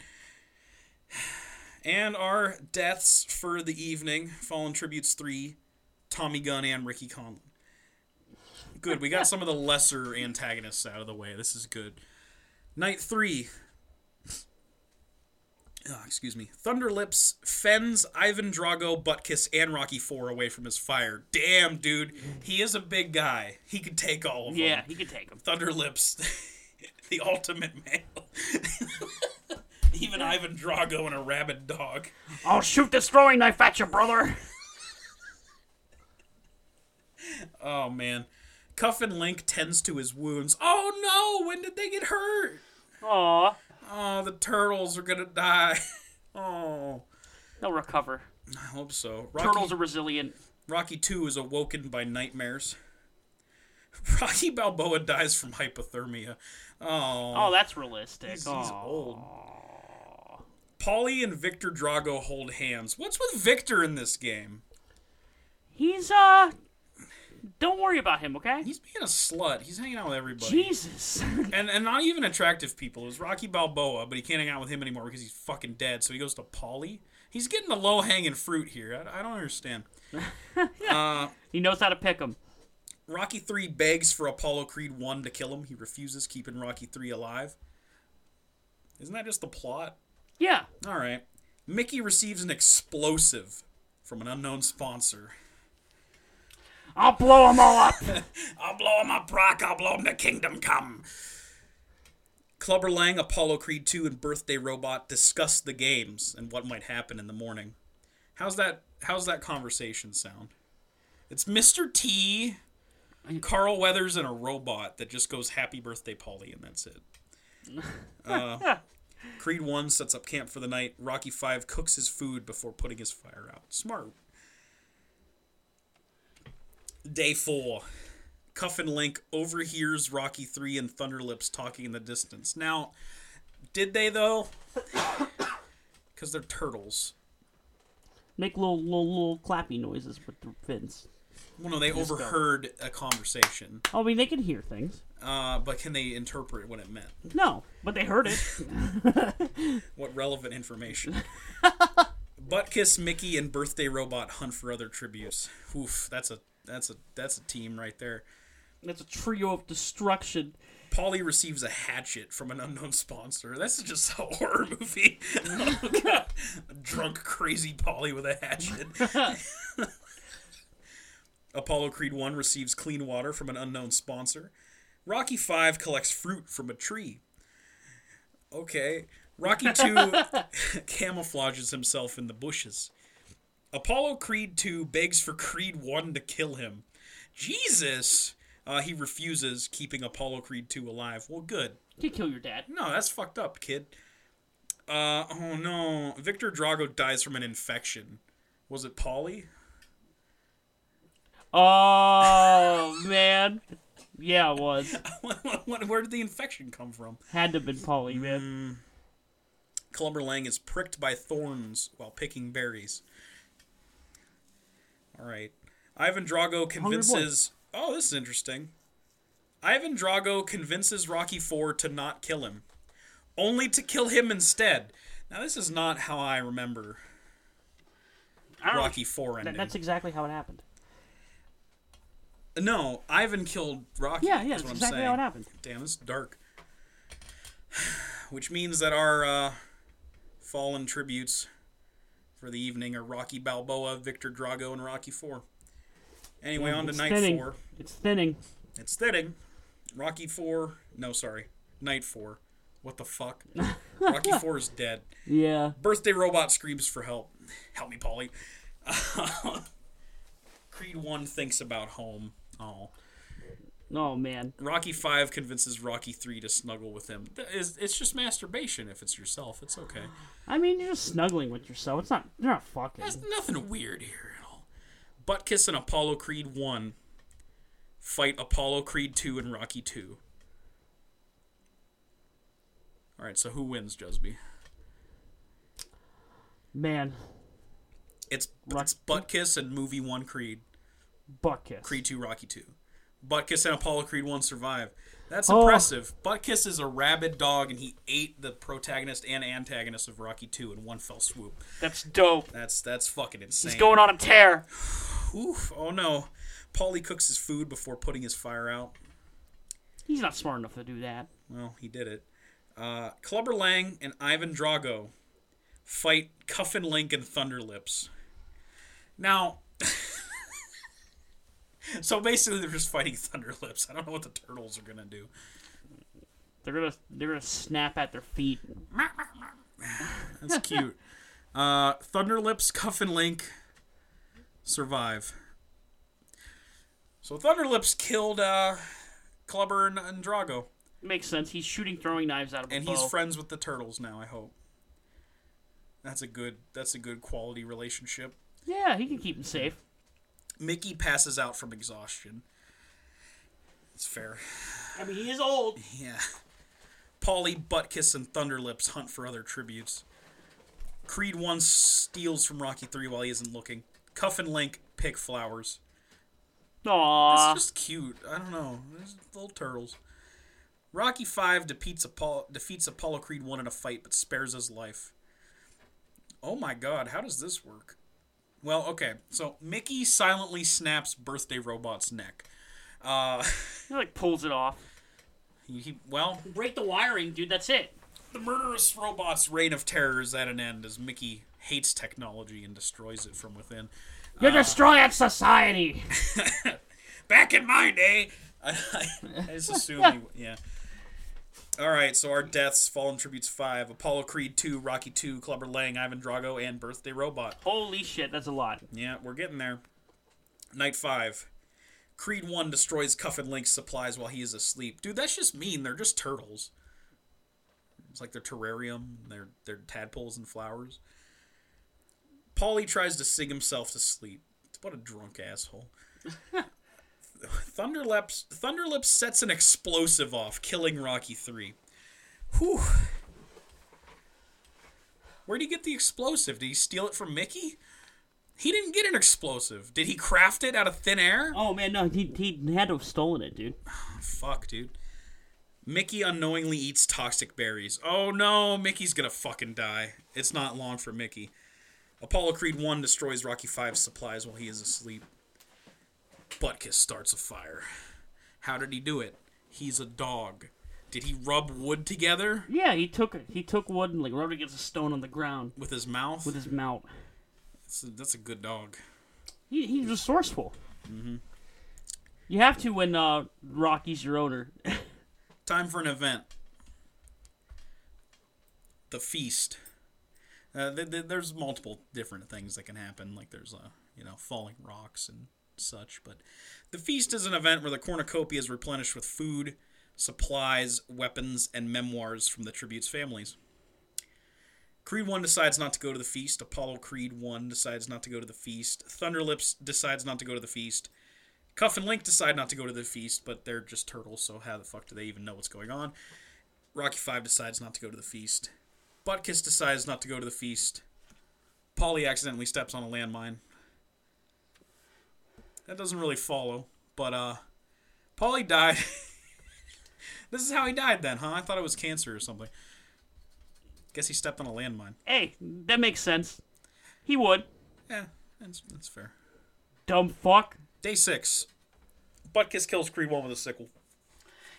[SPEAKER 2] And our deaths for the evening Fallen Tributes 3, Tommy Gunn, and Ricky Conlon. Good, we got some of the lesser antagonists out of the way. This is good. Night 3. Ah, excuse me. Thunderlips fends Ivan Drago, Buttkiss, and Rocky 4 away from his fire. Damn, dude. He is a big guy. He could take all of
[SPEAKER 1] Yeah,
[SPEAKER 2] them.
[SPEAKER 1] he could take him.
[SPEAKER 2] Thunderlips, the ultimate male. Even Ivan Drago and a rabid dog.
[SPEAKER 1] I'll shoot this throwing knife at you, brother.
[SPEAKER 2] Oh man. Cuff and Link tends to his wounds. Oh no, when did they get hurt?
[SPEAKER 1] Aw,
[SPEAKER 2] Oh, the turtles are gonna die. Oh,
[SPEAKER 1] they'll recover.
[SPEAKER 2] I hope so. Rocky,
[SPEAKER 1] Turtles are resilient.
[SPEAKER 2] Rocky 2 is awoken by nightmares. Rocky Balboa dies from hypothermia. Oh,
[SPEAKER 1] Oh, that's realistic.
[SPEAKER 2] he's, he's
[SPEAKER 1] Aw.
[SPEAKER 2] old. Polly and Victor Drago hold hands. What's with Victor in this game?
[SPEAKER 1] He's uh, don't worry about him, okay?
[SPEAKER 2] He's being a slut. He's hanging out with everybody.
[SPEAKER 1] Jesus.
[SPEAKER 2] And and not even attractive people. It was Rocky Balboa, but he can't hang out with him anymore because he's fucking dead. So he goes to Polly. He's getting the low hanging fruit here. I, I don't understand. Uh,
[SPEAKER 1] he knows how to pick him.
[SPEAKER 2] Rocky 3 begs for Apollo Creed 1 to kill him. He refuses, keeping Rocky 3 alive. Isn't that just the plot?
[SPEAKER 1] Yeah.
[SPEAKER 2] All right. Mickey receives an explosive from an unknown sponsor.
[SPEAKER 1] I'll blow them all up.
[SPEAKER 2] I'll blow him up, Brock. I'll blow him to kingdom come. Clubber Lang, Apollo Creed 2, and Birthday Robot discuss the games and what might happen in the morning. How's that how's that conversation sound? It's Mr. T, Carl Weathers, and a robot that just goes happy birthday Polly and that's it. Uh, Creed 1 sets up camp for the night. Rocky 5 cooks his food before putting his fire out. Smart. Day 4. Cuff and Link overhears Rocky 3 and Thunderlips talking in the distance. Now, did they though? Because they're turtles.
[SPEAKER 1] Make little little little clappy noises with their fins.
[SPEAKER 2] Well, no, they overheard a conversation,
[SPEAKER 1] Oh, I mean, they can hear things.
[SPEAKER 2] uh, but can they interpret what it meant?
[SPEAKER 1] No, but they heard it.
[SPEAKER 2] What relevant information? Buttkiss, Mickey, and Birthday Robot hunt for other tributes. Oof, that's a that's a that's a team right there.
[SPEAKER 1] That's a trio of destruction.
[SPEAKER 2] Polly receives a hatchet from an unknown sponsor. This is just a horror movie. Drunk, crazy Polly with a hatchet. Apollo Creed 1 receives clean water from an unknown sponsor. Rocky 5 collects fruit from a tree. Okay. Rocky 2 camouflages himself in the bushes. Apollo Creed 2 begs for Creed 1 to kill him. Jesus! Uh, he refuses, keeping Apollo Creed 2 alive. Well, good.
[SPEAKER 1] You kill your dad.
[SPEAKER 2] No, that's fucked up, kid. Uh, oh no. Victor Drago dies from an infection. Was it Polly?
[SPEAKER 1] Oh man. Yeah, it was.
[SPEAKER 2] Where did the infection come from?
[SPEAKER 1] Had to have been Polly, man.
[SPEAKER 2] Clubber Lang is pricked by thorns while picking berries. All right. Ivan Drago convinces. Oh, this is interesting. Ivan Drago convinces Rocky Four to not kill him, only to kill him instead. Now, this is not how I remember
[SPEAKER 1] I don't know.
[SPEAKER 2] Rocky Four
[SPEAKER 1] That-
[SPEAKER 2] ending.
[SPEAKER 1] that's exactly how it happened.
[SPEAKER 2] No, Ivan killed Rocky.
[SPEAKER 1] Yeah, yeah,
[SPEAKER 2] is
[SPEAKER 1] that's
[SPEAKER 2] what I'm
[SPEAKER 1] exactly
[SPEAKER 2] saying.
[SPEAKER 1] how it happened.
[SPEAKER 2] Damn, this is dark. Which means that our uh, fallen tributes for the evening are Rocky Balboa, Victor Drago, and Rocky Four. Anyway, on to
[SPEAKER 1] it's
[SPEAKER 2] night
[SPEAKER 1] thinning.
[SPEAKER 2] four.
[SPEAKER 1] It's thinning.
[SPEAKER 2] It's thinning. Rocky Four. No, sorry, night four. What the fuck? Rocky Four is dead.
[SPEAKER 1] Yeah.
[SPEAKER 2] Birthday robot screams for help. Help me, Polly. Creed One thinks about home. Oh.
[SPEAKER 1] Oh man.
[SPEAKER 2] Rocky Five convinces Rocky Three to snuggle with him. Th- It's, it's just masturbation if it's yourself. It's okay.
[SPEAKER 1] I mean, you're just snuggling with yourself. It's not. You're not fucking.
[SPEAKER 2] There's nothing weird here at all. Butt Kiss and Apollo Creed One fight Apollo Creed Two and Rocky Two. All right, so who wins, Jusby?
[SPEAKER 1] Man,
[SPEAKER 2] It's it's
[SPEAKER 1] Rocky-
[SPEAKER 2] Butt Kiss and Movie One Creed.
[SPEAKER 1] butt kiss.
[SPEAKER 2] Creed 2, Rocky 2. Butkus and Apollo Creed 1 survive. That's
[SPEAKER 1] Oh.
[SPEAKER 2] impressive. Butkus is a rabid dog and he ate the protagonist and antagonist of Rocky 2 in one fell swoop.
[SPEAKER 1] That's dope.
[SPEAKER 2] That's that's fucking insane.
[SPEAKER 1] He's going on a tear.
[SPEAKER 2] Oof, oh no. Paulie cooks his food before putting his fire out.
[SPEAKER 1] He's not smart enough to do that.
[SPEAKER 2] Well, he did it. Uh, Clubber Lang and Ivan Drago fight Cuffin Link and Thunderlips. Now, so basically they're just fighting Thunderlips. I don't know what the turtles are gonna do.
[SPEAKER 1] They're gonna they're gonna snap at their feet.
[SPEAKER 2] That's cute. uh, Thunderlips, Cuff and Link survive. So Thunderlips killed uh, Clubber and, and Drago,
[SPEAKER 1] Makes sense. He's shooting throwing knives out of a
[SPEAKER 2] and
[SPEAKER 1] bow.
[SPEAKER 2] he's friends with the turtles now. I hope. That's a good. That's a good quality relationship.
[SPEAKER 1] yeah, he can keep him safe.
[SPEAKER 2] Mickey passes out from exhaustion. It's fair.
[SPEAKER 1] I mean, he is old.
[SPEAKER 2] Yeah. Paulie, Buttkiss, and Thunderlips hunt for other tributes. Creed 1 steals from Rocky 3 while he isn't looking. Cuff and Link pick flowers.
[SPEAKER 1] Aww.
[SPEAKER 2] It's just cute. I don't know. There's little turtles. Rocky 5 defeats Apollo, defeats Apollo Creed 1 in a fight but spares his life. Oh my god, how does this work? Well, okay. So Mickey silently snaps Birthday Robot's neck. Uh,
[SPEAKER 1] He like pulls it off.
[SPEAKER 2] he, he- well,
[SPEAKER 1] Break the wiring, dude. That's it.
[SPEAKER 2] The murderous robot's reign of terror is at an end as Mickey hates technology and destroys it from within. Uh.
[SPEAKER 1] You're destroying society.
[SPEAKER 2] Back in my day, I, I just assume you, yeah. All right, so our deaths: Fallen Tributes Five, Apollo Creed Two, Rocky Two, Clubber Lang, Ivan Drago, and Birthday Robot.
[SPEAKER 1] Holy shit, that's a lot.
[SPEAKER 2] Yeah, we're getting there. Night Five, Creed One destroys Cuff and Link's supplies while he is asleep. Dude, that's just mean. They're just turtles. It's like their terrarium. They're they're tadpoles and flowers. Polly tries to sing himself to sleep. What a drunk asshole. Thunderlips Thunderlips sets an explosive off, killing Rocky Three. Whew. Where'd he get the explosive? Did he steal it from Mickey? He didn't get an explosive. Did he craft it out of thin air?
[SPEAKER 1] Oh man, no, he, he had to have stolen it, dude.
[SPEAKER 2] Fuck, dude. Mickey unknowingly eats toxic berries. Oh no, Mickey's gonna fucking die. It's not long for Mickey. Apollo Creed 1 destroys Rocky 5's supplies while he is asleep. Butkus starts a fire. How did he do it? He's a dog. Did he rub wood together
[SPEAKER 1] Yeah, he took it. He took wood and like rubbed it against a stone on the ground
[SPEAKER 2] with his mouth?
[SPEAKER 1] with his mouth.
[SPEAKER 2] That's a- that's a good dog.
[SPEAKER 1] He, he's resourceful. Mm-hmm. You have to when uh, Rocky's your owner.
[SPEAKER 2] Time for an event. The feast. Uh, th- th- there's multiple different things that can happen. Like there's uh, you know falling rocks and such. But the feast is an event where the cornucopia is replenished with food, supplies, weapons, and memoirs from the tribute's families. Creed 1 decides not to go to the feast. Apollo Creed 1 decides not to go to the feast. Thunderlips decides not to go to the feast. Cuff and Link decide not to go to the feast, but they're just turtles, so how the fuck do they even know what's going on? Rocky Five decides not to go to the feast. Buttkiss decides not to go to the feast. Polly accidentally steps on a landmine. That doesn't really follow, but uh Polly died. this is how he died then, huh? I thought it was cancer or something. Guess he stepped on a landmine.
[SPEAKER 1] hey, that makes sense. He would.
[SPEAKER 2] Eh, Yeah, that's, that's fair.
[SPEAKER 1] Dumb fuck.
[SPEAKER 2] Day six. Buttkiss kills Creed one with a sickle.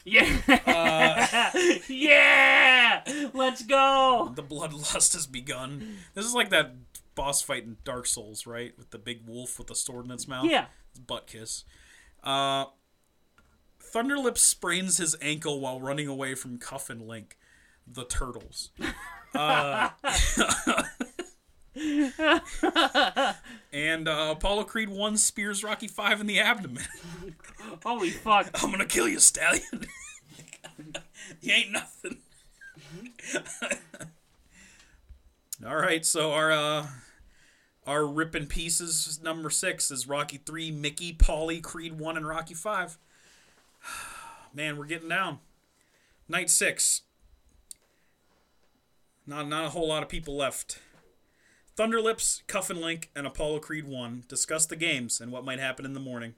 [SPEAKER 1] Yeah.
[SPEAKER 2] Uh.
[SPEAKER 1] yeah. Let's go.
[SPEAKER 2] The bloodlust has begun. This is like that boss fight in Dark Souls, right? With the big wolf with the sword in its mouth.
[SPEAKER 1] Yeah.
[SPEAKER 2] It's Buttkiss. Uh, Thunderlip sprains his ankle while running away from Cuff and Link, the turtles. Uh, And uh, Apollo Creed 1 spears Rocky 5 in the abdomen.
[SPEAKER 1] Holy fuck.
[SPEAKER 2] I'm gonna kill you, Stallion. you ain't nothing. All right, so our uh, our rip in pieces number six is Rocky three, Mickey, Polly, Creed one, and Rocky five. Man, we're getting down. Night six. Not not a whole lot of people left. Thunderlips, Cuff and Link, and Apollo Creed one discuss the games and what might happen in the morning.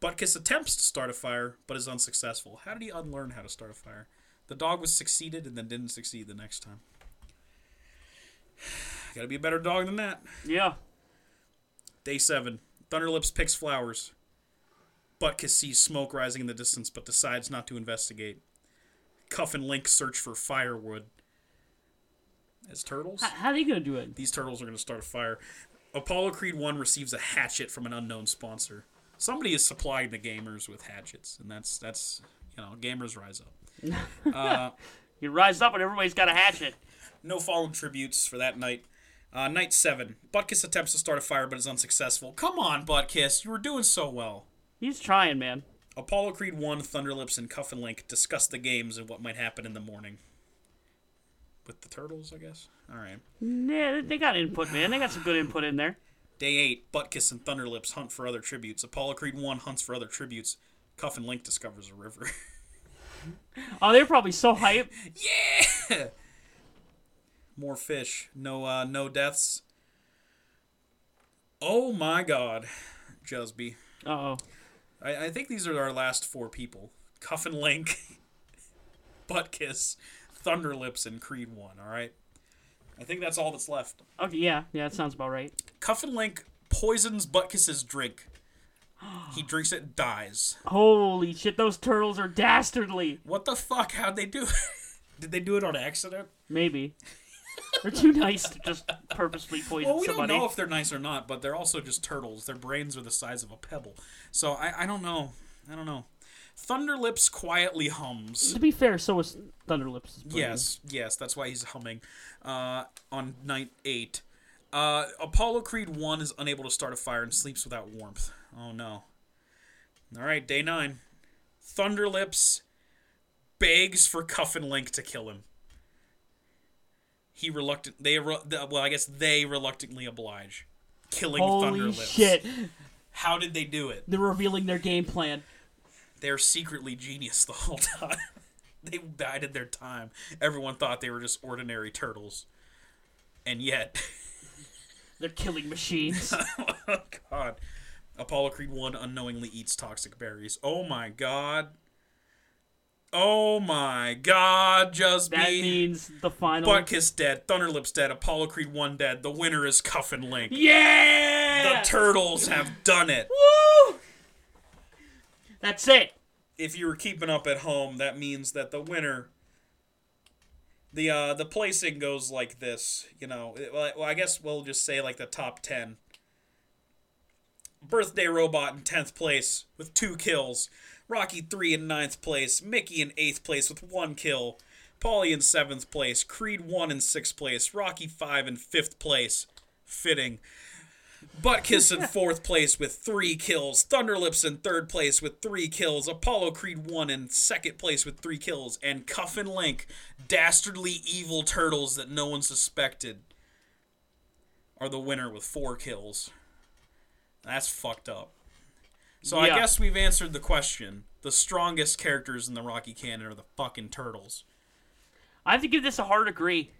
[SPEAKER 2] Butkus attempts to start a fire, but is unsuccessful. How did he unlearn how to start a fire? The dog was succeeded and then didn't succeed the next time. Gotta be a better dog than that.
[SPEAKER 1] Yeah.
[SPEAKER 2] Day seven. Thunderlips picks flowers. Butkus sees smoke rising in the distance, but decides not to investigate. Cuff and Link search for firewood. As turtles?
[SPEAKER 1] How are you gonna do it?
[SPEAKER 2] These turtles are going to start a fire. Apollo Creed 1 receives a hatchet from an unknown sponsor. Somebody is supplying the gamers with hatchets, and that's that's you know, gamers rise up.
[SPEAKER 1] You rise up and everybody's got a hatchet.
[SPEAKER 2] No following tributes for that night. Uh, night 7. Butkus attempts to start a fire but is unsuccessful. Come on, Butkus, you were doing so well.
[SPEAKER 1] He's trying, man.
[SPEAKER 2] Apollo Creed 1, Thunderlips, and Cuff and Link discuss the games and what might happen in the morning. With the turtles, I guess? Alright.
[SPEAKER 1] Yeah, they- they got input, man. They got some good input in there.
[SPEAKER 2] Day 8, Butkus and Thunderlips hunt for other tributes. Apollo Creed 1 hunts for other tributes. Cuff and Link discovers a river.
[SPEAKER 1] Oh, they're probably so hype.
[SPEAKER 2] yeah! More fish. No uh no deaths. Oh my god. Jusby.
[SPEAKER 1] Uh oh.
[SPEAKER 2] I, I think these are our last four people. Cuff and Link, Butkus, Thunderlips, and Creed 1, alright? I think that's all that's left.
[SPEAKER 1] Okay, yeah, yeah, that sounds about right.
[SPEAKER 2] Cuff and Link poisons Butkus's drink. He drinks it and dies.
[SPEAKER 1] Holy shit, those turtles are dastardly.
[SPEAKER 2] What the fuck? How'd they do it? Did they do it on accident?
[SPEAKER 1] Maybe. They're too nice to just purposely poison
[SPEAKER 2] Well, we
[SPEAKER 1] somebody.
[SPEAKER 2] don't know if they're nice or not, but they're also just turtles. Their brains are the size of a pebble. So I, I don't know. I don't know. Thunderlips quietly hums.
[SPEAKER 1] To be fair, so was Thunderlips.
[SPEAKER 2] Yes, yes, that's why he's humming. Uh, on night eight, uh, Apollo Creed one is unable to start a fire and sleeps without warmth. Oh no! All right, day nine, Thunderlips begs for Cuff and Link to kill him. He reluctant. They re- the- well, I guess they reluctantly oblige, killing
[SPEAKER 1] Holy
[SPEAKER 2] Thunderlips.
[SPEAKER 1] shit,
[SPEAKER 2] How did they do it?
[SPEAKER 1] they're revealing their game plan.
[SPEAKER 2] They're secretly genius the whole time. they bided their time. Everyone thought they were just ordinary turtles. And yet,
[SPEAKER 1] They're killing machines.
[SPEAKER 2] oh God, Apollo Creed 1 unknowingly eats toxic berries. Oh my God. Oh my God, just
[SPEAKER 1] that
[SPEAKER 2] be.
[SPEAKER 1] means the final.
[SPEAKER 2] Buttkiss dead, Thunderlips dead, Apollo Creed 1 dead. The winner is Cuff and Link.
[SPEAKER 1] yeah!
[SPEAKER 2] The turtles have done it.
[SPEAKER 1] Woo! That's it.
[SPEAKER 2] if you were keeping up at home, that means that the winner, the uh, the placing goes like this. You know, It- well, I- well, I guess we'll just say like the top ten. Birthday Robot in tenth place with two kills. Rocky three in ninth place. Mickey in eighth place with one kill. Polly in seventh place. Creed one in sixth place. Rocky five in fifth place. Fitting. Buttkiss in fourth place with three kills. Thunderlips in third place with three kills. Apollo Creed one in second place with three kills. And Cuff and Link, dastardly evil turtles that no one suspected, are the winner with four kills. That's fucked up. So I
[SPEAKER 1] Yeah.
[SPEAKER 2] guess we've answered the question. The strongest characters in the Rocky canon are the fucking turtles.
[SPEAKER 1] I have to give this a hard agree.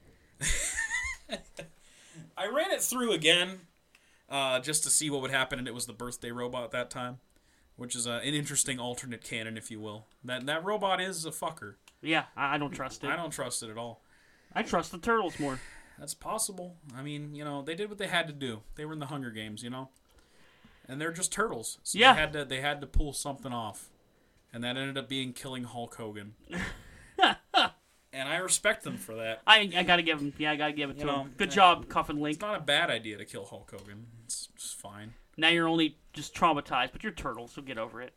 [SPEAKER 2] I ran it through again uh, just to see what would happen, and it was the birthday robot that time, which is uh, an interesting alternate canon, if you will. That that robot is a fucker.
[SPEAKER 1] Yeah, I, I don't trust it.
[SPEAKER 2] I
[SPEAKER 1] I,
[SPEAKER 2] don't trust it at all.
[SPEAKER 1] trust the turtles more.
[SPEAKER 2] That's possible. I mean, you know, they did what they had to do. They were in the Hunger Games, you know. and they're just turtles. So
[SPEAKER 1] Yeah.
[SPEAKER 2] they had to they had to pull something off, and that ended up being killing Hulk Hogan. and I respect them for that.
[SPEAKER 1] I I gotta give him. Yeah, I gotta give it to
[SPEAKER 2] know,
[SPEAKER 1] him. Good
[SPEAKER 2] yeah.
[SPEAKER 1] job, Coffin Link.
[SPEAKER 2] It's not a bad idea to kill Hulk Hogan. It's just fine.
[SPEAKER 1] Now you're only just traumatized, but you're turtles, so get over it.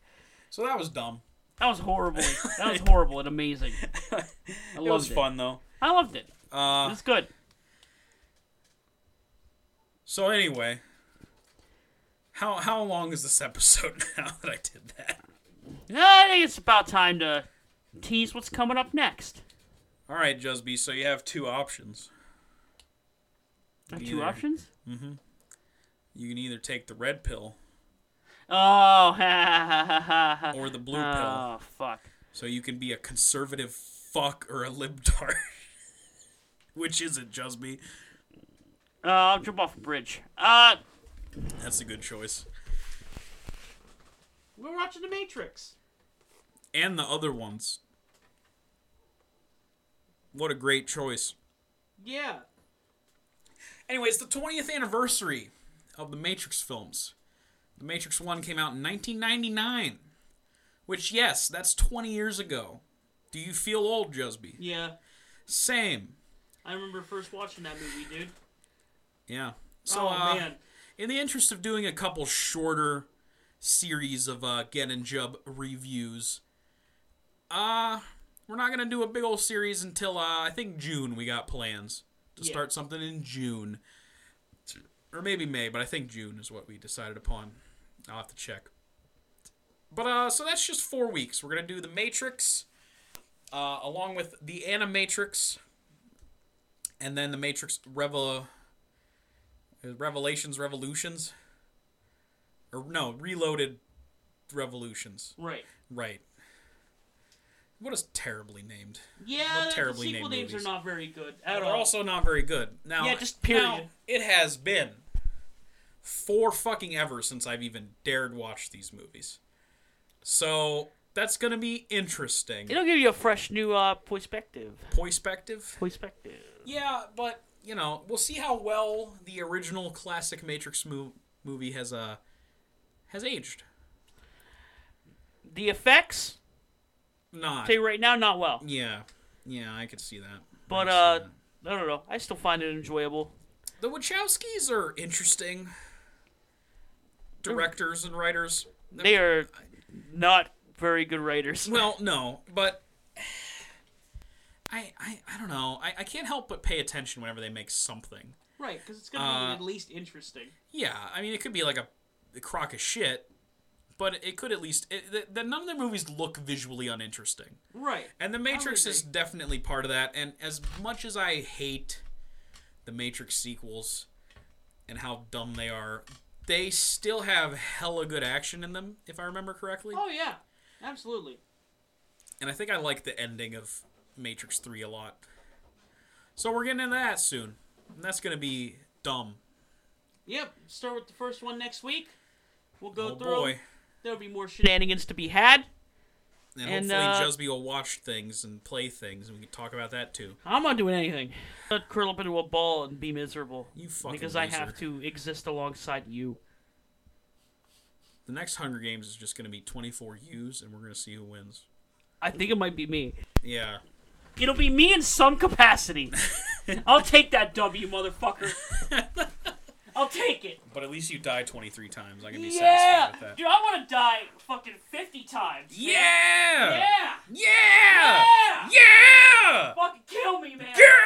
[SPEAKER 2] So that was dumb.
[SPEAKER 1] That was horrible. that was horrible and amazing. I
[SPEAKER 2] It was
[SPEAKER 1] loved it.
[SPEAKER 2] fun though.
[SPEAKER 1] I loved it.
[SPEAKER 2] Uh,
[SPEAKER 1] It's good.
[SPEAKER 2] so anyway, how how long is this episode now that I did that?
[SPEAKER 1] I think it's about time to tease what's coming up next.
[SPEAKER 2] All right, Jusby. So you have two options.
[SPEAKER 1] Have
[SPEAKER 2] Me
[SPEAKER 1] two
[SPEAKER 2] either.
[SPEAKER 1] options?
[SPEAKER 2] You can either take the red pill
[SPEAKER 1] Oh, ha ha ha ha. ha.
[SPEAKER 2] or the blue pill.
[SPEAKER 1] Oh, fuck.
[SPEAKER 2] So you can be a conservative fuck or a libtard. Which is it, Jusby?
[SPEAKER 1] Uh, I'll jump off a bridge. Uh,
[SPEAKER 2] That's a good choice.
[SPEAKER 1] we're watching The Matrix.
[SPEAKER 2] And the other ones. What a great choice.
[SPEAKER 1] Yeah.
[SPEAKER 2] Anyway, it's the 20th anniversary of the Matrix films. The Matrix 1 came out in 1999. Which, yes, that's 20 years ago. Do you feel old, Jusby?
[SPEAKER 1] Yeah.
[SPEAKER 2] Same.
[SPEAKER 1] I remember first watching that movie, dude.
[SPEAKER 2] Yeah. So,
[SPEAKER 1] Oh,
[SPEAKER 2] uh, in the interest of doing a couple shorter series of uh, Gen and Jub reviews, uh, we're not gonna do a big old series until uh, I think June. We got plans to
[SPEAKER 1] Yeah.
[SPEAKER 2] start something in June, or maybe May, but I think June is what we decided upon. I'll have to check. But uh, so that's just four weeks. We're gonna do the Matrix, uh, along with the Animatrix, and then the Matrix Revel. Is Uh, Revelations Revolutions? Or no, Reloaded Revolutions.
[SPEAKER 1] Right.
[SPEAKER 2] Right. What is terribly named?
[SPEAKER 1] Yeah,
[SPEAKER 2] What terribly
[SPEAKER 1] the sequel
[SPEAKER 2] named
[SPEAKER 1] names
[SPEAKER 2] movies.
[SPEAKER 1] are not very good
[SPEAKER 2] But
[SPEAKER 1] at
[SPEAKER 2] they're
[SPEAKER 1] all.
[SPEAKER 2] also not very good. Now
[SPEAKER 1] Yeah, just period.
[SPEAKER 2] now, it has been four fucking ever since I've even dared watch these movies. So that's gonna be interesting.
[SPEAKER 1] It'll give you a fresh new uh, perspective.
[SPEAKER 2] Perspective.
[SPEAKER 1] Perspective.
[SPEAKER 2] Yeah, but you know, we'll see how well the original classic Matrix mo- movie has uh has aged.
[SPEAKER 1] The effects,
[SPEAKER 2] Not.
[SPEAKER 1] tell you right now, not well.
[SPEAKER 2] Yeah, yeah, I could see that.
[SPEAKER 1] But,
[SPEAKER 2] I
[SPEAKER 1] uh,
[SPEAKER 2] could see
[SPEAKER 1] I don't know. I still find it enjoyable.
[SPEAKER 2] that. the Wachowskis are interesting directors and writers.
[SPEAKER 1] They are not very good writers.
[SPEAKER 2] Well, no, but I, I, I don't know. I, I can't help but pay attention whenever they make something.
[SPEAKER 1] Right, because it's going to
[SPEAKER 2] Uh,
[SPEAKER 1] be at least interesting.
[SPEAKER 2] Yeah, I mean, it could be like a, a crock of shit, but it could at least. It, the, the, none of their movies look visually uninteresting.
[SPEAKER 1] Right.
[SPEAKER 2] And the Matrix
[SPEAKER 1] agree.
[SPEAKER 2] is definitely part of that. And as much as I hate the Matrix sequels and how dumb they are, they still have hella good action in them, if I remember correctly.
[SPEAKER 1] Oh, yeah. Absolutely.
[SPEAKER 2] And I think I like the ending of Matrix 3 a lot. So we're getting into that soon. And that's going to be dumb.
[SPEAKER 1] Yep. Start with the first one next week. We'll go
[SPEAKER 2] Oh
[SPEAKER 1] through.
[SPEAKER 2] boy.
[SPEAKER 1] There'll be more shenanigans to be had.
[SPEAKER 2] And,
[SPEAKER 1] And, uh,
[SPEAKER 2] hopefully Jusby will watch things and play things, and we can talk about that too.
[SPEAKER 1] I'm not doing anything. I'll curl up into a ball and be miserable.
[SPEAKER 2] You fucking
[SPEAKER 1] Because I
[SPEAKER 2] loser.
[SPEAKER 1] have to exist alongside you.
[SPEAKER 2] The next Hunger Games is just going to be 24 U's, and we're going to see who wins.
[SPEAKER 1] I think it might be me.
[SPEAKER 2] Yeah.
[SPEAKER 1] It'll be me in some capacity. I'll take that W, motherfucker. I'll take it.
[SPEAKER 2] But at least you die 23 times. I can be
[SPEAKER 1] Yeah,
[SPEAKER 2] satisfied with
[SPEAKER 1] dude,
[SPEAKER 2] that.
[SPEAKER 1] I want to die fucking fifty times. man.
[SPEAKER 2] Yeah!
[SPEAKER 1] yeah,
[SPEAKER 2] Yeah!
[SPEAKER 1] Yeah!
[SPEAKER 2] Yeah!
[SPEAKER 1] fucking kill me, man.
[SPEAKER 2] Kill